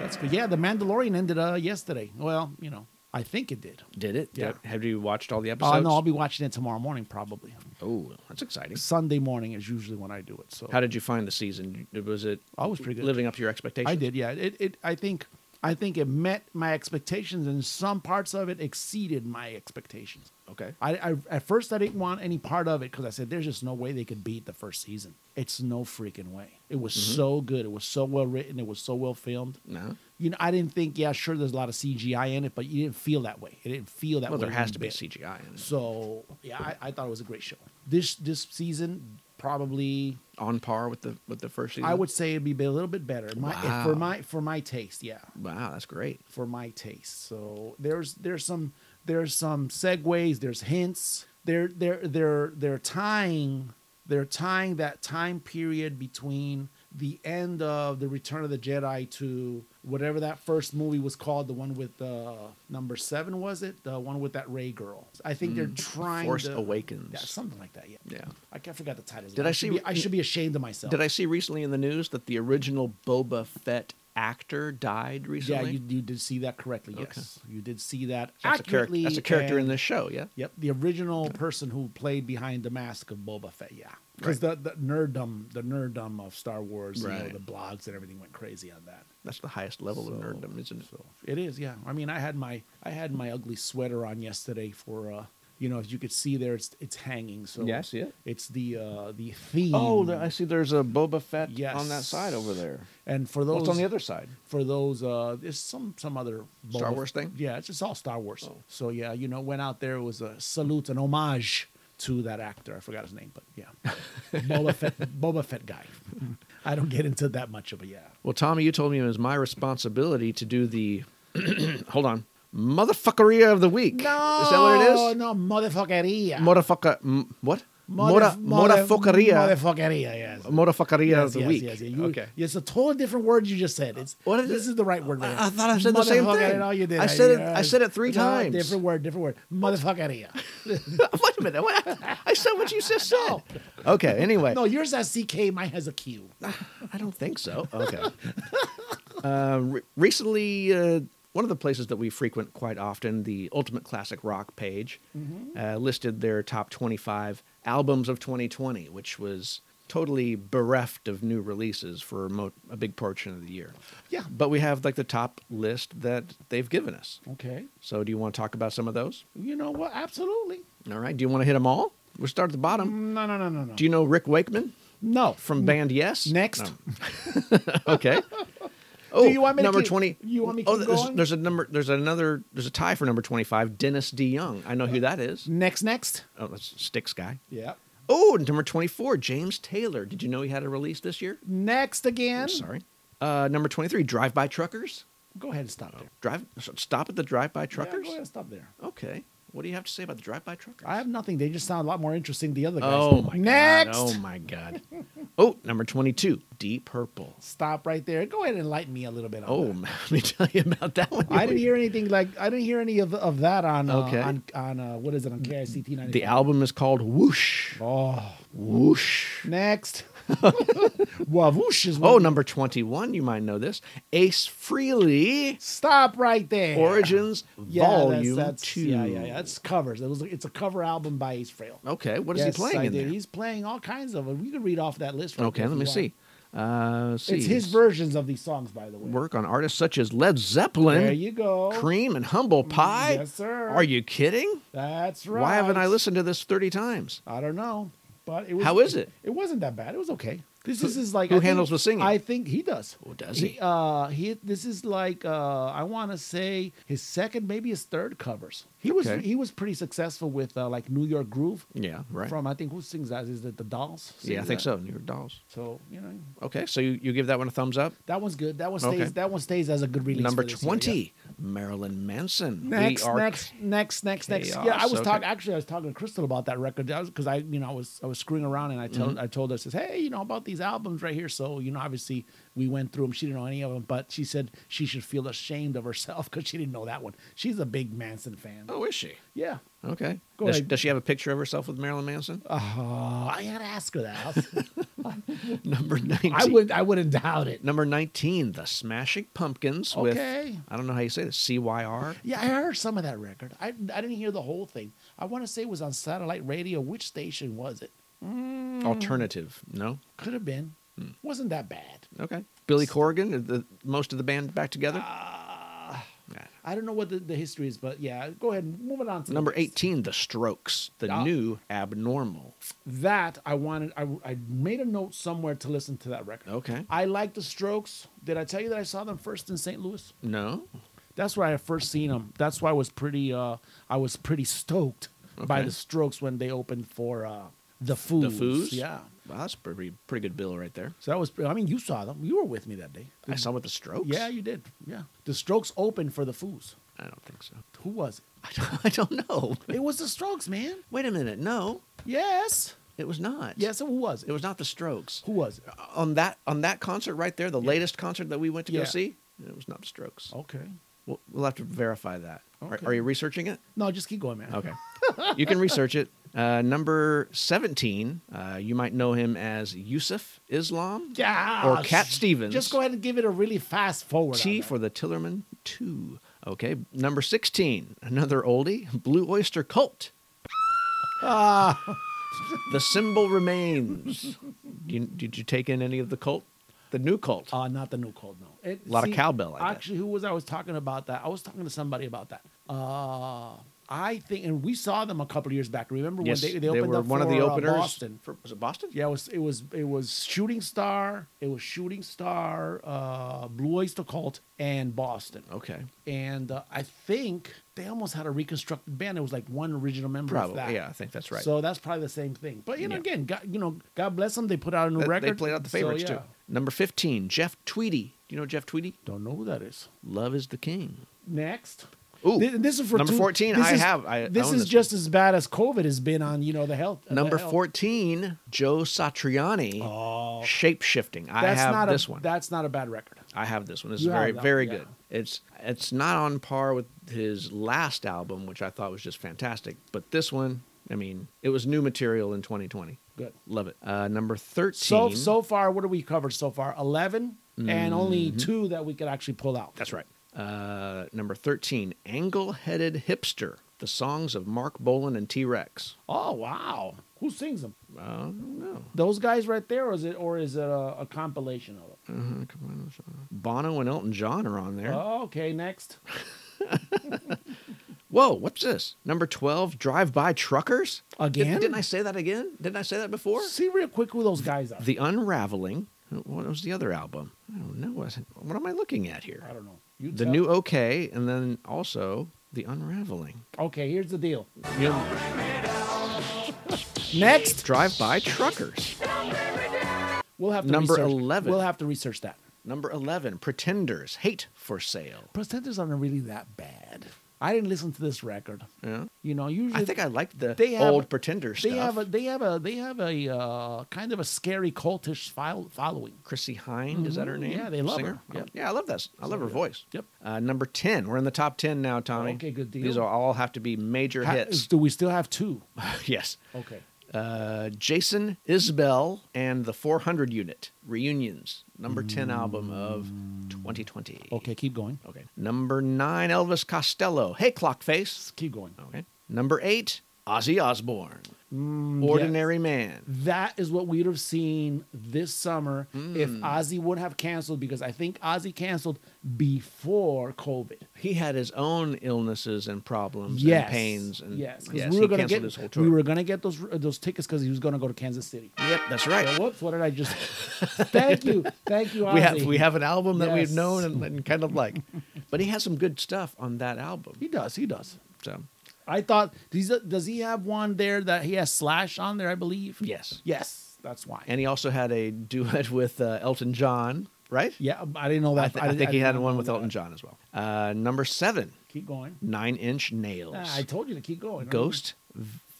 That's good. Yeah, the Mandalorian ended uh, yesterday. Well, you know, I think it did.
Did it?
Yeah.
Have you watched all the
Oh,
episodes?
no, I'll be watching it tomorrow morning probably.
Oh, that's exciting.
Sunday morning is usually when I do it. So
How did you find the season? Was it
I was pretty good.
living up to your expectations?
I did, yeah. It, it, I think, I think it met my expectations, and some parts of it exceeded my expectations.
Okay.
I, I at first I didn't want any part of it because I said there's just no way they could beat the first season. It's no freaking way. It was
Mm-hmm.
so good. It was so well written. It was so well filmed.
No.
You know, I didn't think. Yeah, sure, there's a lot of CGI in it, but you didn't feel that way. It didn't feel that
Well,
way.
there
one
has to be
bit.
CGI. In it.
So yeah, I, I thought it was a great show. This this season probably
On par with the with the first season.
I would say it'd be a little bit better. My,
Wow.
for my for my taste, yeah,
Wow, that's great.
for my taste. So there's there's some there's some segues, there's hints. They're they're they're they're tying they're tying that time period between the end of the Return of the Jedi to whatever that first movie was called, the one with uh, number seven was it? The one with that Ray girl. I think they're trying
Mm-hmm. Force
to,
Awakens.
yeah, something like that. Yeah,
Yeah.
I, ca- I forgot the title.
Did I see-
Should be, I should be ashamed of myself.
Did I see recently in the news that the original Boba Fett actor died recently?
Yeah, you, you did see that correctly. Yes, you did see that
that's a character.
accurately.
That's a character in
and-
this show. Yeah.
Yep, the original person who played behind the mask of Boba Fett. Yeah, because the, the nerddom, the nerddom of Star Wars, you
Right.
know, the blogs and everything went crazy on that.
That's the highest level
So-
of nerddom, isn't it?
So it is, yeah. I mean, I had my I had my ugly sweater on yesterday for uh, you know, as you could see there, it's it's hanging. So
Yeah, I see it.
It's the uh the theme.
Oh, there- I see. There's a Boba Fett on that
Yes.
side over there.
and for those
What's on the other side?
for those uh there's some some other
Star
Boba-
Wars thing? Oh.
yeah it's just all star wars so yeah you know went out there it was a salute an homage to that actor i forgot his name but yeah boba fett boba fett guy i don't get into that much of it yeah
Well, Tommy, you told me it was my responsibility to do the. hold on, motherfuckeria of the week. is that what it is?
no motherfuckeria
Motherfucker. m- What? Mora,
Motherf- mother-
motherfuckeria.
motherfuckeria yes
Motherfuckeria of
Yes,
the
yes,
week.
yes, yeah. You-
okay.
It's a totally different word you just said. It's
What
what
is
is this
it?
is the right word. right
I- I
now.
thought I said the same
Motherfucker,
thing.
No, you did.
I said it-
yeah.
I said it three
No,
times.
Different word. Different word. Motherfuckeria.
Wait a minute. What? I said what you just said. Okay. Anyway,
No, yours has CK. Mine has a Q.
I don't think so. Okay. uh, re- recently, uh, one of the places that we frequent quite often, the Ultimate Classic Rock page, uh, listed their top 25 albums of 2020, which was totally bereft of new releases for mo- a big portion of the year.
Yeah.
But we have like the top list that they've given us.
Okay.
So, do you want to talk about some of those?
You know what? Absolutely.
All right. Do you want to hit them all? We'll start at the bottom.
No, no, no, no, no.
Do you know Rick Wakeman?
no.
from band Yes.
Next.
No. okay. Oh,
you want me to
number
keep-
twenty?
you want me to
oh,
keep
there's,
going?
there's a number. There's another. There's a tie for number twenty-five. Dennis DeYoung. I know who that is.
Next, next.
Oh, that's Sticks guy.
Yeah.
Oh, and number twenty-four, James Taylor. Did you know he had a release this year?
Next again.
I'm sorry. Uh, number twenty-three, Drive By Truckers.
Go ahead and stop there.
Drive. Stop at the Drive By
Yeah,
Truckers.
go ahead and stop there.
okay. What do you have to say about the Drive By Truckers?
I have nothing. They just sound a lot more interesting. than The other guys.
Oh my
Next.
god. Oh my god. Oh, number twenty-two, Deep Purple.
Stop right there. Go ahead and enlighten me a little bit. On
Oh,
that.
let me tell you about that one.
I didn't hear anything like I didn't hear any of, of that on uh,
Okay.
on on uh, what is it on KICT ninety
The album is called Whoosh.
Oh,
Whoosh.
next. Wavoosh is
Oh,
one-
number 21, you might know this. Ace Freely
Stop right there.
Origins
Yeah, that's-
Volume
that's,
2.
Yeah, yeah, yeah. That's covers. It was it's a cover album by Ace Frehley.
Okay, what is
Yes,
he playing
I
in
did.
there?
He's playing all kinds of. We can read off that list. right
okay,
there if
let
you
me
want.
see. Uh, let's see.
It's his versions of these songs, by the way.
work on artists such as Led
There
Zeppelin,
you go. Mm,
Cream, and Humble Pie.
yes, sir.
Are you kidding?
That's right.
Why haven't I listened to this 30 times?
I don't know, but it was.
How is it?
It wasn't that bad. It was okay. This, this is like
who
I think-
handles the singing?
I think he does.
Oh, does he?
Uh, he. This is like uh, I want to say his second, maybe his third covers. He was
Okay.
he was pretty successful with uh, like New York Groove.
Yeah, right.
From I think who sings that? Is it the Dolls?
yeah, I
sings
think
that?
so. New York Dolls.
So you know
Okay, so you, you give that one a thumbs up.
that one's good. That one stays.
Okay.
That one stays as a good release.
Number
for this year,
20,
yeah.
Marilyn Manson. We
Next,
are
next, next, next, next. Yeah, I
chaos.
was
Okay.
talking. Actually, I was talking to Crystal about that record because
Mm-hmm.
I, you know, I was I was screwing around and I told I told her I says, hey, you know, about these albums right here. So you know, obviously, We went through them. She didn't know any of them, but she said she should feel ashamed of herself because she didn't know that one. She's a big Manson fan.
Oh, is she?
Yeah.
Okay.
Go
does,
ahead.
does she have a picture of herself with Marilyn Manson?
Oh, I gotta ask her that.
number 19.
I wouldn't. I wouldn't doubt it.
Number 19, The Smashing Pumpkins with,
Okay.
I don't know how you say this, CYR.
Yeah, I heard some of that record. I, I didn't hear the whole thing. I want to say it was on satellite radio. Which station was it? Hmm.
Alternative. No?
Could have been.
Hmm.
Wasn't that bad.
Okay. Billy Corrigan, are the, most of the band back together.
Ah,
Yeah.
I don't know what the, the history is, but yeah, go ahead and move it on to the
Number
next.
18, The Strokes, The
Ah.
New Abnormal.
That I wanted. I, I made a note somewhere to listen to that record.
Okay.
I like the Strokes. Did I tell you that I saw them first in St. Louis?
No?
That's where I first seen them. That's why I was pretty. Uh, I was pretty stoked by
Okay.
the Strokes when they opened for uh, the Foos.
Foos?
yeah.
Wow, that's a pretty, pretty good bill right there.
So that was. pre- I mean, you saw them. You were with me that day.
I saw with The Strokes.
Yeah, you did. Yeah, the Strokes opened for the Foos.
I don't think so.
Who was it?
I don't, I don't know.
It was the Strokes, man.
Wait a minute. No,
Yes.
it was not.
Yes, it was.
It was not The Strokes.
Who was it?
on that on that concert right there, the latest concert that we went to
Yeah.
go see, it was not the Strokes.
Okay.
We'll, we'll have to verify that. Are-
Okay.
Are, you researching it?
No, just keep going, man.
Okay, you can research it. Uh, number seventeen, uh, you might know him as Yusuf Islam
Yeah.
or Cat Stevens.
Just go ahead and give it a really fast forward. on
T
that.
for the Tillerman Two. Okay, number sixteen, another oldie, Blue Oyster Cult. Ah, the symbol remains. Do you- did you take in any of the cult? The new cult.
Uh, not the new cold, no. It-
Lot of cowbell, I bet.
actually, who was I was talking about that? I was talking to somebody about that. Uh, I think, and we saw them a couple of years back. Remember
Yes,
when they, they opened
were
up
one
for,
of the
uh,
openers.
Boston?
For, was it Boston?
Yeah, it was it was it was Shooting Star, it was Shooting Star, uh, Blue Oyster Cult, and Boston.
Okay.
And uh, I think they almost had a reconstructed band. It was like one original member.
Probably.
Of that.
Yeah, I think that's right.
So that's probably the same thing. But you know,
Yeah.
again, God, you know, God bless them. They put out a new
Th-
record.
They played out the
So,
favorites
yeah.
too. Number 15, Jeff Tweedy. Do you know Jeff Tweedy?
Don't know who that is.
Love is the King.
Next.
Ooh,
Thi- this is for
number
two-
14,
this
I
is-
have- I
this
own
is
this
just as bad as COVID has been on, you know, the health. the
Number
health.
14, Joe Satriani. Oh. Shape shifting. I
That's
have
not
this
a,
one.
That's not a bad record.
I have this one. This is
You have
very,
that one,
very
yeah.
good. It's it's not on par with his last album, which I thought was just fantastic. But this one, I mean, it was new material in 2020.
Good.
Love it. Uh, number 13.
So so far, what do we cover so far? 11 and only two that we could actually pull out.
Mm-hmm. That's right. Uh, number 13, Angle Headed Hipster, the songs of Mark Bolan and T Rex.
Oh wow, who sings them?
Uh, no.
Those guys right there, or is it or is it a, a compilation of them?
Bono and Elton John are on there.
okay, next.
Whoa, what's this? Number 12, Drive By Truckers?
Again?
Did, not I say that again? Didn't I say that before?
See real quick who those guys are.
The Unraveling. What was the other album? I don't know. What what am I looking at here?
I don't know. You
The
tell-
new OK, and then also The Unraveling.
Okay, here's the deal. Next,
Drive By Truckers.
we'll have to
Number
research-
11.
We'll have to research that.
Number 11, Pretenders, Hate for Sale.
Pretenders aren't really that bad. I didn't listen to this record.
Yeah.
You know, usually
I think I liked the
They have-
old Pretender
they
stuff.
have a they have a they have a uh, kind of a scary cultish file, following.
Chrissy Hind, is that her name?
Mm-hmm. Yeah, they love
Singer?
her. Yep.
Yeah, I love that. s- I love her voice.
Yep.
Uh, number 10. We're in the top 10 now, Tommy.
Okay, good deal.
These will all have to be major
Ha-
hits.
Do we still have two?
yes.
Okay.
Uh, Jason Isbell and the 400 Unit Reunions, number 10 album of 2020.
Okay, keep going.
Okay. Number 9, Elvis Costello. Hey, Clockface.
Keep going.
Okay. Number 8, Ozzy Osbourne. Ordinary Man.
Mm, That is what we'd have seen this summer if
Mm.
Ozzy wouldn't have canceled because I think Ozzy canceled before COVID.
He had his own illnesses and problems
yes.
and pains. And
yes, 'cause
yes,
we
he
were going to
canceled
get
his whole tour.
we were going to get those uh, those tickets because he was going to go to Kansas City.
Yep, that's right.
So, whoops! What did I just? thank you, thank you, Ozzy.
we have we have an album that
Yes.
we've known and, and kind of like, but he has some good stuff on that album.
He does. He does.
So
I thought does he, does he have one there that he has Slash on there? I believe.
yes,
Yes, that's why.
and he also had a duet with uh, Elton John, right?
yeah, I didn't know that.
I, th- I,
didn't-
think he
did
had
not
one
know
with
that.
Elton John as well. Uh, number seven,
Keep going.
Nine Inch Nails,
Ah, I told you to keep going.
Ghost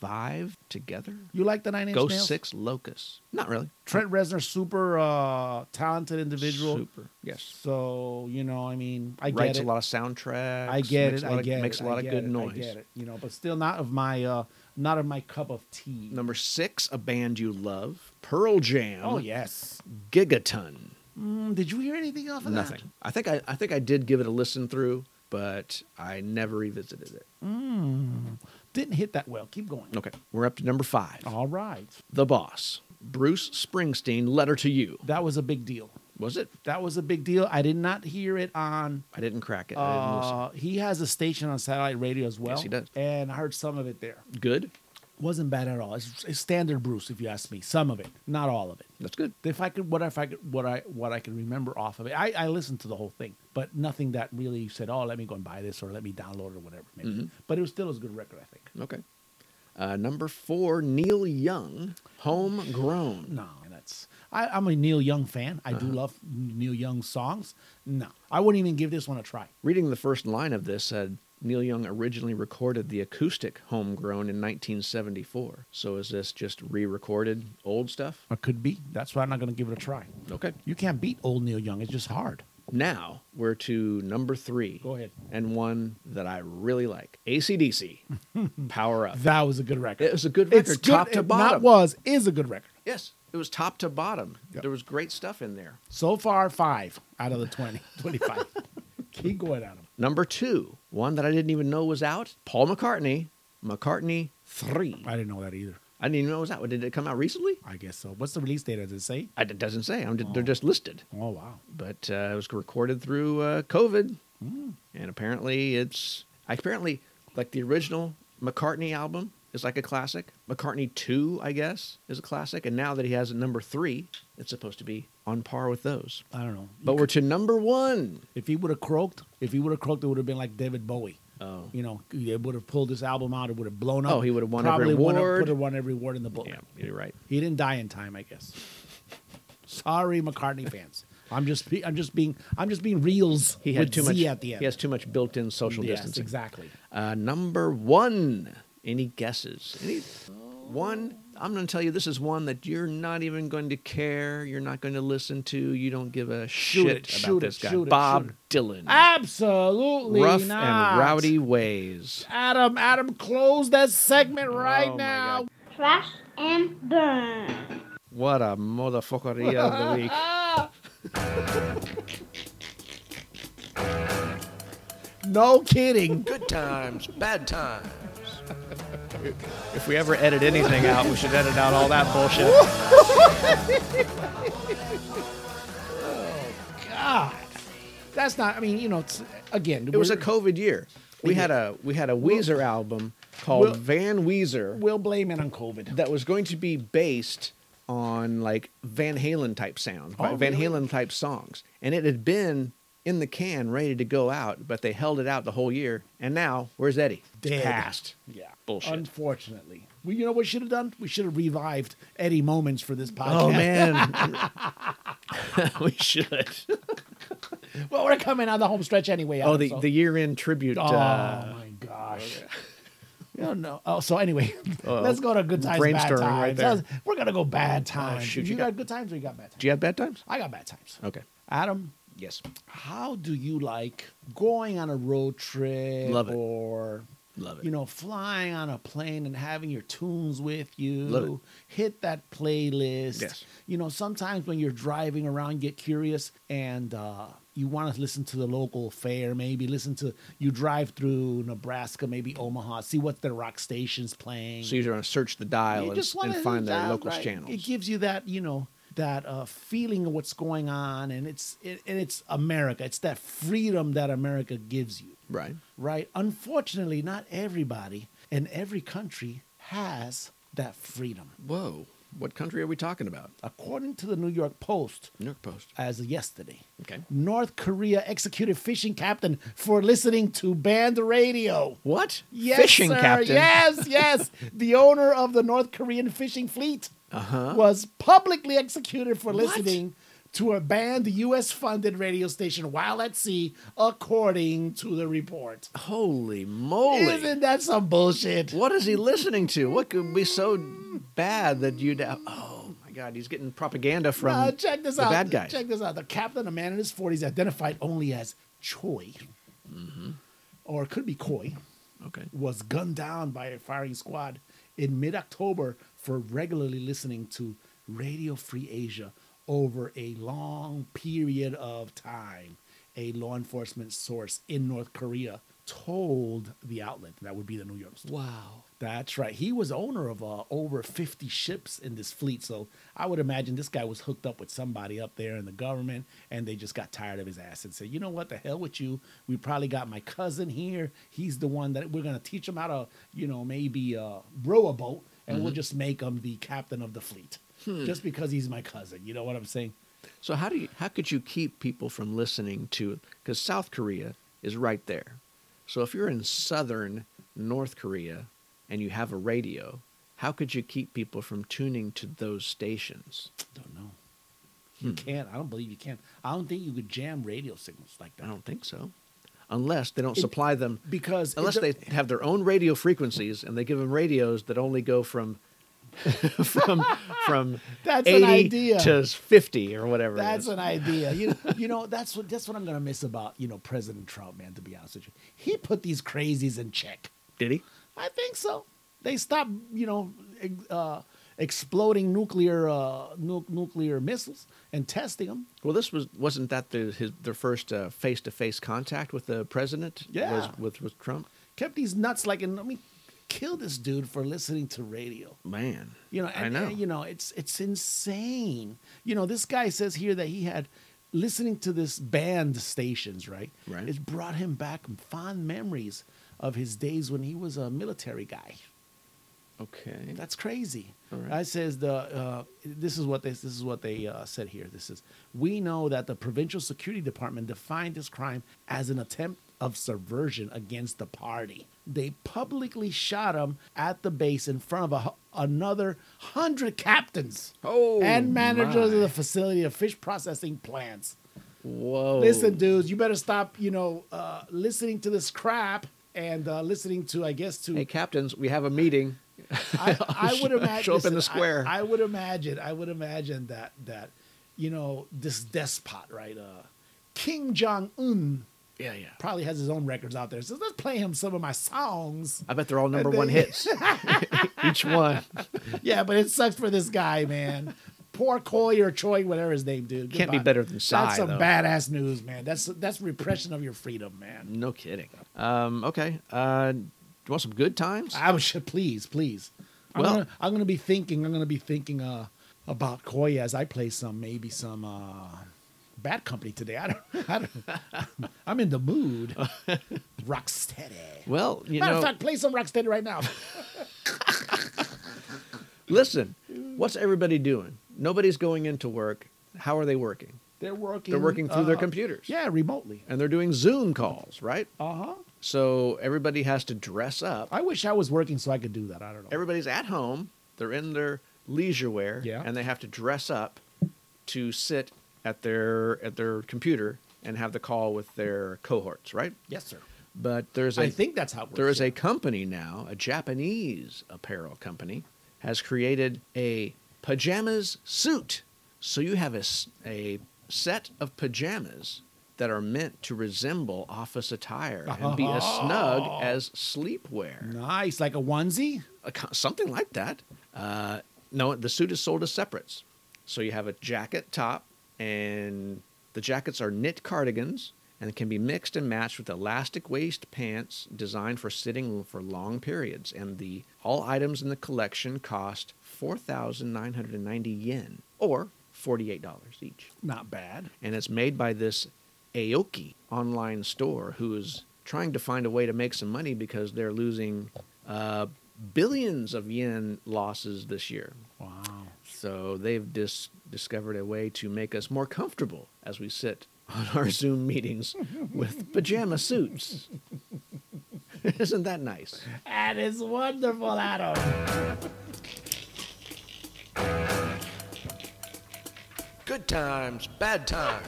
five together.
You like the Nine Inch
Go
Nails?
six locus. Not really.
Trent Reznor, super uh, talented individual.
Super. Yes.
So you know, I mean, I get
Writes a
it.
lot of soundtracks.
I get
makes
it.
a lot
I
of-
get it.
Makes a
I
lot of
get
good
it,
noise.
I get it. You know, but still not of my uh, not of my cup of tea.
Number six, a band you love, Pearl Jam.
Oh yes.
Gigaton.
Mm, did you hear anything off of
Nothing.
that?
I think I, I think I did give it a listen through, but I never revisited it.
Didn't hit that well. Keep going.
Okay, we're up to number five.
All right.
The Boss, Bruce Springsteen. Letter to You.
That was a big deal.
Was it?
That was a big deal. I did not hear it on.
I didn't crack it. I didn't listen.
Uh, he has a station on satellite radio as well.
he does.
And I heard some of it there.
Good.
Wasn't bad at all. It's, it's standard Bruce, if you ask me. Some of it, not all of it.
That's good.
If I could, what if I could, what I what I could remember off of it, I, I listened to the whole thing, but nothing that really said, oh, let me go and buy this or let me download it or whatever. Maybe.
Mm-hmm.
But it was still as good a record, I think.
Okay. Uh, number four, Neil Young, Homegrown.
No, that's I, I'm a Neil Young fan. I
Uh-huh.
do love Neil Young songs. No, I wouldn't even give this one a try.
Reading the first line of this said Neil Young originally recorded the acoustic Homegrown in 1974. So is this just re recorded old stuff?
Or could be. That's why I'm not going to give it a try.
Okay.
You can't beat old Neil Young. It's just hard.
Now we're to number three.
Go ahead.
And one that I really like ACDC, Power Up.
That was a good record.
It was a good record, top to
it Not
bottom.
was is a good record.
yes, it was top to bottom.
Yep.
There was great stuff in there.
So far, five out of the 20, 25. Keep going at him.
Number two, one that I didn't even know was out, Paul McCartney, McCartney 3.
I didn't know that either.
I didn't even know it was out. Did it come out recently?
I guess so. What's the release date? Does it say?
I- It doesn't say. I'm They're just listed.
Oh wow.
But uh, it was recorded through uh, COVID.
Mm.
And apparently it's, apparently, like the original McCartney album is like a classic. McCartney 2, I guess, is a classic. And now that he has a number three, it's supposed to be on par with those.
I don't know.
But we're to number one.
If he would have croaked, if he would have croaked, it would have been like David Bowie.
Oh.
You know, it would have pulled this album out. It would have blown up.
Oh, he would have won every
Probably won-
award.
Would have won every award in the book.
Yeah, you're right.
He didn't die in time, I guess. Sorry, McCartney fans. I'm just be- I'm just being I'm just being reals.
He had
with
too
Z
much.
at the end.
He has too much built-in social
yes,
distancing.
exactly.
Uh, number one. Any guesses? Any one? I'm going to tell you this is one that you're not even going to care. You're not going to listen to. You don't give a
Shoot
shit
it,
about
shoot it,
this guy.
shoot it,
Bob
shoot
Dylan.
Absolutely
Rough
not.
and rowdy ways.
Adam, Adam, close that segment
Oh
right now.
Crash and burn.
What a motherfuckeria of the week.
No kidding.
Good times, bad times. if we ever edit anything out, we should edit out all that bullshit.
God, that's not. I mean, you know, it's again.
It was a
we're-
COVID year. We had a we had a Weezer album called
We'll-
Van Weezer
We'll blame it on COVID.
that was going to be based on like Van Halen type sounds,
Oh,
Van
really?
Halen type songs, and it had been in the can ready to go out, but they held it out the whole year. And now, where's Eddie? It's
Dead.
Passed.
Yeah.
Bullshit.
Unfortunately. Well, you know what we should have done? We should have revived Eddie Moments for this podcast.
Oh man, we should.
Well, we're coming out of the home stretch anyway.
Oh,
Adam,
the,
so-
the year end tribute.
Oh
uh,
my gosh. You don't know. Oh, so anyway, let's go to good times, bad
brainstorming
times.
right there. Oh,
Let's- We're gonna go bad times.
shoot,
you,
you
got,
got-
good times or you got bad times?
do you have bad times?
I got bad times.
Okay.
Adam,
Yes.
how do you like going on a road trip
Love it.
or
Love it.
you know flying on a plane and having your tunes with you
Love it.
hit that playlist
Yes.
you know sometimes when you're driving around you get curious and uh you want to listen to the local fair, maybe listen to you drive through Nebraska, maybe Omaha, see what the rock station's playing
So you're going to search the dial and,
wanna
and find their
dial
local
right.
channels.
It gives you that, you know, that uh, feeling of what's going on, and it's it, and it's America. It's that freedom that America gives you,
right.
right? Unfortunately, not everybody and every country has that freedom.
Whoa. What country are we talking about?
According to the New York Post,
New York Post.
as of yesterday,
Okay.
North Korea executed fishing captain for listening to band radio.
What?
Yes,
Fishing
sir.
captain.
Yes, yes. the owner Uh-huh. of the North Korean fishing fleet was publicly executed for
What?
listening to abandon the U.S. funded radio station while at sea, according to the report.
Holy moly.
Isn't that some bullshit?
What is he listening to? What could be so bad that you'd. Oh my God, he's getting propaganda from
Uh, check this
the
out.
bad guys.
Check this out. The captain, a man in his 40s, identified only as Choi,
Mm-hmm.
or it could be Koi,
Okay.
was gunned down by a firing squad in mid October for regularly listening to Radio Free Asia over a long period of time, a law enforcement source in North Korea told the outlet. That would be the New York Times.
Wow.
That's right. He was owner of uh, over 50 ships in this fleet. So I would imagine this guy was hooked up with somebody up there in the government and they just got tired of his ass and said, you know what, the hell with you. We probably got my cousin here. He's the one that we're going to teach him how to, you know, maybe uh, row a boat and
Mm-hmm.
we'll just make him the captain of the fleet
Hmm.
just because he's my cousin. You know what I'm saying?
So how do you how could you keep people from listening to cuz South Korea is right there. So if you're in southern North Korea and you have a radio, how could you keep people from tuning to those stations?
Don't know.
Hmm.
You can't. I don't believe you can. I don't think you could jam radio signals like
I
that.
don't think so. Unless they don't
It-
supply them
Because it
unless
do-
they have their own radio frequencies and they give them radios that only go from from from
That's an
80
idea.
to 50 or whatever it
That's
is.
an idea. You you know that's what that's what I'm gonna miss about you know President Trump, man. To be honest with you, he put these crazies in check.
did he
I think so. They stopped you know ex- uh, exploding nuclear uh, nu- nuclear missiles and testing them.
well this was wasn't that the, his, their first uh, face-to-face contact with the president
Yeah.
was with, with trump
Kept these nuts like and I mean, kill this dude for listening to radio.
man
You know, and,
i know
and, you know, it's it's insane. You know, this guy says here that he had listening to this band stations, right?
Right.
It brought him back fond memories of his days when he was a military guy.
okay
That's crazy.
All right.
I says the uh, this is what they this is what they uh, said here. This is we know that the provincial security department defined this crime as an attempt of subversion against the party. They publicly shot him at the base in front of a, hu- another hundred captains
Oh,
and managers
my.
of the facility of fish processing plants.
whoa
Listen, dudes, you better stop. You know, uh, listening to this crap and uh, listening to I guess to
hey captains we have a meeting
I, I would imagine.
show up in the
listen, I-
square.
I, would imagine. I would imagine that that you know this despot, right? Uh, King Jong Un
yeah yeah
probably has his own records out there. So let's play him some of my songs.
i bet they're all number
And
one
they-
hits each one
Yeah, but it sucks for this guy, man. Poor Coy or Choi, whatever his name, dude.
Can't be
Goodbye.
better than Psy,
That's some
though.
badass news, man. That's that's repression of your freedom, man.
no kidding um, okay uh, do you want some good times
I was please, please. I'm
Well-
gonna, I'm gonna be thinking. I'm gonna be thinking uh, about Koi as I play some maybe some uh, Bad Company today. I don't. I don't I'm in the mood. Rocksteady.
well you
Matter
know
of fact, play some Rocksteady right now.
Listen, what's everybody doing? Nobody's going into work. How are they working?
They're working.
They're working through their
uh,
computers.
Yeah, remotely.
And they're doing Zoom calls, right?
Uh huh.
So everybody has to dress up.
I wish I was working so I could do that. I don't know.
Everybody's at home. They're in their leisure wear.
Yeah.
And they have to dress up to sit at their at their computer and have the call with their cohorts, right?
yes, sir.
But there's a
I think that's how it works.
There is
yeah.
a company now, a Japanese apparel company, has created a pajamas suit. So you have a, s- a set of pajamas that are meant to resemble office attire and be as snug as sleepwear,
nice, like a onesie.
A co- something like that. Uh, no, the suit is sold as separates. So you have a jacket top, and the jackets are knit cardigans and can be mixed and matched with elastic waist pants designed for sitting for long periods. And the all items in the collection cost four thousand nine hundred and ninety yen, or forty-eight dollars each.
Not bad.
And it's made by this Aoki online store who is trying to find a way to make some money because they're losing uh, billions of yen losses this year.
Wow.
So they've dis- discovered a way to make us more comfortable as we sit on our Zoom meetings with pajama suits. Isn't that nice?
That is wonderful, Adam.
Good times, bad times.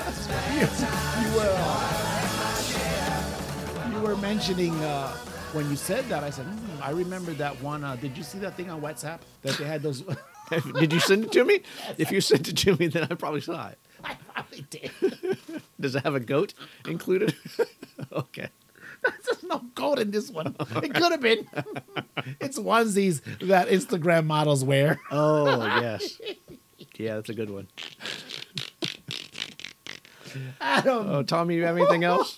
You were, uh, you were mentioning uh, when you said that. I said, hmm, I remember that one. Uh, did you see that thing on WhatsApp that they had those?
Did you send it to me? If you sent it to me, then I probably saw it.
I probably did.
Does it have a goat included? okay.
There's no gold in this one. It could have been. it's onesies that Instagram models wear.
Oh yes. Yeah, that's a good one.
Adam,
Oh, Tommy, you have anything else?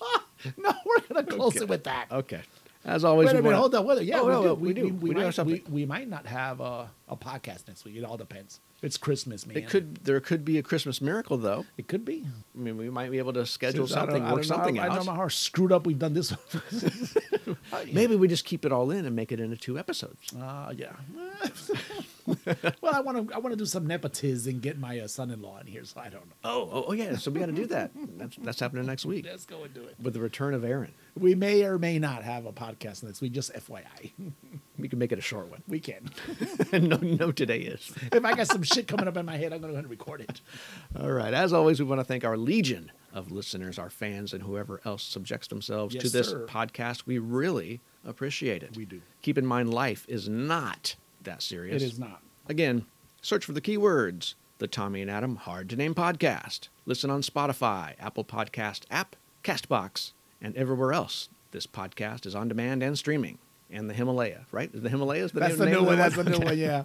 no, we're gonna close it with that.
Okay. As always,
Wait
we
a minute,
wanna-
hold on. What, yeah,
Oh,
we,
no,
do.
no,
we,
we do.
We,
We do have
might,
something.
we, we might not have a, a podcast next week. It all depends. It's Christmas, man.
It could. There could be a Christmas miracle, though.
It could be.
I mean, we might be able to schedule
I don't-
something,
I don't
work
know how-
something
I don't
out.
know how screwed up we've done this one.
Maybe we just keep it all in and make it into two episodes.
Uh, yeah. well, I want to. I want to do some nepotism and get my uh, son-in-law in here. So I don't know.
Oh, oh, oh yeah. So we got to do that. That's that's happening next week
Let's go and do it.
with the return of Aaron.
We may or may not have a podcast next week. Just FYI,
We can make it a short one.
we can.
no, no, today is.
if I got some shit coming up in my head, I'm going to record it.
All right. As always, we want to thank our legion of listeners, our fans, and whoever else subjects themselves
Yes,
to this
sir.
podcast. We really appreciate it.
We do.
Keep in mind, life is not that serious.
It is not.
Again, search for the keywords the Tommy and Adam Hard to Name Podcast. Listen on Spotify, Apple Podcast app, Castbox, and everywhere else. This podcast is on demand and streaming. And the Himalaya, right? The Himalaya is the
That's
name-
the
name
new
of
one. That's the new one. Yeah.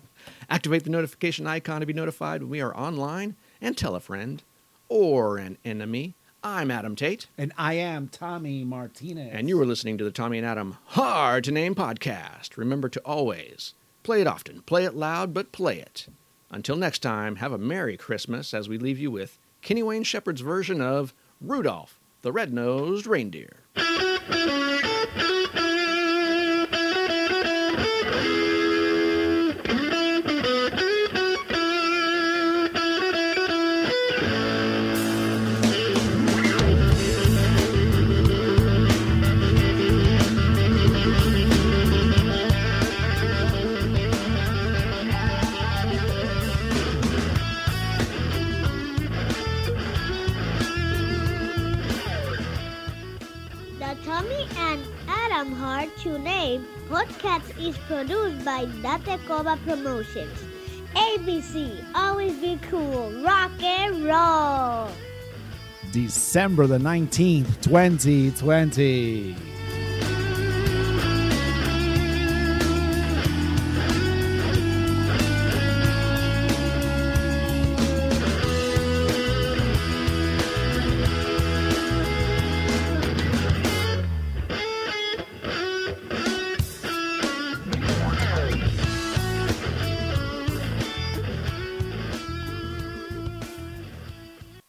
Activate the notification icon to be notified when we are online and tell a friend or an enemy. I'm Adam Tate,
And I am Tommy Martinez.
and you are listening to the Tommy and Adam Hard to Name podcast. Remember to always play it often, play it loud, but play it. Until next time, have a Merry Christmas as we leave you with Kenny Wayne Shepherd's version of Rudolph the Red-Nosed Reindeer.
The Tommy and Adam Hard to Name podcast is produced by Datekoba Promotions. ABC, always be cool, rock and roll.
December the nineteenth, twenty twenty.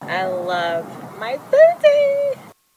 I love my 13.